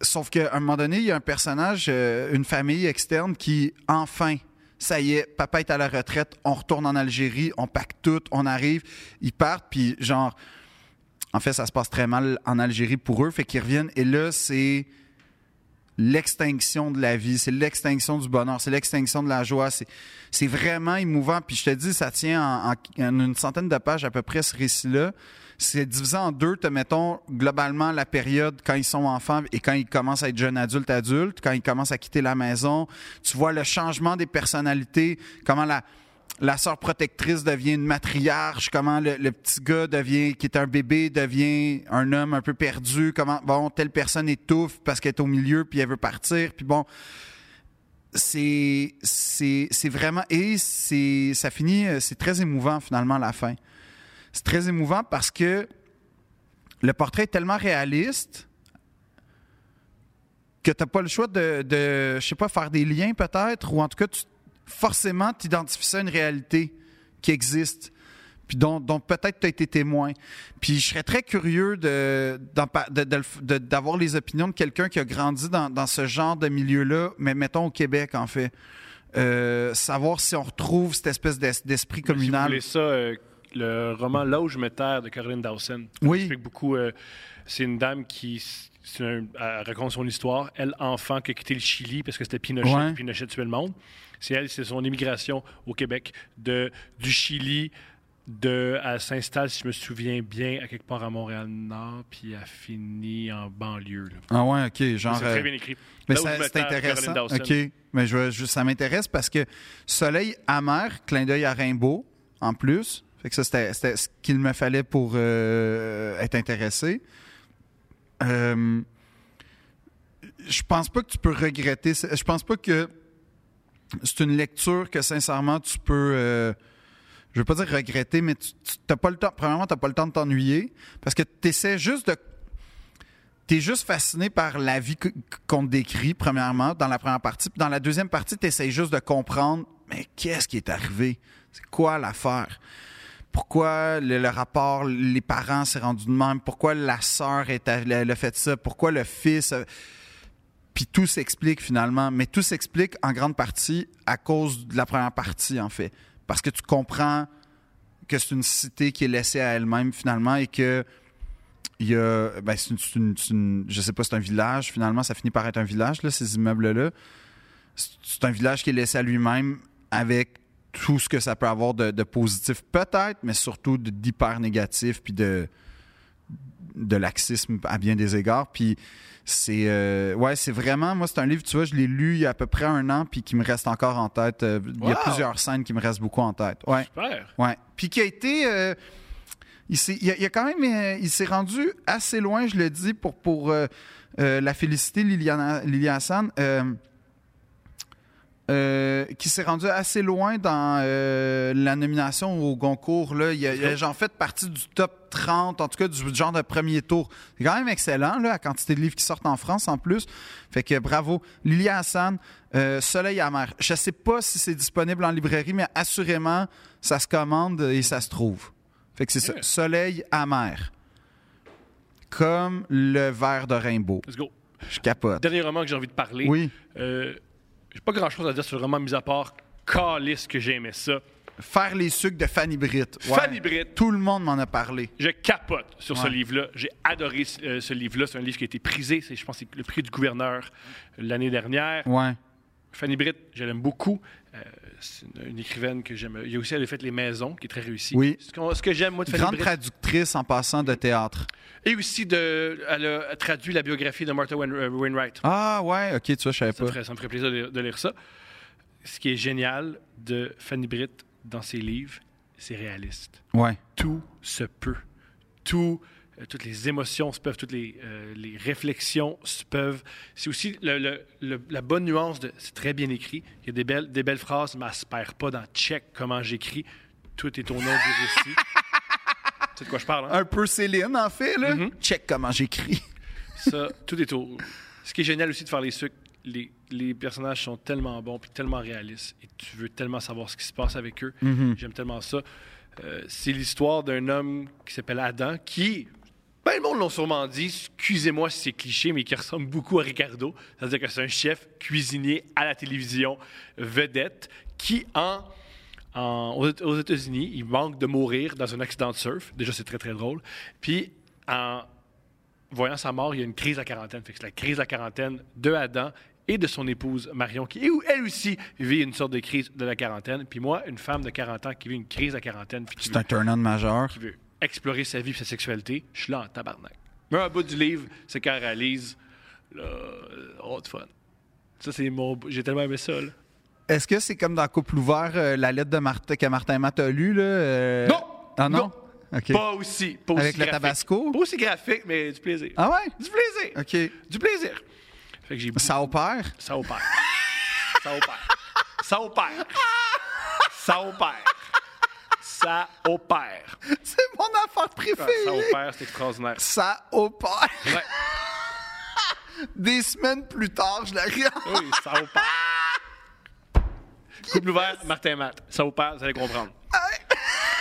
Speaker 1: Sauf qu'à un moment donné, il y a un personnage, euh, une famille externe qui, enfin, ça y est, papa est à la retraite, on retourne en Algérie, on pack tout, on arrive, ils partent, puis genre, en fait, ça se passe très mal en Algérie pour eux, fait qu'ils reviennent, et là, c'est l'extinction de la vie, c'est l'extinction du bonheur, c'est l'extinction de la joie. C'est, c'est vraiment émouvant. Puis je te dis, ça tient en, en- en une centaine de pages à peu près ce récit-là. C'est divisé en deux, te mettons globalement la période quand ils sont enfants et quand ils commencent à être jeunes adultes, adultes, quand ils commencent à quitter la maison. Tu vois le changement des personnalités, comment la, la sœur protectrice devient une matriarche, comment le, le petit gars devient, qui est un bébé, devient un homme un peu perdu, comment, bon, telle personne étouffe parce qu'elle est au milieu, puis elle veut partir, puis bon. C'est, c'est, c'est vraiment, et c'est, ça finit, euh, c'est très émouvant finalement à la fin. C'est très émouvant parce que le portrait est tellement réaliste que t'as pas le choix de, de, je sais pas, faire des liens peut-être, ou en tout cas, tu, forcément, t'identifies ça à une réalité qui existe, puis dont, dont peut-être tu as été témoin. Puis je serais très curieux de, d'en par- de- de le f- de- d'avoir les opinions de quelqu'un qui a grandi dans, dans ce genre de milieu-là, mais mettons au Québec, en fait. Euh, savoir si on retrouve cette espèce d'es- d'esprit
Speaker 2: Si vous
Speaker 1: communal.
Speaker 2: voulez ça, euh, le roman Là où je me terre de Caroline Dawson.
Speaker 1: Oui.
Speaker 2: Ça explique beaucoup. euh, c'est une dame qui. C'est un- elle raconte son histoire. Elle, enfant, qui a quitté le Chili parce que c'était Pinochet.
Speaker 1: Ouais.
Speaker 2: Pinochet tuait le monde. C'est elle, c'est son immigration au Québec de, du Chili. De, elle s'installe, si je me souviens bien, à quelque part à Montréal-Nord, puis elle finit en banlieue. là.
Speaker 1: Ah ouais, ok, genre.
Speaker 2: C'est
Speaker 1: euh,
Speaker 2: très bien écrit.
Speaker 1: Mais
Speaker 2: Là où
Speaker 1: ça-
Speaker 2: je me
Speaker 1: c'est
Speaker 2: terre,
Speaker 1: intéressant.
Speaker 2: Caroline Dawson.
Speaker 1: OK. Mais je, veux- je- ça m'intéresse parce que Soleil amer, clin d'œil à Rimbaud, en plus. Fait que ça, c'était, c'était ce qu'il me fallait pour euh, être intéressé. Euh, je pense pas que tu peux regretter. ce- Je pense pas que c'est une lecture que, sincèrement, tu peux. euh, je veux pas dire regretter, mais tu, tu- t'as pas le temps. Premièrement, t'as pas le temps de t'ennuyer parce que tu essaies juste de T'es juste fasciné par la vie que- qu'on te décrit, premièrement, dans la première partie. Puis dans la deuxième partie, t'essayes juste de comprendre, mais qu'est-ce qui est arrivé? C'est quoi l'affaire? Pourquoi le, le rapport, les parents s'est rendu de même? Pourquoi la sœur est allée- elle a fait ça? Pourquoi le fils? a- Puis tout s'explique finalement, mais tout s'explique en grande partie à cause de la première partie, en fait. Parce que tu comprends que c'est une cité qui est laissée à elle-même finalement et que il y a, ben, c'est une, c'est une- c'est une- je sais pas, c'est un village. Finalement, ça finit par être un village, là, ces immeubles-là. C'est- C'est un village qui est laissé à lui-même avec tout ce que ça peut avoir de, de positif, peut-être, mais surtout de- d'hyper négatif, puis de, de laxisme à bien des égards. Puis c'est, euh, ouais, c'est vraiment, moi, c'est un livre, tu vois, je l'ai lu il y a à peu près un an, puis qui me reste encore en tête. Euh, Il y a
Speaker 2: Wow!
Speaker 1: plusieurs scènes qui me restent beaucoup en tête. Ouais.
Speaker 2: Super.
Speaker 1: Ouais. Puis qui a été. euh, il, s'est, il, a, il a quand même. euh, il s'est rendu assez loin, je le dis, pour, pour euh, euh, la féliciter, Liliana, Lilian Hassan. euh, euh, qui s'est rendu assez loin dans euh, la nomination au Goncourt. Là. Il a, il a, genre, fait partie du top 30, en tout cas du genre de premier tour. C'est quand même excellent, là, la quantité de livres qui sortent en France en plus. Fait que bravo. Lilia Hassan, euh, Soleil amer. Je sais pas si c'est disponible en librairie, mais assurément, ça se commande et ça se trouve. Fait que c'est ça.
Speaker 2: Yeah.
Speaker 1: Soleil amer. Comme le verre de Rimbaud.
Speaker 2: Let's go.
Speaker 1: Je capote.
Speaker 2: Dernier roman que j'ai envie de parler.
Speaker 1: Oui.
Speaker 2: Euh, j'ai pas grand chose à dire sur le roman, mis à part Calice que j'aimais ça.
Speaker 1: Faire les sucres de Fanny Britt. Ouais.
Speaker 2: Fanny Britt.
Speaker 1: Tout le monde m'en a parlé.
Speaker 2: Je capote sur ce
Speaker 1: Ouais.
Speaker 2: livre-là. J'ai adoré euh, ce livre-là. C'est un livre qui a été prisé. C'est, je pense que c'est le prix du gouverneur euh, l'année dernière.
Speaker 1: Ouais.
Speaker 2: Fanny Britt, je l'aime beaucoup. Euh, c'est une, une écrivaine que j'aime. Il y a aussi, elle a fait Les Maisons, qui est très réussie.
Speaker 1: Oui.
Speaker 2: Ce, qu'on- ce que j'aime, moi, de Fanny
Speaker 1: Grande
Speaker 2: Britt.
Speaker 1: traductrice en passant de théâtre.
Speaker 2: Et aussi, de, elle a traduit la biographie de Martha Wain- euh, Wainwright.
Speaker 1: Ah ouais, ok, tu vois, je savais
Speaker 2: Ça me,
Speaker 1: pas.
Speaker 2: ferait, ça me ferait plaisir de, de lire ça. Ce qui est génial de Fanny Britt dans ses livres, c'est réaliste.
Speaker 1: Ouais.
Speaker 2: Tout se peut. Tout, euh, toutes les émotions se peuvent, toutes les, euh, les réflexions se peuvent. C'est aussi le- le- le- la bonne nuance de c'est très bien écrit. Il y a des belles, des belles phrases, mais elle se perd pas dans check comment j'écris. Tout est au nom du récit. tu sais de quoi je parle, hein?
Speaker 1: Un peu Céline, en fait, là.
Speaker 2: Mm-hmm.
Speaker 1: Check comment j'écris.
Speaker 2: Ça, tout est au. Ce qui est génial aussi de faire les sucres, les, les personnages sont tellement bons puis tellement réalistes et tu veux tellement savoir ce qui se passe avec eux. J'aime tellement ça. Euh, c'est l'histoire d'un homme qui s'appelle Adam qui. Ben, le monde l'ont sûrement dit, excusez-moi si c'est cliché, mais qui ressemble beaucoup à Ricardo. C'est-à-dire que c'est un chef cuisinier à la télévision, vedette, qui, en, en- aux, aux États-Unis, il manque de mourir dans un accident de surf. Déjà, c'est très, très drôle. Puis, en, voyant sa mort, il y a une crise à quarantaine. Fait que c'est la crise à quarantaine de Adam et de son épouse Marion, qui elle- elle aussi vit une sorte de crise de la quarantaine. Puis moi, une femme de 40 ans qui vit une crise à quarantaine, puis qui
Speaker 1: C'est un turn-on majeur.
Speaker 2: qui veut explorer sa vie et sa sexualité, je suis là en tabarnak. Mais un bout du livre, c'est quand elle euh, réalise, là, oh, de fun. Ça, c'est mon. J'ai tellement aimé ça, là.
Speaker 1: Est-ce que c'est comme dans Couple ouvert, euh, la lettre de Martin, que Martin Matt a lue? Là, euh,
Speaker 2: Non!
Speaker 1: Ah non?
Speaker 2: Non.
Speaker 1: OK.
Speaker 2: Pas aussi. Pas aussi
Speaker 1: Avec le
Speaker 2: graphique.
Speaker 1: tabasco?
Speaker 2: Pas aussi graphique, mais du plaisir.
Speaker 1: Ah ouais?
Speaker 2: Du plaisir.
Speaker 1: OK.
Speaker 2: Du plaisir. Fait que j'ai
Speaker 1: Ça opère?
Speaker 2: Ça opère. Ça opère. Ça opère. Ça opère. Ça opère.
Speaker 1: C'est mon affaire
Speaker 2: Ça
Speaker 1: préférée!
Speaker 2: opère, Ah, c'est extraordinaire.
Speaker 1: Ça opère!
Speaker 2: Ouais.
Speaker 1: Des semaines plus tard, je la regarde.
Speaker 2: Oui, ça opère. Couple ouvert, Martin Matt. Ça opère, vous allez comprendre.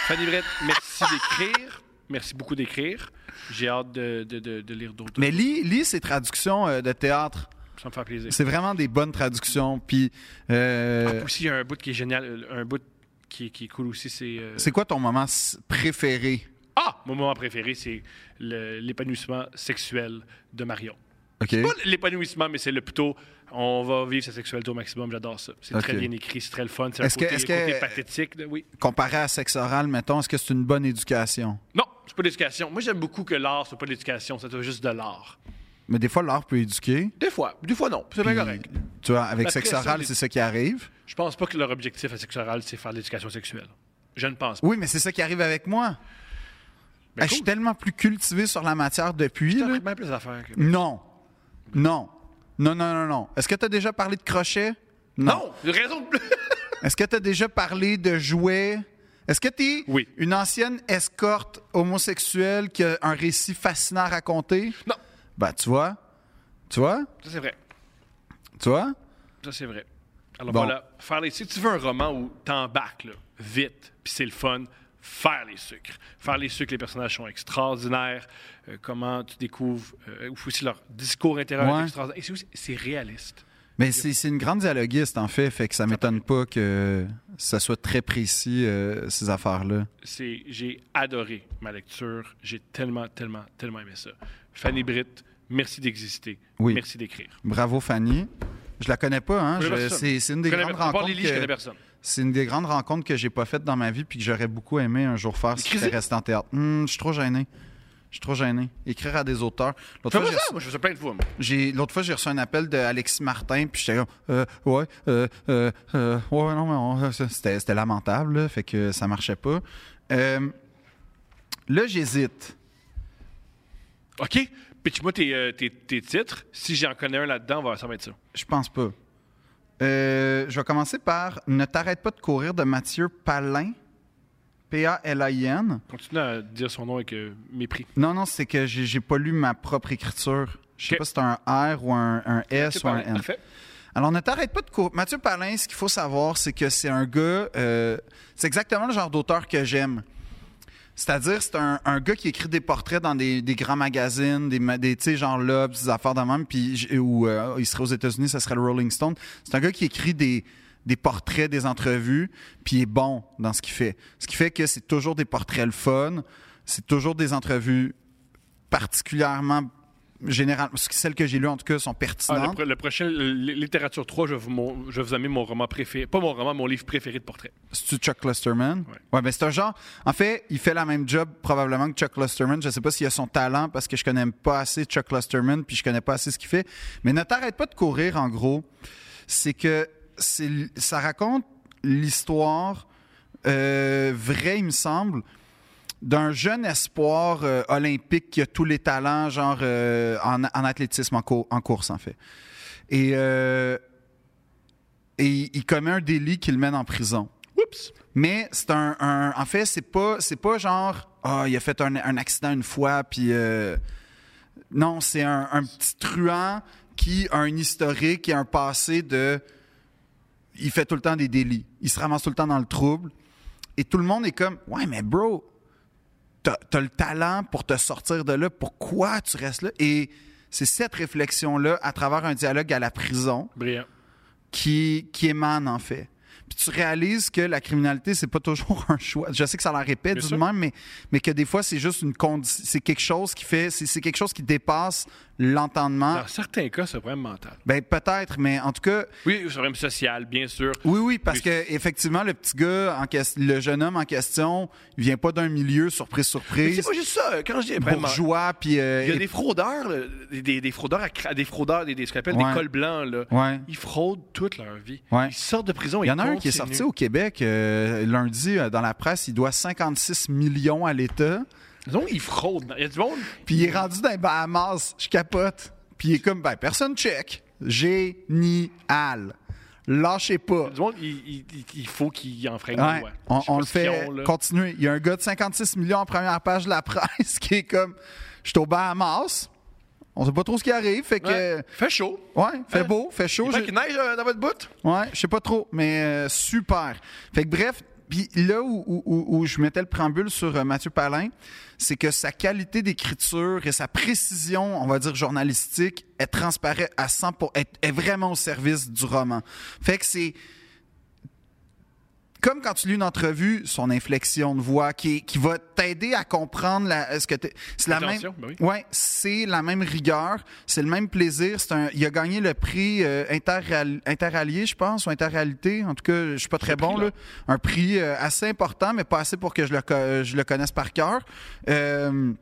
Speaker 2: Fanny Brett, merci d'écrire. Merci beaucoup d'écrire. J'ai hâte de, de- de- de lire d'autres.
Speaker 1: Mais lis, lis ces traductions euh, de théâtre.
Speaker 2: Ça me fait plaisir.
Speaker 1: C'est vraiment des bonnes traductions. Puis, euh,
Speaker 2: Aussi, il y a un bout qui est génial, euh, un bout qui, qui est cool aussi, c'est... euh,
Speaker 1: c'est quoi ton moment s- préféré?
Speaker 2: Ah! Mon moment préféré, c'est le- l'épanouissement sexuel de Marion.
Speaker 1: OK.
Speaker 2: Pas l'épanouissement, mais c'est le plutôt on va vivre sa sexualité au maximum. J'adore ça. C'est
Speaker 1: Ok.
Speaker 2: très bien écrit, c'est très le fun. C'est un
Speaker 1: Est-ce que-
Speaker 2: côté,
Speaker 1: est-ce que-
Speaker 2: côté pathétique. de- oui.
Speaker 1: Comparé à sexe oral, mettons, est-ce que c'est une bonne éducation?
Speaker 2: Non, c'est pas l'éducation. Moi, j'aime beaucoup que l'art soit pas de l'éducation, ça soit juste de l'art.
Speaker 1: Mais des fois, l'art peut éduquer.
Speaker 2: Des fois. Des fois, non. C'est bien correct.
Speaker 1: Puis, Tu vois, avec
Speaker 2: La
Speaker 1: sexe
Speaker 2: pression
Speaker 1: oral,
Speaker 2: des-
Speaker 1: c'est ça qui arrive.
Speaker 2: Je pense pas que leur objectif à sexe oral, c'est faire de l'éducation sexuelle. Je ne pense pas.
Speaker 1: Oui, mais c'est ça qui arrive avec moi. Ah,
Speaker 2: Mais
Speaker 1: Je suis
Speaker 2: Ben, cool.
Speaker 1: tellement plus cultivé sur la matière depuis.
Speaker 2: T'as
Speaker 1: là.
Speaker 2: vraiment plus d'affaires que-
Speaker 1: Non. Non. Non, non, non, non. Est-ce que tu as déjà parlé de crochet?
Speaker 2: Non! Une raison de plus.
Speaker 1: Est-ce que tu as déjà parlé de jouets? Est-ce que tu es
Speaker 2: Oui.
Speaker 1: une ancienne escorte homosexuelle qui a un récit fascinant à raconter?
Speaker 2: non!
Speaker 1: Ben, tu vois. Tu vois?
Speaker 2: Ça, c'est vrai.
Speaker 1: Tu vois?
Speaker 2: Ça, c'est vrai. Alors
Speaker 1: Bon.
Speaker 2: voilà, faire les sucres. Si tu veux un roman où t'embarques, là, vite, puis c'est le fun, faire les sucres. Faire les sucres, les personnages sont extraordinaires. euh, comment tu découvres, euh, ou aussi leur discours intérieur
Speaker 1: Ouais.
Speaker 2: est extraordinaire. Et c'est aussi- c'est réaliste.
Speaker 1: Mais c'est c'est une grande dialoguiste, en fait, fait que ça m'étonne pas que ça soit très précis, euh, ces affaires-là.
Speaker 2: C'est, j'ai adoré ma lecture. J'ai tellement, tellement, tellement aimé ça. Fanny Britt, merci d'exister.
Speaker 1: Oui.
Speaker 2: Merci d'écrire.
Speaker 1: Bravo, Fanny. Je la connais pas, hein?
Speaker 2: Je
Speaker 1: Je-
Speaker 2: connais personne.
Speaker 1: C'est c'est une des
Speaker 2: Je connais-
Speaker 1: grandes
Speaker 2: à part
Speaker 1: rencontres.
Speaker 2: Lily, je connais
Speaker 1: que-
Speaker 2: personne.
Speaker 1: C'est une des grandes rencontres que j'ai pas faites dans ma vie puis que j'aurais beaucoup aimé un jour faire si
Speaker 2: Écrivez.
Speaker 1: j'étais resté en théâtre. Hum, je suis trop gêné. Je suis trop gêné. Écrire à des auteurs. L'autre
Speaker 2: Fais
Speaker 1: fois,
Speaker 2: pas
Speaker 1: j'ai
Speaker 2: ça! Moi, je fais ça plein de fois. moi.
Speaker 1: j'ai- l'autre fois, j'ai reçu un appel d'Alexis Martin, puis j'étais comme, euh, ouais, euh, euh, euh, ouais, non, mais on- ça, c'était c'était lamentable, là, fait que ça marchait pas. Euh, là, j'hésite.
Speaker 2: OK? Pitch-moi tes, euh, tes- tes titres. Si j'en connais un là-dedans, on va- ça va être ça.
Speaker 1: Je pense pas. Euh, je vais commencer par Ne t'arrête pas de courir de Mathieu Palin, P-A-L-I-N.
Speaker 2: Continue à dire son nom avec euh, mépris.
Speaker 1: Non, non, c'est que j'ai j'ai pas lu ma propre écriture. Je sais
Speaker 2: Ok.
Speaker 1: pas si c'est un R ou un, un S ou un N.
Speaker 2: Parfait.
Speaker 1: Alors, ne t'arrête pas de courir. Mathieu Palin, ce qu'il faut savoir, c'est que c'est un gars. euh, c'est exactement le genre d'auteur que j'aime. C'est-à-dire, c'est un, un gars qui écrit des portraits dans des, des grands magazines, des, ma- des tu sais, genre Lobs, des affaires de même, puis j- ou euh, il serait aux États-Unis, ça serait le Rolling Stone. C'est un gars qui écrit des, des portraits, des entrevues, puis il est bon dans ce qu'il fait. Ce qui fait que c'est toujours des portraits le fun, c'est toujours des entrevues particulièrement générales. Celles que j'ai lues, en tout cas, sont
Speaker 2: Ah, le,
Speaker 1: pertinentes.
Speaker 2: pro- le prochain, le- Littérature 3, je vais vous, mon- je vais vous amener mon roman préféré. Pas mon roman, mon livre préféré de portrait.
Speaker 1: C'est-tu Chuck Clusterman?
Speaker 2: Ouais.
Speaker 1: Ouais, ben c'est un genre. En fait, il fait la même job probablement que Chuck Clusterman. Je sais pas s'il a son talent parce que je connais pas assez Chuck Clusterman puis je connais pas assez ce qu'il fait. Mais ne t'arrête pas de courir, en gros. C'est que c'est l- ça raconte l'histoire euh, vraie, il me semble, d'un jeune espoir euh, olympique qui a tous les talents, genre euh, en, en athlétisme, en, cour- en course, en fait. Et, euh, et il il commet un délit qui le mène en prison.
Speaker 2: Oups!
Speaker 1: Mais c'est un, un- En fait, c'est pas, c'est pas genre. Ah, il a fait un, un accident une fois, puis. euh, non, c'est un, un petit truand qui a un historique et un passé de. Il fait tout le temps des délits. Il se ramasse tout le temps dans le trouble. Et tout le monde est comme Ouais, mais bro, t'as t'as le talent pour te sortir de là. Pourquoi tu restes là? Et c'est cette réflexion-là, à travers un dialogue à la prison,
Speaker 2: Brillant.
Speaker 1: qui, qui émane, en fait. Puis tu réalises que la criminalité, c'est pas toujours un choix. Je sais que ça la répète
Speaker 2: Bien
Speaker 1: du
Speaker 2: sûr.
Speaker 1: même, mais, mais que des fois, c'est juste une condi- C'est quelque chose qui fait. C'est c'est quelque chose qui dépasse l'entendement.
Speaker 2: Dans certains cas, c'est un problème mental.
Speaker 1: Ben peut-être, mais en tout cas,
Speaker 2: Oui, c'est un problème social, bien sûr.
Speaker 1: oui, oui, parce
Speaker 2: Oui.
Speaker 1: que effectivement, le petit gars, en ques- le jeune homme en question, il vient pas d'un milieu surprise
Speaker 4: Mais C'est
Speaker 1: surprise,
Speaker 4: pas juste
Speaker 2: euh,
Speaker 4: ça. Quand je dis vraiment,
Speaker 1: bourgeois, puis euh,
Speaker 4: il y a
Speaker 1: et-
Speaker 4: des fraudeurs, là, des, des- des fraudeurs, à cra- des fraudeurs, des, des- ce qu'on appelle
Speaker 1: Ouais.
Speaker 4: des cols blancs. Là.
Speaker 1: ouais.
Speaker 4: Ils fraudent toute leur vie.
Speaker 1: Ouais.
Speaker 4: Ils sortent de prison.
Speaker 1: Il y
Speaker 4: ils
Speaker 1: en a un qui est
Speaker 4: continuent.
Speaker 1: sorti au Québec euh, lundi euh, dans la presse. Il doit 56 millions à l'État.
Speaker 2: Non, ils fraudent. Il y a du monde.
Speaker 1: Puis il est rendu dans les Bahamas. Je capote. Puis il est comme, ben, personne check. Génial. Lâchez pas.
Speaker 2: il y a du monde, il, il- il- il faut qu'ils enfreignent
Speaker 1: Ouais,
Speaker 2: les lois.
Speaker 1: on,
Speaker 2: Je sais
Speaker 1: on
Speaker 2: pas
Speaker 1: le
Speaker 2: ce qu'ils
Speaker 1: fait
Speaker 2: ont, là.
Speaker 1: continuer. Il y a un gars de 56 millions en première page de la presse qui est comme, je suis au Bahamas. On sait pas trop ce qui arrive. Fait que,
Speaker 2: Ouais. Fait chaud.
Speaker 1: ouais, fait beau, fait chaud.
Speaker 4: Il fait
Speaker 1: j'ai-
Speaker 4: qu'il neige euh, dans votre bout.
Speaker 1: Ouais, je sais pas trop, mais euh, super. Fait que bref, puis là où, où- où- où je mettais le préambule sur euh, Mathieu Palin, c'est que sa qualité d'écriture et sa précision, on va dire journalistique, elle transparaît à 100 pour est, est vraiment au service du roman. Fait que c'est comme quand tu lis une entrevue, son inflexion de voix qui, qui va t'aider à comprendre la, ce que t'es- c'est la même
Speaker 2: Attention, ben oui.
Speaker 1: Ouais, c'est la même rigueur, c'est le même plaisir. C'est un, il a gagné le prix euh, Interral- interallié, je pense, ou interréalité. En tout cas, je suis pas très bon.
Speaker 2: prix-là.
Speaker 1: là. Un prix euh, assez important, mais pas assez pour que je le, co- euh, je le connaisse par cœur. Euh,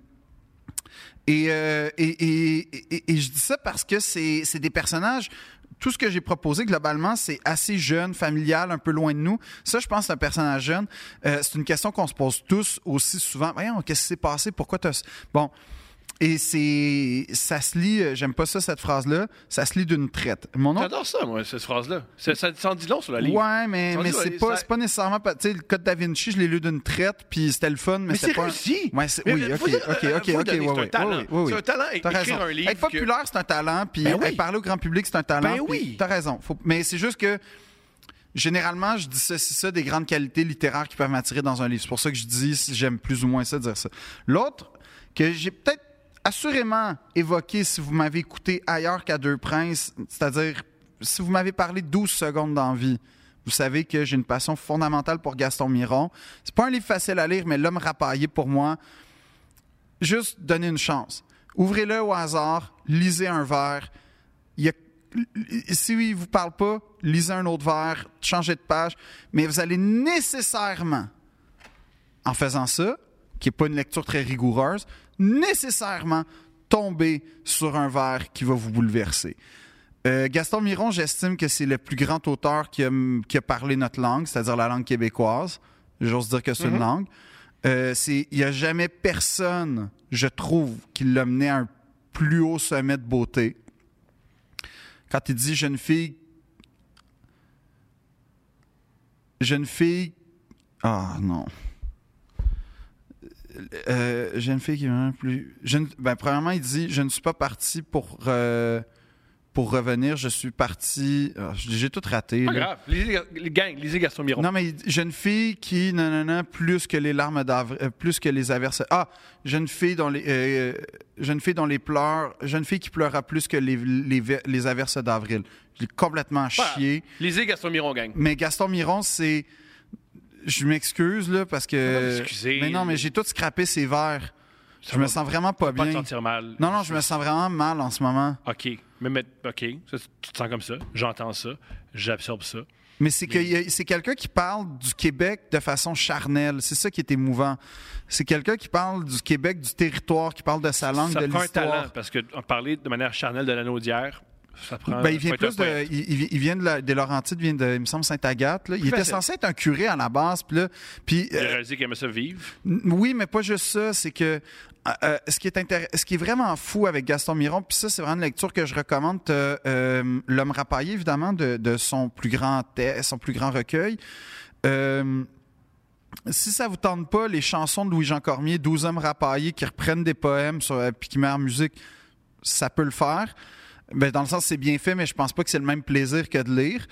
Speaker 1: et, euh, et, et- et- et je dis ça parce que c'est c'est des personnages. Tout ce que j'ai proposé globalement, c'est assez jeune, familial, un peu loin de nous. Ça, je pense, que c'est un personnage jeune. Euh, c'est une question qu'on se pose tous aussi souvent. Voyons, qu'est-ce qui s'est passé? Pourquoi t'as. Bon. Et c'est. Ça se lit, euh, j'aime pas ça, cette phrase-là, ça se lit d'une traite. Mon autre
Speaker 2: J'adore ça, moi, cette phrase-là. C'est- Ça ça en dit long sur la ligne.
Speaker 1: Ouais, mais,
Speaker 2: Ça
Speaker 1: mais
Speaker 2: dit,
Speaker 1: c'est
Speaker 2: ouais,
Speaker 1: pas,
Speaker 2: ça-
Speaker 1: c'est pas nécessairement. pas- Tu sais, le code Da Vinci, je l'ai lu d'une traite, puis c'était le fun, mais,
Speaker 4: Mais
Speaker 1: c'était
Speaker 4: c'est
Speaker 1: pas. un-
Speaker 4: réussi.
Speaker 1: Ouais, c'est-
Speaker 4: Mais
Speaker 1: oui,
Speaker 4: faut
Speaker 1: ok,
Speaker 4: dire-
Speaker 1: ok,
Speaker 4: euh,
Speaker 1: ok,
Speaker 4: faut le
Speaker 1: ok,
Speaker 4: donner,
Speaker 1: ouais,
Speaker 4: c'est un
Speaker 1: ouais,
Speaker 4: talent.
Speaker 1: ouais, ouais, ouais.
Speaker 4: C'est un talent, é-
Speaker 1: T'as
Speaker 4: écrire
Speaker 1: raison.
Speaker 4: un livre
Speaker 1: Être populaire, c'est un talent, puis
Speaker 4: Ben oui.
Speaker 1: hey, parler au grand public, c'est un talent.
Speaker 4: Ben
Speaker 1: puis
Speaker 4: oui.
Speaker 1: T'as raison. Faut- Mais c'est juste que. Généralement, je dissocie ça des grandes qualités littéraires qui peuvent m'attirer dans un livre. C'est pour ça que je dis si j'aime plus ou moins ça, dire ça. L'autre, que j'ai peut-être assurément évoqué si vous m'avez écouté ailleurs qu'à Deux Princes, c'est-à-dire si vous m'avez parlé 12 secondes d'envie, vous savez que j'ai une passion fondamentale pour Gaston Miron. C'est pas un livre facile à lire, mais L'homme rapaillé pour moi, juste donner une chance. Ouvrez-le au hasard, lisez un verre. Il y a- si il vous parle pas, lisez un autre verre, changez de page. Mais vous allez nécessairement, en faisant ça, qui n'est pas une lecture très rigoureuse, nécessairement tomber sur un verre qui va vous bouleverser. Euh, Gaston Miron, j'estime que c'est le plus grand auteur qui a, qui a parlé notre langue, c'est-à-dire la langue québécoise. J'ose dire que c'est une langue. Euh, c'est- Il n'y a jamais personne, je trouve, qui l'a mené à un plus haut sommet de beauté. Quand il dit jeune fille. Jeune fille. Ah non. Euh, jeune fille qui est vraiment plus. je ne- ben, premièrement, il dit Je ne suis pas parti pour, euh, pour revenir, je suis parti. Ah, J'ai tout raté.
Speaker 2: Pas
Speaker 1: là.
Speaker 2: grave. Lisez, les gang, lisez Gaston Miron.
Speaker 1: Non, mais il- jeune fille qui, non, non, non, plus que les larmes d'av- euh, plus que les averses. Ah, jeune fille dont les, euh, jeune fille dont les pleurs, jeune fille qui pleura plus que les, les, ve- les averses d'avril. Je l'ai complètement
Speaker 2: Pas grave.
Speaker 1: chié.
Speaker 2: Lisez Gaston Miron, gang.
Speaker 1: Mais Gaston Miron, c'est, je m'excuse là parce
Speaker 2: Non,
Speaker 1: que.
Speaker 2: non, excusez.
Speaker 1: Mais non, mais j'ai tout scrappé ces vers.
Speaker 2: Ça
Speaker 1: Je me
Speaker 2: va
Speaker 1: sens vraiment pas
Speaker 2: Pas te
Speaker 1: bien.
Speaker 2: sentir mal.
Speaker 1: Non, non, je me sens vraiment mal en ce moment.
Speaker 2: OK. Mais, mais- OK. Ça, tu te sens comme ça. J'entends ça. J'absorbe ça.
Speaker 1: Mais c'est que y a- c'est quelqu'un qui parle du Québec de façon charnelle. C'est ça qui est émouvant. C'est quelqu'un qui parle du Québec, du territoire, qui parle de sa langue,
Speaker 2: ça
Speaker 1: de
Speaker 2: prend un talent
Speaker 1: l'histoire.
Speaker 2: parce que en parler de manière charnelle de l'anneau d'hier, ça prend.
Speaker 1: Ben, il vient
Speaker 2: faut être un
Speaker 1: plus de,
Speaker 2: poète.
Speaker 1: il, il- il vient de la- des Laurentides, vient de, il me semble Sainte-Agathe. là. Il était
Speaker 2: facile.
Speaker 1: censé être un curé à la base, puis là, puis
Speaker 2: Il a
Speaker 1: euh,
Speaker 2: réalisé qu'il aimait ça vivre.
Speaker 1: N- Oui, mais pas juste ça. C'est que euh, euh, ce, qui est intér- ce qui est vraiment fou avec Gaston Miron, puis ça, c'est vraiment une lecture que je recommande. t'as, euh, L'homme rapaillé, évidemment, de, de son, plus grand te- son plus grand recueil. Euh, si ça vous tente pas, les chansons de Louis-Jean Cormier, 12 hommes rapaillés qui reprennent des poèmes sur, euh, puis qui mettent en musique, ça peut le faire. Ben, dans le sens, c'est bien fait, mais je pense pas que c'est le même plaisir que de lire.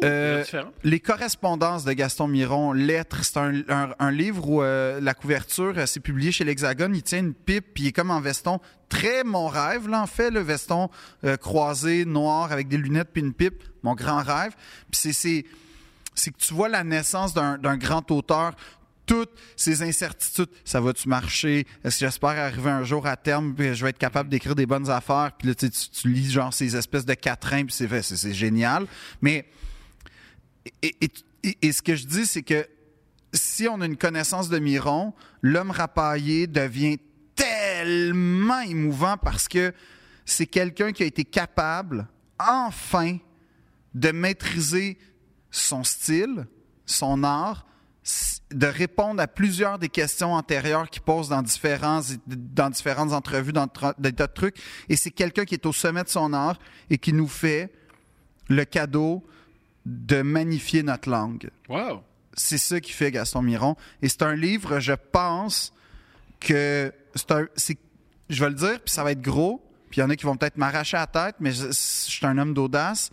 Speaker 2: C'est
Speaker 1: Euh,
Speaker 2: différent.
Speaker 1: les correspondances de Gaston Miron, Lettres, c'est un, un- un livre où euh, la couverture, euh, c'est publié chez l'Hexagone. Il tient une pipe, puis il est comme en veston. Très mon rêve, là, en fait, le veston euh, croisé, noir, avec des lunettes, puis une pipe. Mon grand rêve. Puis c'est- c'est. c'est que tu vois la naissance d'un d'un grand auteur, toutes ces incertitudes. Ça va-tu marcher? Est-ce que j'espère arriver un jour à terme puis je vais être capable d'écrire des bonnes affaires? Puis là, tu, sais, tu- tu lis genre ces espèces de quatrains puis c'est fait, c'est- c'est génial. Mais et, et- et- et ce que je dis, c'est que si on a une connaissance de Miron, l'homme rapaillé devient tellement émouvant parce que c'est quelqu'un qui a été capable, enfin, de maîtriser son style, son art, s- de répondre à plusieurs des questions antérieures qu'il pose dans, différents, dans différentes entrevues, dans tra- des tas de trucs. Et c'est quelqu'un qui est au sommet de son art et qui nous fait le cadeau de magnifier notre langue.
Speaker 2: Wow.
Speaker 1: C'est ça qui fait Gaston Miron. Et c'est un livre, je pense, que c'est un. c'est- je vais le dire, puis ça va être gros, puis il y en a qui vont peut-être m'arracher la tête, mais je, je suis un homme d'audace.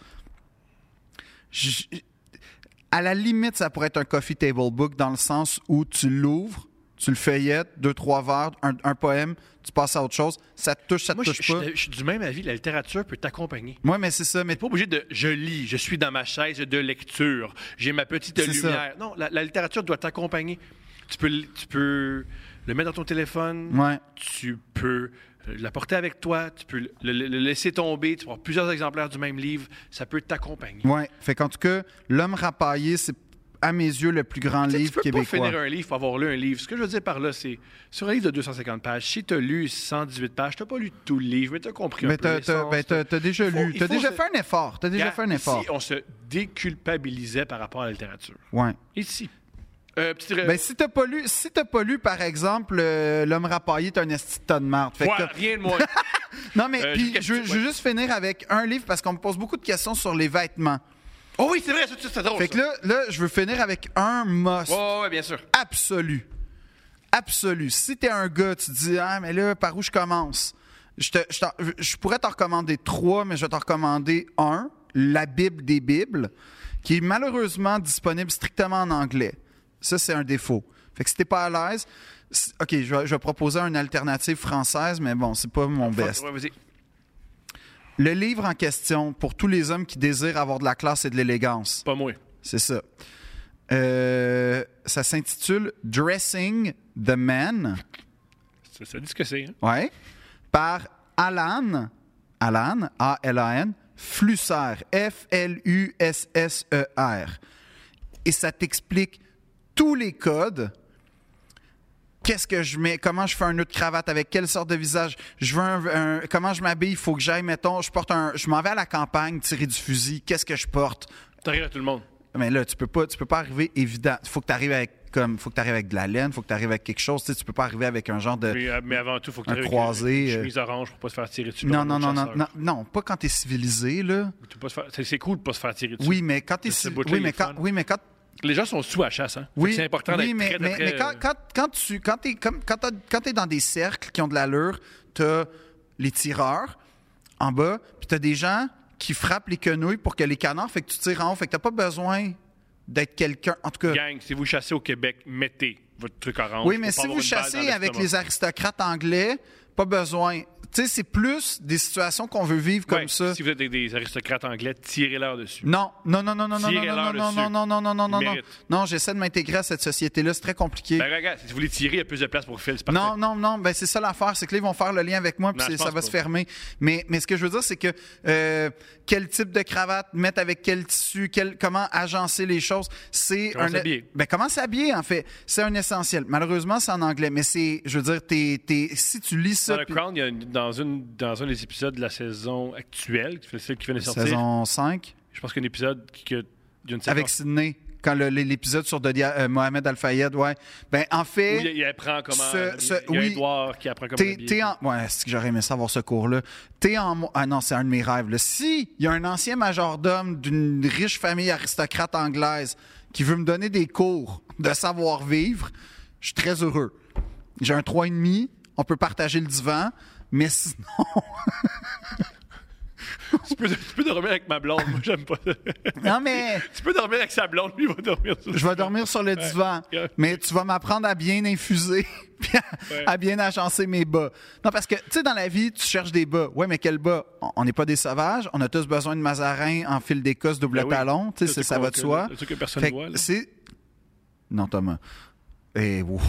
Speaker 1: Je- à la limite, ça pourrait être un coffee table book dans le sens où tu l'ouvres, tu le feuillettes, deux, trois vers, un, un poème, tu passes à autre chose. Ça te touche, ça te
Speaker 2: Moi, je
Speaker 1: touche
Speaker 2: je-
Speaker 1: pas.
Speaker 2: je suis du même avis. La littérature peut t'accompagner.
Speaker 1: Moi, mais c'est ça. Mais
Speaker 2: T'es pas obligé de je lis, je suis dans ma chaise de lecture, j'ai ma petite
Speaker 1: C'est
Speaker 2: lumière. Non, la, la littérature doit t'accompagner. Tu peux, l- tu peux le mettre dans ton téléphone,
Speaker 1: ouais.
Speaker 2: tu peux euh, l'apporter avec toi, tu peux le, le- le laisser tomber, tu peux avoir plusieurs exemplaires du même livre, ça peut t'accompagner.
Speaker 1: Ouais, fait qu'en tout cas, L'homme rapaillé, c'est à mes yeux le plus grand
Speaker 2: Tu sais,
Speaker 1: livre
Speaker 2: tu peux
Speaker 1: québécois.
Speaker 2: pas finir un livre pour avoir lu un livre. Ce que je veux dire par là, c'est sur un livre de 250 pages, si tu as lu 118 pages, tu n'as pas lu tout le livre, mais tu as compris un
Speaker 1: Mais
Speaker 2: peu
Speaker 1: t'as, t'as-
Speaker 2: l'essence,
Speaker 1: ben,
Speaker 2: t'as-
Speaker 1: t'as- t'as déjà
Speaker 2: il faut-
Speaker 1: lu,
Speaker 2: il
Speaker 1: t'as
Speaker 2: faut
Speaker 1: déjà
Speaker 2: se-
Speaker 1: fait un effort, t'as déjà fait un
Speaker 2: Ici,
Speaker 1: effort.
Speaker 2: on se déculpabilisait par rapport à la littérature.
Speaker 1: Ouais.
Speaker 2: Ici. Euh, petite ré-
Speaker 1: Ben, si t'as pas lu, si t'as pas lu, par exemple, euh, L'homme rapaillé, t'es un esti de tas de marde. Fait que
Speaker 2: Voilà,
Speaker 1: t'as-
Speaker 2: rien de moins.
Speaker 1: non, mais
Speaker 2: Euh,
Speaker 1: puis,
Speaker 2: j'ai une
Speaker 1: je, veux- je veux juste finir avec un livre parce qu'on me pose beaucoup de questions sur les vêtements.
Speaker 2: oh oui, c'est vrai, ça, ça, c'est drôle.
Speaker 1: Fait que là, là, je veux finir avec un must.
Speaker 2: ça. Ouais, ouais, bien sûr.
Speaker 1: absolu. Absolu. Si t'es un gars, tu te dis Ah, mais là, par où je commence Je, te- je t'en- je pourrais t'en recommander trois, mais je vais t'en recommander un La Bible des Bibles, qui est malheureusement disponible strictement en anglais. Ça, c'est un défaut. Fait que si t'es pas à l'aise, c'est- OK, je vais, je vais proposer une alternative française, mais bon, Ben, c'est pas mon best.
Speaker 2: Ouais, vas-y.
Speaker 1: Le livre en question, pour tous les hommes qui désirent avoir de la classe et de l'élégance.
Speaker 2: Pas moi.
Speaker 1: C'est ça. Euh, ça s'intitule Dressing the Man,
Speaker 2: Ça, ça dit ce que c'est. Hein?
Speaker 1: ouais, par Alan, Alan, A-L-A-N, Flusser, F-L-U-S-S-E-R. E Et ça t'explique tous les codes. Qu'est-ce que je mets? Comment je fais un nœud de cravate? Avec quelle sorte de visage? Je veux un, un- comment je m'habille? Il faut que j'aille, mettons, je porte un, je m'en vais à la campagne tirer du fusil. Qu'est-ce que je porte?
Speaker 2: T'arrives à tout le monde.
Speaker 1: Mais là, tu peux pas, tu peux pas arriver évident. Faut que tu arrives avec comme, faut que tu avec de la laine, faut que tu arrives avec quelque chose. Tu, sais, tu peux pas arriver avec un genre de.
Speaker 2: Mais, euh, mais avant tout, il faut que tu
Speaker 1: Un
Speaker 2: arrives avec
Speaker 1: croisé,
Speaker 2: une
Speaker 1: euh,
Speaker 2: chemise orange pour pas se faire tirer dessus.
Speaker 1: non,
Speaker 2: par un
Speaker 1: non,
Speaker 2: autre
Speaker 1: non, non,
Speaker 2: chasseur.
Speaker 1: non, non, pas quand t'es civilisé là.
Speaker 2: Tu peux pas se faire- C'est c'est cool de pas se faire tirer dessus.
Speaker 1: Oui, mais quand t'es,
Speaker 2: Mais ce
Speaker 1: civ-
Speaker 2: bout-là,
Speaker 1: oui,
Speaker 2: il
Speaker 1: mais
Speaker 2: est
Speaker 1: quand,
Speaker 2: fun.
Speaker 1: oui, mais quand,
Speaker 2: Les gens sont sous à chasse. Hein? Fait que
Speaker 1: oui,
Speaker 2: C'est important
Speaker 1: oui,
Speaker 2: d'être
Speaker 1: mais,
Speaker 2: très, très,
Speaker 1: mais, mais
Speaker 2: très,
Speaker 1: quand,
Speaker 2: euh,
Speaker 1: quand, quand tu, quand t'es, comme, quand t'as- quand t'es dans des cercles qui ont de l'allure, t'as les tireurs en bas, puis t'as des gens qui frappent les quenouilles pour que les canards, fait que tu tires en haut, fait que t'as pas besoin d'être quelqu'un. En tout cas,
Speaker 2: Gang, si vous chassez au Québec, mettez votre truc orange.
Speaker 1: Oui,
Speaker 2: pour
Speaker 1: mais
Speaker 2: pas
Speaker 1: si
Speaker 2: avoir
Speaker 1: vous
Speaker 2: une balle dans
Speaker 1: chassez avec
Speaker 2: l'estomac.
Speaker 1: les aristocrates anglais, pas besoin. Tu sais, c'est plus des situations qu'on veut vivre comme
Speaker 2: Ouais,
Speaker 1: ça.
Speaker 2: Si vous êtes des, des aristocrates anglais, tirez-leur dessus.
Speaker 1: Non, non, non, non, non, non, non, non, non,
Speaker 2: Tirez-leur
Speaker 1: non,
Speaker 2: dessus.
Speaker 1: non, non, non, non, non, non.
Speaker 2: Mérite.
Speaker 1: Non, j'essaie de m'intégrer à cette société-là, c'est très compliqué.
Speaker 2: Ben, regarde, si vous voulez tirer, il y a plus de place pour Phil. c'est parfait.
Speaker 1: Non, non, non, ben c'est ça l'affaire, c'est que là, ils vont faire le lien avec moi, puis
Speaker 2: Non,
Speaker 1: c'est-
Speaker 2: je
Speaker 1: ça
Speaker 2: pense
Speaker 1: va
Speaker 2: pas.
Speaker 1: se fermer. Mais, mais ce que je veux dire, c'est que euh, quel type de cravate mettre avec quel tissu, quel, comment agencer les choses, c'est
Speaker 2: Comment
Speaker 1: un...
Speaker 2: s'habiller.
Speaker 1: Ben, comment s'habiller, en fait, c'est un essentiel. Malheureusement, c'est en anglais, mais c'est, je veux dire, t'es, t'es- si tu lis ça...
Speaker 2: Dans le
Speaker 1: puis-
Speaker 2: Crown, il y a une- dans, une, dans un des épisodes de la saison actuelle, qui fait- celle qui vient de sortir,
Speaker 1: Saison 5,
Speaker 2: je pense qu'il y a un épisode qui, que- d'une saison
Speaker 1: avec Sydney, quand le- l'épisode sur Dodia- euh, Mohamed Al-Fayed, ouais. Ben, en
Speaker 2: où
Speaker 1: fait...
Speaker 2: il, il apprend comment.
Speaker 1: ce- ce-
Speaker 2: il y a
Speaker 1: oui.
Speaker 2: Edouard qui apprend comment.
Speaker 1: T'es,
Speaker 2: habiller.
Speaker 1: t'es en... Ouais, c'est que j'aurais aimé ça avoir ce cours-là. T'es en... mo- Ah non, c'est un de mes rêves. Là. Si il y a un ancien majordome d'une riche famille aristocrate anglaise qui veut me donner des cours de savoir-vivre, je suis très heureux. J'ai un 3,5, on peut partager le divan, mais sinon...
Speaker 2: tu, peux, tu peux dormir avec ma blonde. Moi, j'aime pas ça.
Speaker 1: Non, mais
Speaker 2: tu peux dormir avec sa blonde. Lui, il va dormir sur
Speaker 1: je vais dormir sur le divan,
Speaker 2: Ouais.
Speaker 1: mais tu vas m'apprendre à bien infuser, puis à,
Speaker 2: Ouais.
Speaker 1: à bien achancer mes bas. Non, parce que, tu sais, dans la vie, tu cherches des bas. Ouais, mais quel bas? On- On n'est pas des sauvages, on a tous besoin de mazarin en fil d'Écosse, double
Speaker 2: Ben oui.
Speaker 1: talon, tu sais, c'est- ça va de soi.
Speaker 2: Le truc que personne
Speaker 1: Fait
Speaker 2: ne
Speaker 1: que
Speaker 2: voit. là.
Speaker 1: c'est... Non, Thomas. Et wow,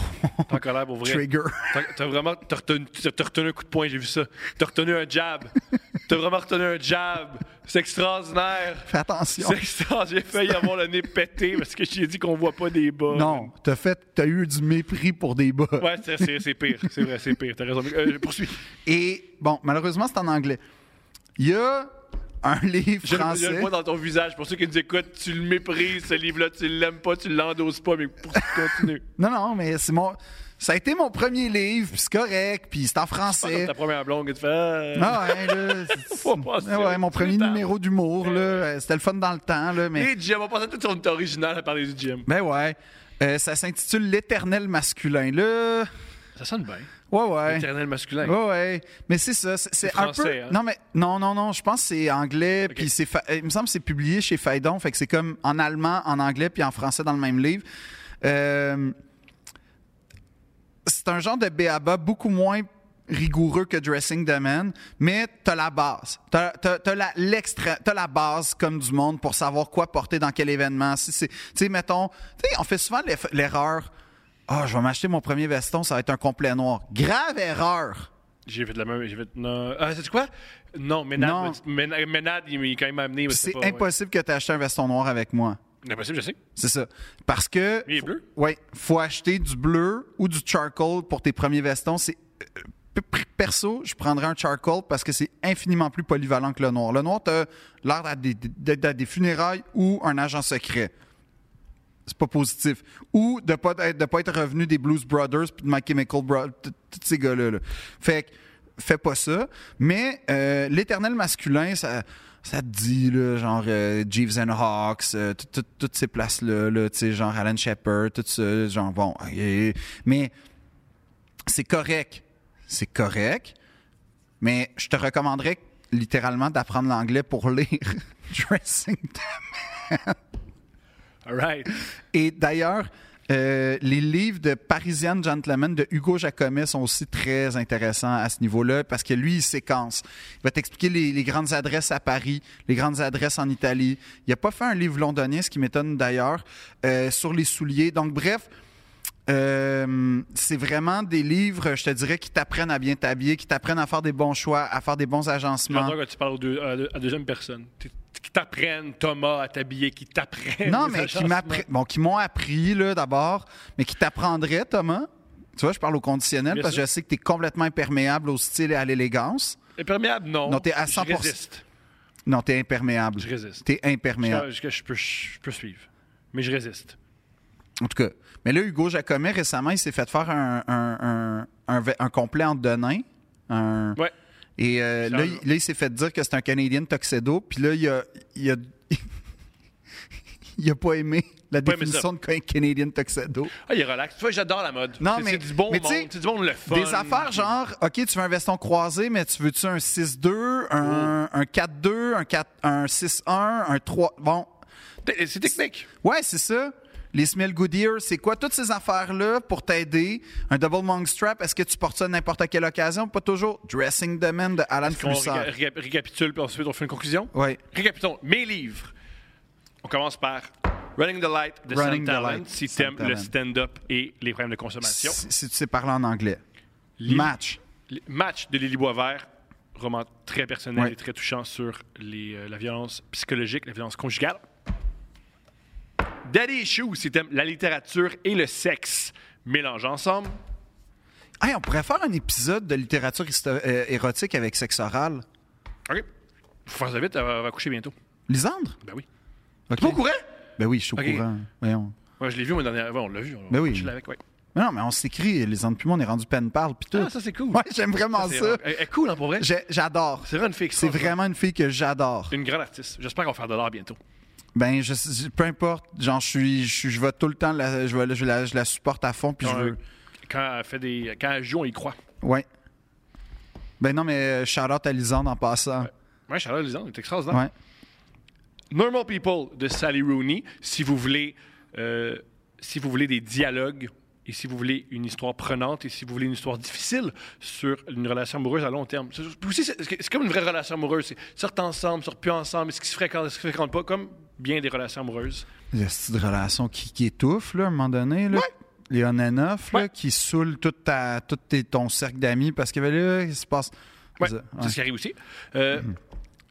Speaker 2: T'es en colère pour vrai.
Speaker 1: trigger.
Speaker 2: T'as t'as vraiment t'as retenu, t'as- t'as retenu un coup de poing, j'ai vu ça. T'as retenu un jab. T'as vraiment retenu un jab. C'est extraordinaire.
Speaker 1: Fais attention.
Speaker 2: C'est extraordinaire. J'ai failli avoir le nez pété parce que j'ai dit qu'on voit pas des bas.
Speaker 1: Non, t'as fait, t'as eu du mépris pour des bas.
Speaker 2: Ouais, c'est- c'est c'est pire. C'est vrai, c'est pire. T'as raison. Euh, je poursuis.
Speaker 1: Et bon, malheureusement, c'est en anglais. Il y a un livre
Speaker 2: Je le- je
Speaker 1: français.
Speaker 2: le vois dans ton visage. Pour ceux qui nous écoutent, tu le méprises, ce livre-là. Tu l'aimes pas, tu l'endoses pas, mais pour continue.
Speaker 1: Non, non, mais c'est mon. Ça a été mon premier livre, puis c'est correct, puis c'est en
Speaker 2: Pas comme
Speaker 1: français.
Speaker 2: ta première blonde que tu fais. Ah,
Speaker 1: Ah ouais, là, c'est-
Speaker 2: Faut passer
Speaker 1: Ah ouais,
Speaker 2: au
Speaker 1: mon premier
Speaker 2: plus tard.
Speaker 1: numéro d'humour, là, euh, c'était le fun dans le temps, là, mais.
Speaker 2: Et Jim, on pensait tout sur une original à parler du Jim.
Speaker 1: Ben ouais. Euh, ça s'intitule L'éternel masculin, là.
Speaker 2: Ça sonne bien.
Speaker 1: Ouais, ouais. Oh.
Speaker 2: Éternel masculin.
Speaker 1: Ouais, ouais. Mais c'est ça. C'est, c'est un
Speaker 2: français,
Speaker 1: peu.
Speaker 2: hein?
Speaker 1: Non, mais non, non, non. Je pense que c'est anglais. Puis c'est fa- eh, il me semble que c'est publié chez Faidon. Fait que c'est comme en allemand, en anglais, puis en français dans le même livre. Euh, c'est un genre de béaba beaucoup moins rigoureux que Dressing the Man, mais t'as la base. T'as, t'as- t'as la, l'extra- t'as la base comme du monde pour savoir quoi porter dans quel événement. Si c'est, tu sais, mettons, tu sais, on fait souvent l'eff- l'erreur. Ah, je vais m'acheter mon premier veston, ça va être un complet noir. Grave erreur!
Speaker 2: J'ai fait la même. J'ai fait. Non. Ah, c'est quoi? Non, Ménade.
Speaker 1: Non.
Speaker 2: m'a dit- Ménade, Ménade, il m'a quand même amené. mais
Speaker 1: C'est
Speaker 2: pas- ouais.
Speaker 1: impossible que tu acheté un veston noir avec moi.
Speaker 2: Impossible, je sais.
Speaker 1: C'est ça. Parce que.
Speaker 2: Il est bleu?
Speaker 1: Oui. Faut acheter du bleu ou du charcoal pour tes premiers vestons. C'est. euh, p- Perso, je prendrais un charcoal parce que c'est infiniment plus polyvalent que le noir. Le noir, t'as l'air d'être à des- d'être à des funérailles ou un agent secret. C'est pas positif. Ou de pas être, de pas être revenu des Blues Brothers puis de My Chemical Brothers, tous ces gars-là. là. Fait que, fais pas ça. Mais euh, l'éternel masculin, ça, ça te dit, là, genre euh, Jeeves and Hawks, euh, tout- tout- toutes ces places-là, là, tu sais, genre Alan Shepard, tout ça, genre bon. ok. Mais c'est correct. C'est correct. Mais je te recommanderais littéralement d'apprendre l'anglais pour lire Dressing
Speaker 2: All right.
Speaker 1: et d'ailleurs, euh, les livres de Parisian Gentleman de Hugo Jacomet sont aussi très intéressants à ce niveau-là parce que lui, il séquence. Il va t'expliquer les, les grandes adresses à Paris, les grandes adresses en Italie. Il n'a pas fait un livre londonien, ce qui m'étonne d'ailleurs, euh, sur les souliers. Donc, bref. euh, c'est vraiment des livres, je te dirais, qui t'apprennent à bien t'habiller, qui t'apprennent à faire des bons choix, à faire des bons agencements.
Speaker 2: J'entends quand tu parles aux deux- à, deux- à deuxième personne. T'es- Qui t'apprennent, Thomas, à t'habiller, qui t'apprennent.
Speaker 1: Non,
Speaker 2: les
Speaker 1: mais qui,
Speaker 2: agencements.
Speaker 1: m'appre- bon, qui m'ont appris, là, d'abord, mais qui t'apprendraient, Thomas. Tu vois, je parle au conditionnel
Speaker 2: Bien
Speaker 1: parce que
Speaker 2: sûr.
Speaker 1: je sais que tu es complètement imperméable au style et à l'élégance.
Speaker 2: Imperméable, non.
Speaker 1: Non, t'es à
Speaker 2: Je
Speaker 1: 100%.
Speaker 2: résiste.
Speaker 1: Non, tu es imperméable.
Speaker 2: Je résiste.
Speaker 1: Tu es
Speaker 2: Je,
Speaker 1: imperméable.
Speaker 2: je- je peux, je peux suivre. Mais je résiste.
Speaker 1: En tout cas. Mais là, Hugo Jacomet, récemment, il s'est fait faire un, un, un- un ve- un complet en denain. Un...
Speaker 2: Ouais.
Speaker 1: Et euh,
Speaker 2: Ça,
Speaker 1: là,
Speaker 2: je-
Speaker 1: il, là, il s'est fait dire que c'est un Canadien Tuxedo. Puis là, il a, il a, il a pas aimé la
Speaker 2: Pas aimé
Speaker 1: définition de Canadien Tuxedo.
Speaker 2: Ah, il est relax. Tu vois, j'adore la mode.
Speaker 1: Non,
Speaker 2: C'est-
Speaker 1: mais-
Speaker 2: C'est du bon
Speaker 1: mais tu
Speaker 2: monde.
Speaker 1: sais,
Speaker 2: C'est du monde le fun.
Speaker 1: Des affaires genre, OK, tu veux un veston croisé, mais tu veux-tu un 6-2, un,
Speaker 2: Oh.
Speaker 1: un 4-2, un, 4 un 6-1, un 3. Bon.
Speaker 2: T'es- C'est technique.
Speaker 1: Ouais, c'est ça. Les Smell Goodyear, c'est quoi? Toutes ces affaires-là pour t'aider. Un double monk strap, est-ce que tu portes ça à n'importe quelle occasion? Pas toujours. Dressing the man de Alan
Speaker 2: On réca-
Speaker 1: Flusser.
Speaker 2: réca- récapitule, puis ensuite on fait une conclusion.
Speaker 1: Ouais.
Speaker 2: Récapitulons. Mes livres. On commence par Running the Light de
Speaker 1: Running
Speaker 2: Running
Speaker 1: the
Speaker 2: Sam Talent,
Speaker 1: Light,
Speaker 2: si
Speaker 1: Sam
Speaker 2: t'aimes
Speaker 1: Talent.
Speaker 2: le stand-up et les problèmes de consommation.
Speaker 1: Si, si tu sais parler en anglais.
Speaker 2: Lily-
Speaker 1: Match.
Speaker 2: Li- Match de Lily Boisvert, roman très personnel
Speaker 1: Ouais.
Speaker 2: et très touchant sur les, euh, la violence psychologique, la violence conjugale. Daddy Issues, si t'aimes la littérature et le sexe mélangés ensemble.
Speaker 1: Hey, on pourrait faire un épisode de littérature histo- euh, érotique avec sexe oral.
Speaker 2: OK. Faut faire ça vite, elle va, elle va coucher bientôt.
Speaker 1: Lisandre?
Speaker 2: Ben oui.
Speaker 1: OK.
Speaker 2: Pas au courant?
Speaker 1: Ben oui, je suis au
Speaker 2: Ok.
Speaker 1: courant. Voyons.
Speaker 2: Ouais, je l'ai vu, moi, dernière... ouais, on l'a vu. on-
Speaker 1: Ben
Speaker 2: on
Speaker 1: oui.
Speaker 2: chillait avec, ouais.
Speaker 1: Mais non, mais on s'écrit, les Andes-Pumons, on est rendu peine parle, puis tout.
Speaker 2: Ah, ça, c'est cool.
Speaker 1: Ouais, j'aime vraiment
Speaker 2: C'est
Speaker 1: ça.
Speaker 2: vraiment- Elle, elle est cool, hein, pour vrai.
Speaker 1: J'ai- J'adore.
Speaker 2: C'est vraiment une fille qui
Speaker 1: C'est vraiment une fille que j'adore.
Speaker 2: Une grande artiste. J'espère qu'on va faire de l'art bientôt.
Speaker 1: Ben, je, je- peu importe, genre, je suis, je, suis- je vais tout le temps, la, je, vais- je la, je la supporte à fond, puis je
Speaker 2: Quand,
Speaker 1: veux.
Speaker 2: quand elle fait des, quand elle joue, on y croit.
Speaker 1: euh, Ouais. Ben non, mais shout out à Lisande en passant.
Speaker 2: Ouais, Charlotte Lisandre est extraordinaire.
Speaker 1: Ouais.
Speaker 2: Normal People de Sally Rooney, si vous voulez, euh, si vous voulez des dialogues et si vous voulez une histoire prenante et si vous voulez une histoire difficile sur une relation amoureuse à long terme. C'est- c'est- aussi, C'est c'est comme une vraie relation amoureuse. C'est sortent ensemble, sortent plus ensemble, est-ce qu'ils se fréquentent, est-ce qu'ils se fréquentent pas, comme bien des relations amoureuses.
Speaker 1: Le style de relation qui, qui étouffe, là, à un moment donné. Là. Les on and off, là,
Speaker 2: Ouais.
Speaker 1: qui saoule tout, ta, tout tes- ton cercle d'amis parce que ben, là, il se passe.
Speaker 2: Ouais,
Speaker 1: Ça- Mm-hmm.
Speaker 2: C'est ce qui arrive aussi. Euh,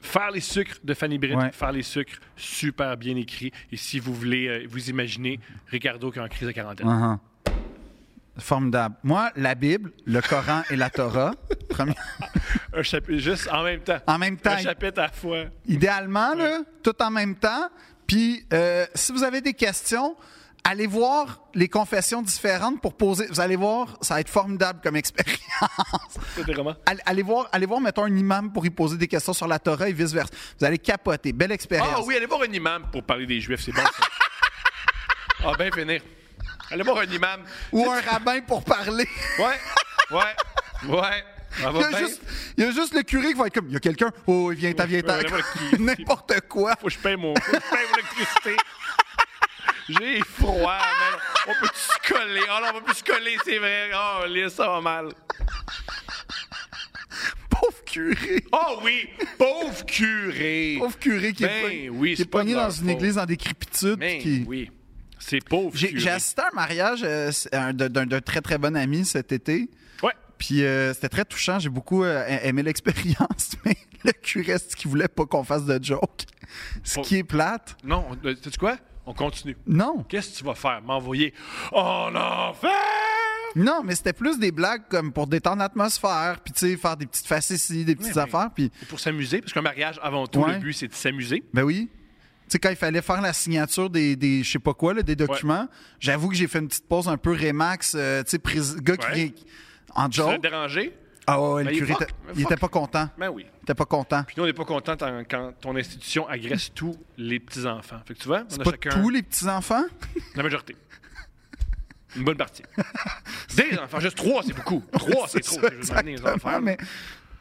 Speaker 2: Faire les sucres de Fanny Britt,
Speaker 1: Ouais.
Speaker 2: faire les sucres, super bien écrit. Et si vous voulez euh, vous imaginer Ricardo qui est en crise de quarantaine.
Speaker 1: Uh-huh. Formidable. Moi, la Bible, le Coran et la Torah. Premier-
Speaker 2: Un chapitre juste en même temps.
Speaker 1: En même temps,
Speaker 2: Un chapitre à la fois.
Speaker 1: idéalement, là, tout en même temps. Puis, euh, si vous avez des questions, allez voir les confessions différentes pour poser. Vous allez voir, ça va être formidable comme expérience.
Speaker 2: C'était vraiment.
Speaker 1: Allez, allez voir, allez voir, mettons, un imam pour y poser des questions sur la Torah et vice-versa. Vous allez capoter. Belle expérience.
Speaker 2: Ah oui, allez voir un imam pour parler des Juifs, c'est bon ça. ah ben finir. Allez voir un imam.
Speaker 1: Ou un rabbin pour parler.
Speaker 2: Ouais, ouais, ouais. Ça
Speaker 1: Il y,
Speaker 2: va
Speaker 1: a
Speaker 2: bien.
Speaker 1: juste, il y a juste le curé qui va être comme, il y a quelqu'un, oh, viens, t'as, viens, t'as.
Speaker 2: Ouais, voilà, qui-
Speaker 1: N'importe quoi.
Speaker 2: Faut que je paye mon, faut que je paye mon électricité. J'ai froid, man. On peut se coller. Oh non, on va plus se coller, c'est vrai. Oh, Lise, ça va mal.
Speaker 1: Pauvre curé.
Speaker 2: Oh oui, pauvre curé.
Speaker 1: Pauvre curé qui
Speaker 2: Ben
Speaker 1: est, pogné-
Speaker 2: oui,
Speaker 1: qui est
Speaker 2: c'est pas
Speaker 1: pogné
Speaker 2: de
Speaker 1: dans
Speaker 2: leur
Speaker 1: une
Speaker 2: faute.
Speaker 1: église en décrépitude.
Speaker 2: Mais
Speaker 1: puis qui-
Speaker 2: oui, c'est pauvre
Speaker 1: J'ai,
Speaker 2: curé.
Speaker 1: j'ai assisté à un mariage euh, c'est- un- d'un, d'un- d'un très très bon ami cet été.
Speaker 2: Ouais.
Speaker 1: Puis euh, c'était très touchant. J'ai beaucoup euh, a- aimé l'expérience. Mais le curé, c'est qui voulait pas qu'on fasse de joke. Ce
Speaker 2: Oh.
Speaker 1: qui est plate.
Speaker 2: Non, on- euh, sais-tu quoi? On continue.
Speaker 1: Non.
Speaker 2: Qu'est-ce que tu vas faire? M'envoyer en enfer?
Speaker 1: Non, mais c'était plus des blagues comme pour détendre l'atmosphère. Puis tu sais, faire des petites facéties, des petites
Speaker 2: oui.
Speaker 1: affaires. Puis
Speaker 2: C'est Pour s'amuser, parce qu'un mariage, avant tout,
Speaker 1: Ouais.
Speaker 2: le but, c'est de s'amuser.
Speaker 1: Ben oui. Tu sais, quand il fallait faire la signature des, des je sais pas quoi, là, des documents, j'avoue que j'ai fait une petite pause un peu Remax, euh, tu sais, pris- gars qui
Speaker 2: Ouais.
Speaker 1: vient en
Speaker 2: Ça va te
Speaker 1: joke.
Speaker 2: déranger?
Speaker 1: Ah ouais, ouais, le
Speaker 2: Ben, il
Speaker 1: curé,
Speaker 2: fuck,
Speaker 1: était-
Speaker 2: mais
Speaker 1: il était
Speaker 2: fuck.
Speaker 1: pas content.
Speaker 2: Ben oui.
Speaker 1: Il était pas content.
Speaker 2: Puis nous, on n'est pas content tant- quand ton institution agresse tous les petits-enfants. Fait que tu vois, on a
Speaker 1: Pas
Speaker 2: chacun
Speaker 1: tous les petits-enfants?
Speaker 2: la majorité. Une bonne partie. Des enfants, juste trois, c'est beaucoup. Trois, c'est trop.
Speaker 1: ça,
Speaker 2: Je vais m'amener les
Speaker 1: exactement,
Speaker 2: enfants.
Speaker 1: mais...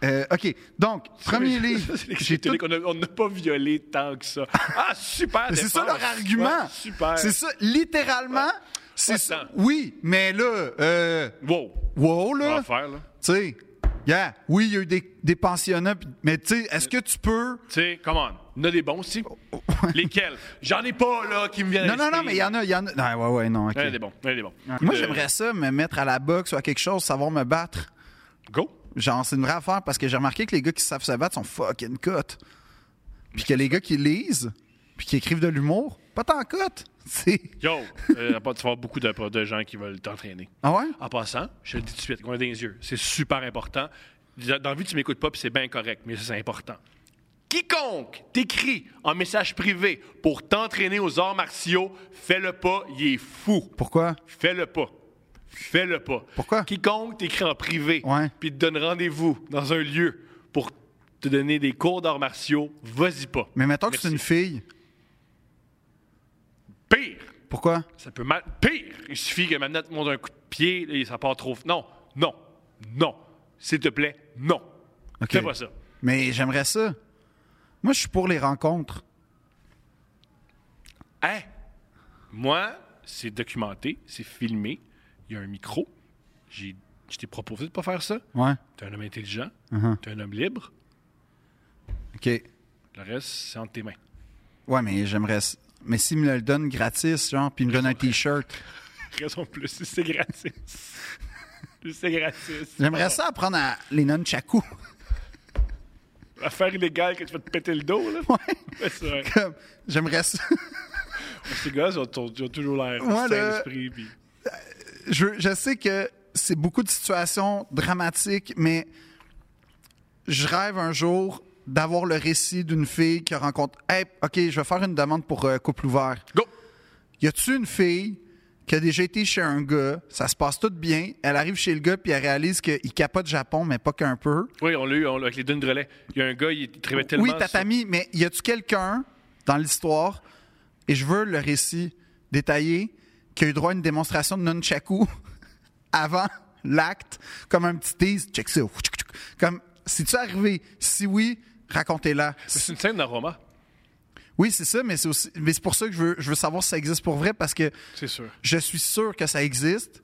Speaker 1: euh, OK, donc, premier livre.
Speaker 2: J'ai
Speaker 1: j'ai tout-
Speaker 2: qu'on a- on n'a pas violé tant que ça. Ah, super!
Speaker 1: C'est ça
Speaker 2: défense.
Speaker 1: leur argument.
Speaker 2: Ouais, super.
Speaker 1: C'est ça, littéralement. C'est
Speaker 2: Ouais,
Speaker 1: ça.
Speaker 2: attends.
Speaker 1: Oui, mais là, euh,
Speaker 2: Wow!
Speaker 1: wow,
Speaker 2: On
Speaker 1: là.
Speaker 2: va faire, là.
Speaker 1: Tu sais, yeah, oui, il y a eu des, des pensionnats, pis- mais tu sais, est-ce que tu peux.
Speaker 2: Tu sais, come on. On a des bons aussi. Lesquels? J'en ai pas, là, qui me viennent à
Speaker 1: Oh, Non, non, non,
Speaker 2: l'esprit.
Speaker 1: mais il y en a, il y en a. Non, ouais, ouais, non, ok. Ah.
Speaker 2: Il y en a Euh, des bons. il y en a des bons.
Speaker 1: Moi,
Speaker 2: Euh,
Speaker 1: j'aimerais ça, me mettre à la boxe ou à quelque chose, savoir me battre.
Speaker 2: euh, Go!
Speaker 1: Genre, c'est une vraie affaire parce que j'ai remarqué que les gars qui savent se battre sont fucking cut. Puis que les gars qui lisent, puis qui écrivent de l'humour, pas tant cut. C'est.
Speaker 2: Yo! Euh, à part, tu vas avoir beaucoup de, de gens qui veulent t'entraîner.
Speaker 1: Ah ouais?
Speaker 2: En passant, je te le dis tout de suite, qu'on a des yeux. C'est super important. Dans la vie, tu m'écoutes pas, puis c'est bien correct, mais ça, c'est important. Quiconque t'écrit en message privé pour t'entraîner aux arts martiaux, fais-le pas, il est fou.
Speaker 1: Pourquoi?
Speaker 2: Fais-le pas. Fais-le pas.
Speaker 1: Pourquoi?
Speaker 2: Quiconque t'écrit en privé,
Speaker 1: Ouais.
Speaker 2: puis te donne rendez-vous dans un lieu pour te donner des cours d'arts martiaux, vas-y pas.
Speaker 1: Mais mettons que c'est
Speaker 2: Merci.
Speaker 1: une fille.
Speaker 2: Pire!
Speaker 1: Pourquoi?
Speaker 2: Ça peut mal. Pire! Il suffit que maintenant tu montes un coup de pied et ça part trop. Non, non, non. S'il te plaît, non.
Speaker 1: Ok.
Speaker 2: Fais pas ça.
Speaker 1: Mais j'aimerais ça. Moi, je suis pour les rencontres.
Speaker 2: Hein? Moi, c'est documenté, c'est filmé. Il y a un micro. J'ai- Je t'ai proposé de pas faire ça.
Speaker 1: Ouais.
Speaker 2: T'es un homme intelligent.
Speaker 1: Mhm.
Speaker 2: T'es un homme libre.
Speaker 1: OK.
Speaker 2: Le reste, c'est entre tes mains.
Speaker 1: Ouais, mais j'aimerais. s- Mais s'ils me le donnent gratis, genre, puis ils me donnent un T-shirt.
Speaker 2: Raison de plus, si c'est gratis. Si c'est gratis.
Speaker 1: J'aimerais ça apprendre à les nunchakus.
Speaker 2: Affaire illégale que tu vas te péter le dos, là. Ouais. C'est vrai.
Speaker 1: Comme, J'aimerais ça.
Speaker 2: Ces gars-là, ils ont, ton- ils ont toujours l'air
Speaker 1: Moi, là-
Speaker 2: d'esprit. Puis...
Speaker 1: je, je sais que c'est beaucoup de situations dramatiques, mais je rêve un jour d'avoir le récit d'une fille qui rencontre. Hey, OK, je vais faire une demande pour euh, couple ouvert.
Speaker 2: Go!
Speaker 1: Y a-tu une fille qui a déjà été chez un gars, ça se passe tout bien, elle arrive chez le gars puis elle réalise qu'il capote Japon, mais pas qu'un peu.
Speaker 2: Oui, on l'a eu on l'a- avec les dunes de relais. Il y a un gars, il il trivait tellement.
Speaker 1: Oui, tatami, mais y a-tu quelqu'un dans l'histoire, et je veux le récit détaillé, qui a eu droit à une démonstration de nunchaku avant l'acte, comme un petit tease, check ça, comme si tu arrivé, si oui, racontez-la.
Speaker 2: C'est une scène d'aroma,
Speaker 1: Oui, c'est ça, mais c'est aussi, mais c'est pour ça que je veux, je veux savoir si ça existe pour vrai parce que
Speaker 2: c'est sûr.
Speaker 1: je suis sûr que ça existe,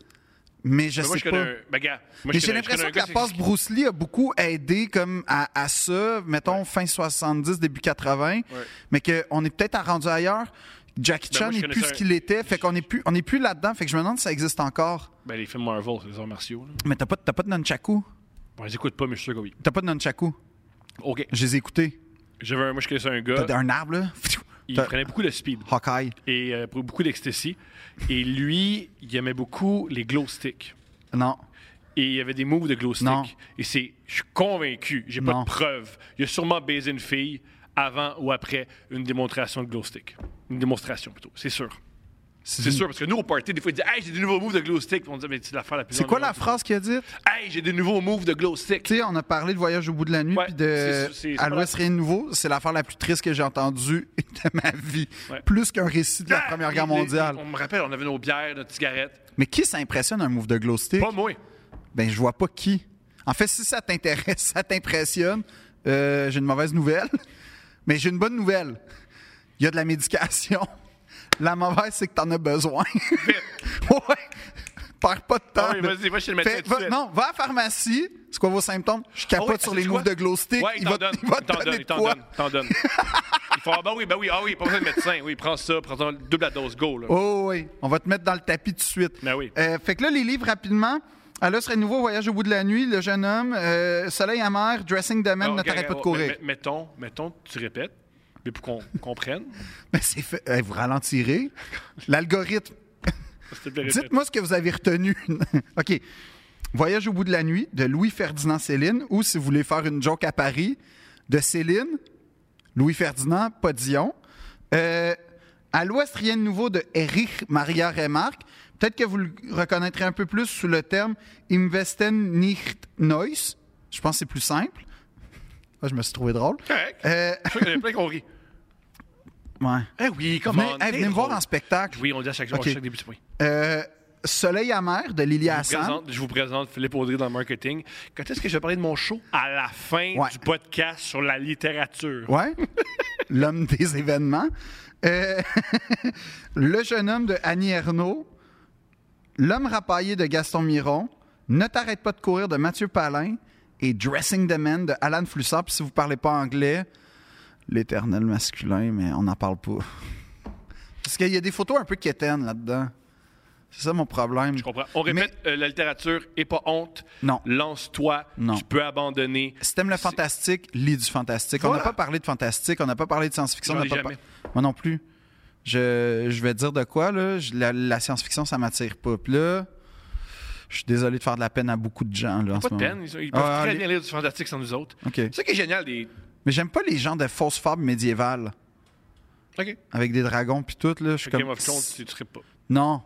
Speaker 1: mais je
Speaker 2: Mais moi,
Speaker 1: sais
Speaker 2: je
Speaker 1: pas.
Speaker 2: connais un. Ben, gars, moi,
Speaker 1: Mais
Speaker 2: je
Speaker 1: j'ai
Speaker 2: connais- je connais
Speaker 1: l'impression
Speaker 2: un
Speaker 1: que
Speaker 2: gars
Speaker 1: la passe
Speaker 2: qui-
Speaker 1: Bruce Lee a beaucoup aidé comme à, à ça, mettons fin 70, début 80, mais qu'on est peut-être à rendu ailleurs. Jackie
Speaker 2: Ben,
Speaker 1: Chan
Speaker 2: moi, je
Speaker 1: n'est plus
Speaker 2: connaissais
Speaker 1: ce
Speaker 2: un-
Speaker 1: qu'il était, fait qu'on n'est plus, on est plus là-dedans, fait que je me demande si ça existe encore.
Speaker 2: Ben, les films Marvel, c'est des arts martiaux. Là.
Speaker 1: Mais t'as pas, t'as pas de nunchaku?
Speaker 2: Bon, ils écoutent pas, mais je suis sûr que oui.
Speaker 1: T'as pas de nunchaku?
Speaker 2: OK.
Speaker 1: Je les ai écoutés.
Speaker 2: J'avais un- moi, je connaissais un gars.
Speaker 1: T'as un arbre, là?
Speaker 2: Hein? Il
Speaker 1: T'as-
Speaker 2: prenait beaucoup de speed
Speaker 1: Hawkeye.
Speaker 2: et euh, beaucoup d'ecstasy. Et lui, il aimait beaucoup les glow sticks.
Speaker 1: Non.
Speaker 2: Et il y avait des moves de glow stick.
Speaker 1: Non.
Speaker 2: Et c'est, je suis convaincu, j'ai pas
Speaker 1: Non.
Speaker 2: de preuves. Il a sûrement baisé une fille avant ou après une démonstration de glow stick. Une démonstration plutôt, c'est sûr.
Speaker 1: Mm.
Speaker 2: C'est sûr, parce que nous, au party, des fois, ils disent Hey, j'ai des nouveaux moves de glow stick. Puis On dit Mais c'est l'affaire la plus.
Speaker 1: C'est quoi la
Speaker 2: ennuyante.
Speaker 1: phrase qu'il a dite?
Speaker 2: Hey, j'ai des nouveaux moves de glow stick.
Speaker 1: Tu sais, on a parlé de Voyage au bout de la nuit,
Speaker 2: Ouais,
Speaker 1: puis
Speaker 2: c'est-
Speaker 1: de
Speaker 2: c'est- c'est-
Speaker 1: À l'Ouest, rien de nouveau. C'est l'affaire la plus triste que j'ai entendue de ma vie.
Speaker 2: Ouais.
Speaker 1: Plus qu'un récit de la
Speaker 2: Ah!
Speaker 1: Première Guerre
Speaker 2: Et- et-
Speaker 1: mondiale.
Speaker 2: On me rappelle, on avait nos bières, notre cigarette.
Speaker 1: Mais qui s'impressionne un move de glow stick?
Speaker 2: Pas moi.
Speaker 1: Ben, je vois pas qui. En fait, si ça t'intéresse, ça t'impressionne, euh, j'ai une mauvaise nouvelle. Mais j'ai une bonne nouvelle. Il y a de la médication. La mauvaise, c'est que t'en as besoin. ouais. Perds pas de temps.
Speaker 2: Ah oui, vas-y, va chez le médecin
Speaker 1: Fais-
Speaker 2: tout de
Speaker 1: va-
Speaker 2: suite.
Speaker 1: non, va à la pharmacie. C'est quoi vos symptômes? Je capote
Speaker 2: Ah ouais,
Speaker 1: sur
Speaker 2: c'est
Speaker 1: les
Speaker 2: quoi?
Speaker 1: moves de glow stick.
Speaker 2: Ouais, il
Speaker 1: va
Speaker 2: t'en
Speaker 1: te-
Speaker 2: donne.
Speaker 1: il va te
Speaker 2: t'en
Speaker 1: donner
Speaker 2: donne,
Speaker 1: de
Speaker 2: il t'en
Speaker 1: quoi?
Speaker 2: donne. il t'en donne. Il faut, ah, ben oui, ben oui, ah oui, pas besoin de médecin. Oui, prends ça, prends ton- double la dose, go. Là.
Speaker 1: Oh oui, on va te mettre dans le tapis tout de suite.
Speaker 2: Ben oui.
Speaker 1: Euh, fait que là, les livres rapidement. Ah, là, serait nouveau Voyage au bout de la nuit, Le jeune homme, euh, Soleil amer, Dressing de Man,
Speaker 2: Ah,
Speaker 1: ne
Speaker 2: ok,
Speaker 1: t'arrête pas de
Speaker 2: ok,
Speaker 1: courir.
Speaker 2: mais- mais- Mettons, mettons, tu répètes, mais pour qu'on comprenne.
Speaker 1: Mais c'est fait. Eh, vous ralentirez. L'algorithme.
Speaker 2: s'il te plaît, répète.
Speaker 1: Dites-moi ce que vous avez retenu. OK. Voyage au bout de la nuit de Louis-Ferdinand Céline ou si vous voulez faire une joke à Paris de Céline, Louis-Ferdinand, pas Dion. Euh, à l'ouest, rien de nouveau de Erich Maria Remarque. Peut-être que vous le reconnaîtrez un peu plus sous le terme Investen nicht Neues. Je pense que c'est plus simple. Ah, je me suis trouvé drôle.
Speaker 2: Correct.
Speaker 1: Euh,
Speaker 2: Je suis sûr qu'il y en a plein qui ont ri.
Speaker 1: ouais.
Speaker 2: Eh oui,
Speaker 1: Venez,
Speaker 2: comment
Speaker 1: eh, venez me voir en spectacle.
Speaker 2: Oui, on le dit à chaque, on
Speaker 1: Ok.
Speaker 2: chaque début de point.
Speaker 1: Euh, Soleil amer de Lily
Speaker 2: Je vous
Speaker 1: Hassan.
Speaker 2: présente- je vous présente Philippe Audry dans le marketing. Quand est-ce que je vais parler de mon show? À la fin
Speaker 1: Ouais.
Speaker 2: du podcast sur la littérature.
Speaker 1: Ouais. L'homme des événements. Euh, le jeune homme de Annie Ernaux. L'homme rapaillé de Gaston Miron. Ne t'arrête pas de courir de Mathieu Palin. Et Dressing the Man de Alan Flussard. Puis si vous parlez pas anglais, l'éternel masculin, mais on n'en parle pas. Parce qu'il y a des photos un peu quétaines là-dedans. C'est ça mon problème.
Speaker 2: Je comprends. On répète, euh, la littérature est pas honte.
Speaker 1: Non.
Speaker 2: Lance-toi.
Speaker 1: Non.
Speaker 2: Tu peux abandonner.
Speaker 1: Si t'aimes le fantastique, lis du fantastique. On n'a
Speaker 2: Voilà.
Speaker 1: pas parlé de fantastique, on n'a pas parlé de science-fiction. on
Speaker 2: J'en
Speaker 1: n'a
Speaker 2: ai
Speaker 1: pas par-
Speaker 2: jamais.
Speaker 1: Moi non plus. Je, je vais te dire de quoi, là. Je- la, la science-fiction, ça m'attire pas. Puis là, je suis désolé de faire de la peine à beaucoup de gens, là, en
Speaker 2: Pas
Speaker 1: ce
Speaker 2: de
Speaker 1: moment.
Speaker 2: peine. Ils, sont- ils peuvent
Speaker 1: Ah,
Speaker 2: très
Speaker 1: allez.
Speaker 2: bien lire du fantastique sans nous autres.
Speaker 1: OK.
Speaker 2: C'est ça qui est génial des.
Speaker 1: Mais j'aime pas les gens de fausses fables médiévales,
Speaker 2: OK.
Speaker 1: avec des dragons puis tout, là. Je suis
Speaker 2: Fait que Game
Speaker 1: comme...
Speaker 2: of Thrones, tu ne pas.
Speaker 1: Non,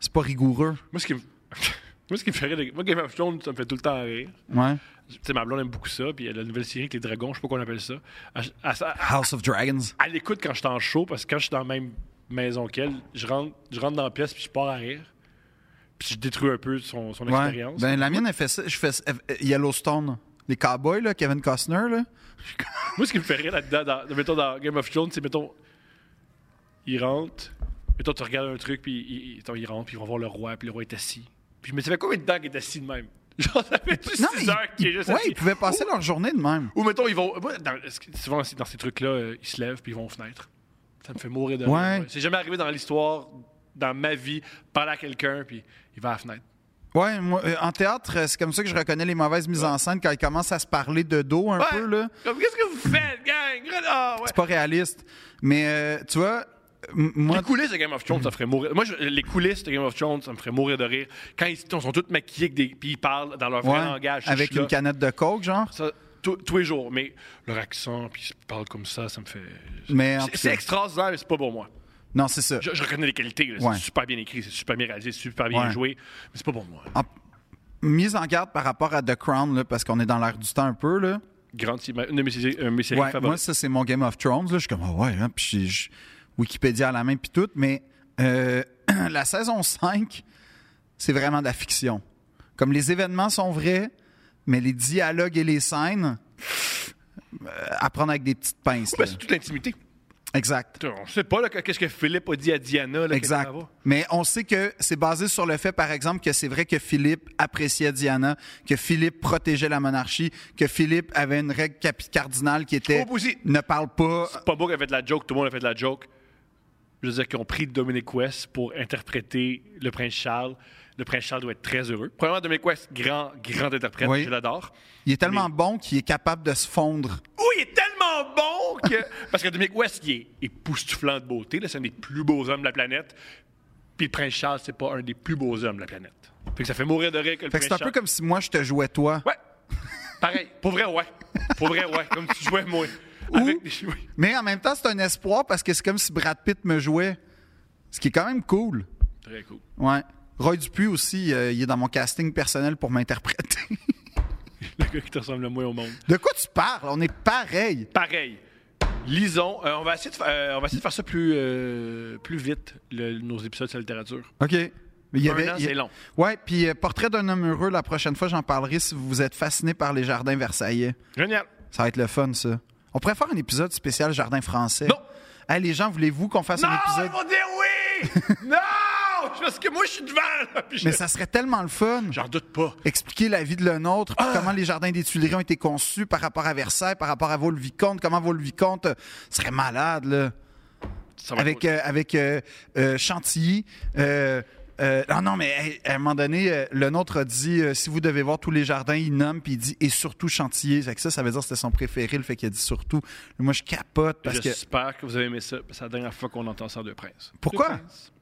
Speaker 1: c'est pas rigoureux.
Speaker 2: Moi, ce qui me. Moi, ce qui me fait rire, de- moi, Game of Thrones, ça me fait tout le temps rire.
Speaker 1: Ouais.
Speaker 2: Tu sais, ma blonde aime beaucoup ça, puis elle a une nouvelle série avec les dragons, je sais pas qu'on appelle ça. Elle, elle- elle-
Speaker 1: House of Dragons.
Speaker 2: elle écoute quand je suis en show, parce que quand je suis dans la même maison qu'elle, je rentre, je rentre dans la pièce, puis je pars à rire. Puis je détruis un peu son, son
Speaker 1: Ouais.
Speaker 2: expérience.
Speaker 1: Ben, la mienne, elle fait ça. Je fais ça- euh, Yellowstone. Les cowboys, là, Kevin Costner, là.
Speaker 2: Moi, ce qui me fait rire là-dedans, dans, mettons, dans Game of Thrones, c'est, mettons, il rentre, mettons, tu regardes un truc, puis il, il- mettons, il rentre, puis ils vont voir le roi, puis le roi est assis. Puis je me dis, ça fait combien de temps qu'il est assis de même? Genre, ça fait 6
Speaker 1: mais
Speaker 2: heures
Speaker 1: ils,
Speaker 2: qu'il est juste
Speaker 1: ouais,
Speaker 2: assis.
Speaker 1: ils pouvaient passer leur journée de même.
Speaker 2: Ou mettons, ils vont. moi, dans- est-ce que souvent, c'est dans ces trucs-là, euh, ils se lèvent puis ils vont aux fenêtres. Ça me fait mourir de rire,
Speaker 1: Ouais.
Speaker 2: moi. C'est jamais arrivé dans l'histoire, dans ma vie, parler à quelqu'un puis il va à la fenêtre.
Speaker 1: Ouais, moi, euh, en théâtre, euh, c'est comme ça que je reconnais les mauvaises mises en scène quand ils commencent à se parler de dos un peu, là.
Speaker 2: Comme, qu'est-ce que vous faites, gang? Ah, ouais.
Speaker 1: C'est pas réaliste. Mais euh, tu vois, m- moi,
Speaker 2: Les coulisses de Game of Thrones, ça me ferait mourir. Moi, je- les coulisses de Game of Thrones, ça me ferait mourir de rire. Quand ils ils sont tous maquillés avec des- puis ils parlent dans leur vrai
Speaker 1: ouais,
Speaker 2: langage. je
Speaker 1: avec
Speaker 2: suis
Speaker 1: une
Speaker 2: là.
Speaker 1: canette de coke, genre.
Speaker 2: Ça, tous- tous les jours. Mais leur accent, puis ils parlent comme ça, ça me fait.
Speaker 1: Mais en
Speaker 2: C'est-
Speaker 1: tout
Speaker 2: C'est
Speaker 1: cas-
Speaker 2: extraordinaire, mais c'est pas pour moi.
Speaker 1: Non, c'est ça.
Speaker 2: Je, je reconnais les qualités. là.
Speaker 1: Ouais.
Speaker 2: C'est super bien écrit, c'est super bien réalisé, c'est super bien
Speaker 1: Ouais.
Speaker 2: joué. Mais c'est pas pour moi.
Speaker 1: Mise en garde par rapport à The Crown, là, parce qu'on est dans l'air du temps un peu, là.
Speaker 2: Grande, c'est ma- une de mes, séries- euh, mes séries
Speaker 1: Ouais, moi,
Speaker 2: favorites.
Speaker 1: ça, c'est mon Game of Thrones. Là. Je suis comme, Ah ouais, hein, puis je- je- Wikipédia à la main, puis tout. Mais euh, la saison 5, c'est vraiment de la fiction. Comme les événements sont vrais, mais les dialogues et les scènes, euh, apprendre avec des petites pinces.
Speaker 2: Ben,
Speaker 1: là.
Speaker 2: c'est toute l'intimité.
Speaker 1: Exact.
Speaker 2: Putain, On sait pas là, qu'est-ce que Philippe a dit à Diana. Là,
Speaker 1: Exact.
Speaker 2: qu'elle
Speaker 1: Mais on sait que c'est basé sur le fait, par exemple, que c'est vrai que Philippe appréciait Diana, que Philippe protégeait la monarchie, que Philippe avait une règle capi- cardinale qui était
Speaker 2: Oh, aussi.
Speaker 1: ne parle pas.
Speaker 2: C'est pas beau qu'elle fait de la joke, tout le monde a fait de la joke. Je veux dire qu'ils ont pris Dominic West pour interpréter le prince Charles. Le prince Charles doit être très heureux. Premièrement, Dominic West, grand, grand interprète,
Speaker 1: Oui.
Speaker 2: je l'adore.
Speaker 1: Il est tellement bon qu'il est capable de se fondre.
Speaker 2: Oh, il est tellement bon que. Parce que Dominic West, il est époustouflant de beauté. là, C'est un des plus beaux hommes de la planète. Puis le prince Charles, c'est pas un des plus beaux hommes de la planète. Fait que ça fait mourir de rire que le
Speaker 1: Fait que
Speaker 2: prince
Speaker 1: c'est un peu
Speaker 2: Charles-
Speaker 1: comme si moi je te jouais toi.
Speaker 2: Ouais. Pareil. Pour vrai, ouais. Pour vrai, ouais. Comme tu jouais, moi.
Speaker 1: Ou-
Speaker 2: Avec des- oui.
Speaker 1: Mais en même temps, c'est un espoir parce que c'est comme si Brad Pitt me jouait. Ce qui est quand même cool.
Speaker 2: Très cool.
Speaker 1: Ouais. Roy Dupuis aussi, euh, il est dans mon casting personnel pour m'interpréter.
Speaker 2: Le gars qui te ressemble le moins au monde.
Speaker 1: de quoi tu parles? On est pareil.
Speaker 2: Pareil. Lisons. Euh, on, va essayer de fa- euh, on va essayer de faire ça plus, euh, plus vite, le- nos épisodes sur la littérature.
Speaker 1: OK. Mais il y
Speaker 2: Un
Speaker 1: avait-
Speaker 2: an,
Speaker 1: il y-
Speaker 2: c'est long.
Speaker 1: Ouais, puis euh, Portrait d'un homme heureux, la prochaine fois, j'en parlerai si vous êtes fasciné par les jardins versaillais.
Speaker 2: Génial.
Speaker 1: Ça va être le fun, ça. On pourrait faire un épisode spécial jardin français.
Speaker 2: Non.
Speaker 1: Hey, les gens, voulez-vous qu'on fasse
Speaker 2: Non,
Speaker 1: un
Speaker 2: ils
Speaker 1: épisode?
Speaker 2: vont dire oui! non! Parce que moi, je suis devant, là, puis je-
Speaker 1: Mais ça serait tellement le fun.
Speaker 2: J'en doute pas.
Speaker 1: Expliquer la vie de le nôtre, puis comment les jardins des Tuileries ont été conçus par rapport à Versailles, par rapport à Vaux-le-Vicomte, comment Vaux-le-Vicomte euh, serait malade, là.
Speaker 2: Ça va être
Speaker 1: avec
Speaker 2: cool.
Speaker 1: euh, avec euh, euh, Chantilly. euh, euh, non, non, mais hey, à un moment donné, euh, le nôtre a dit euh, si vous devez voir tous les jardins, il nomme, puis il dit et surtout Chantilly. Fait que ça, ça veut dire que c'était son préféré, le fait qu'il a dit surtout. Moi, je capote parce que.
Speaker 2: J'espère que vous avez aimé ça. parce que C'est la dernière fois qu'on entend ça en Deux Princes.
Speaker 1: Pourquoi?
Speaker 2: Deux Princes.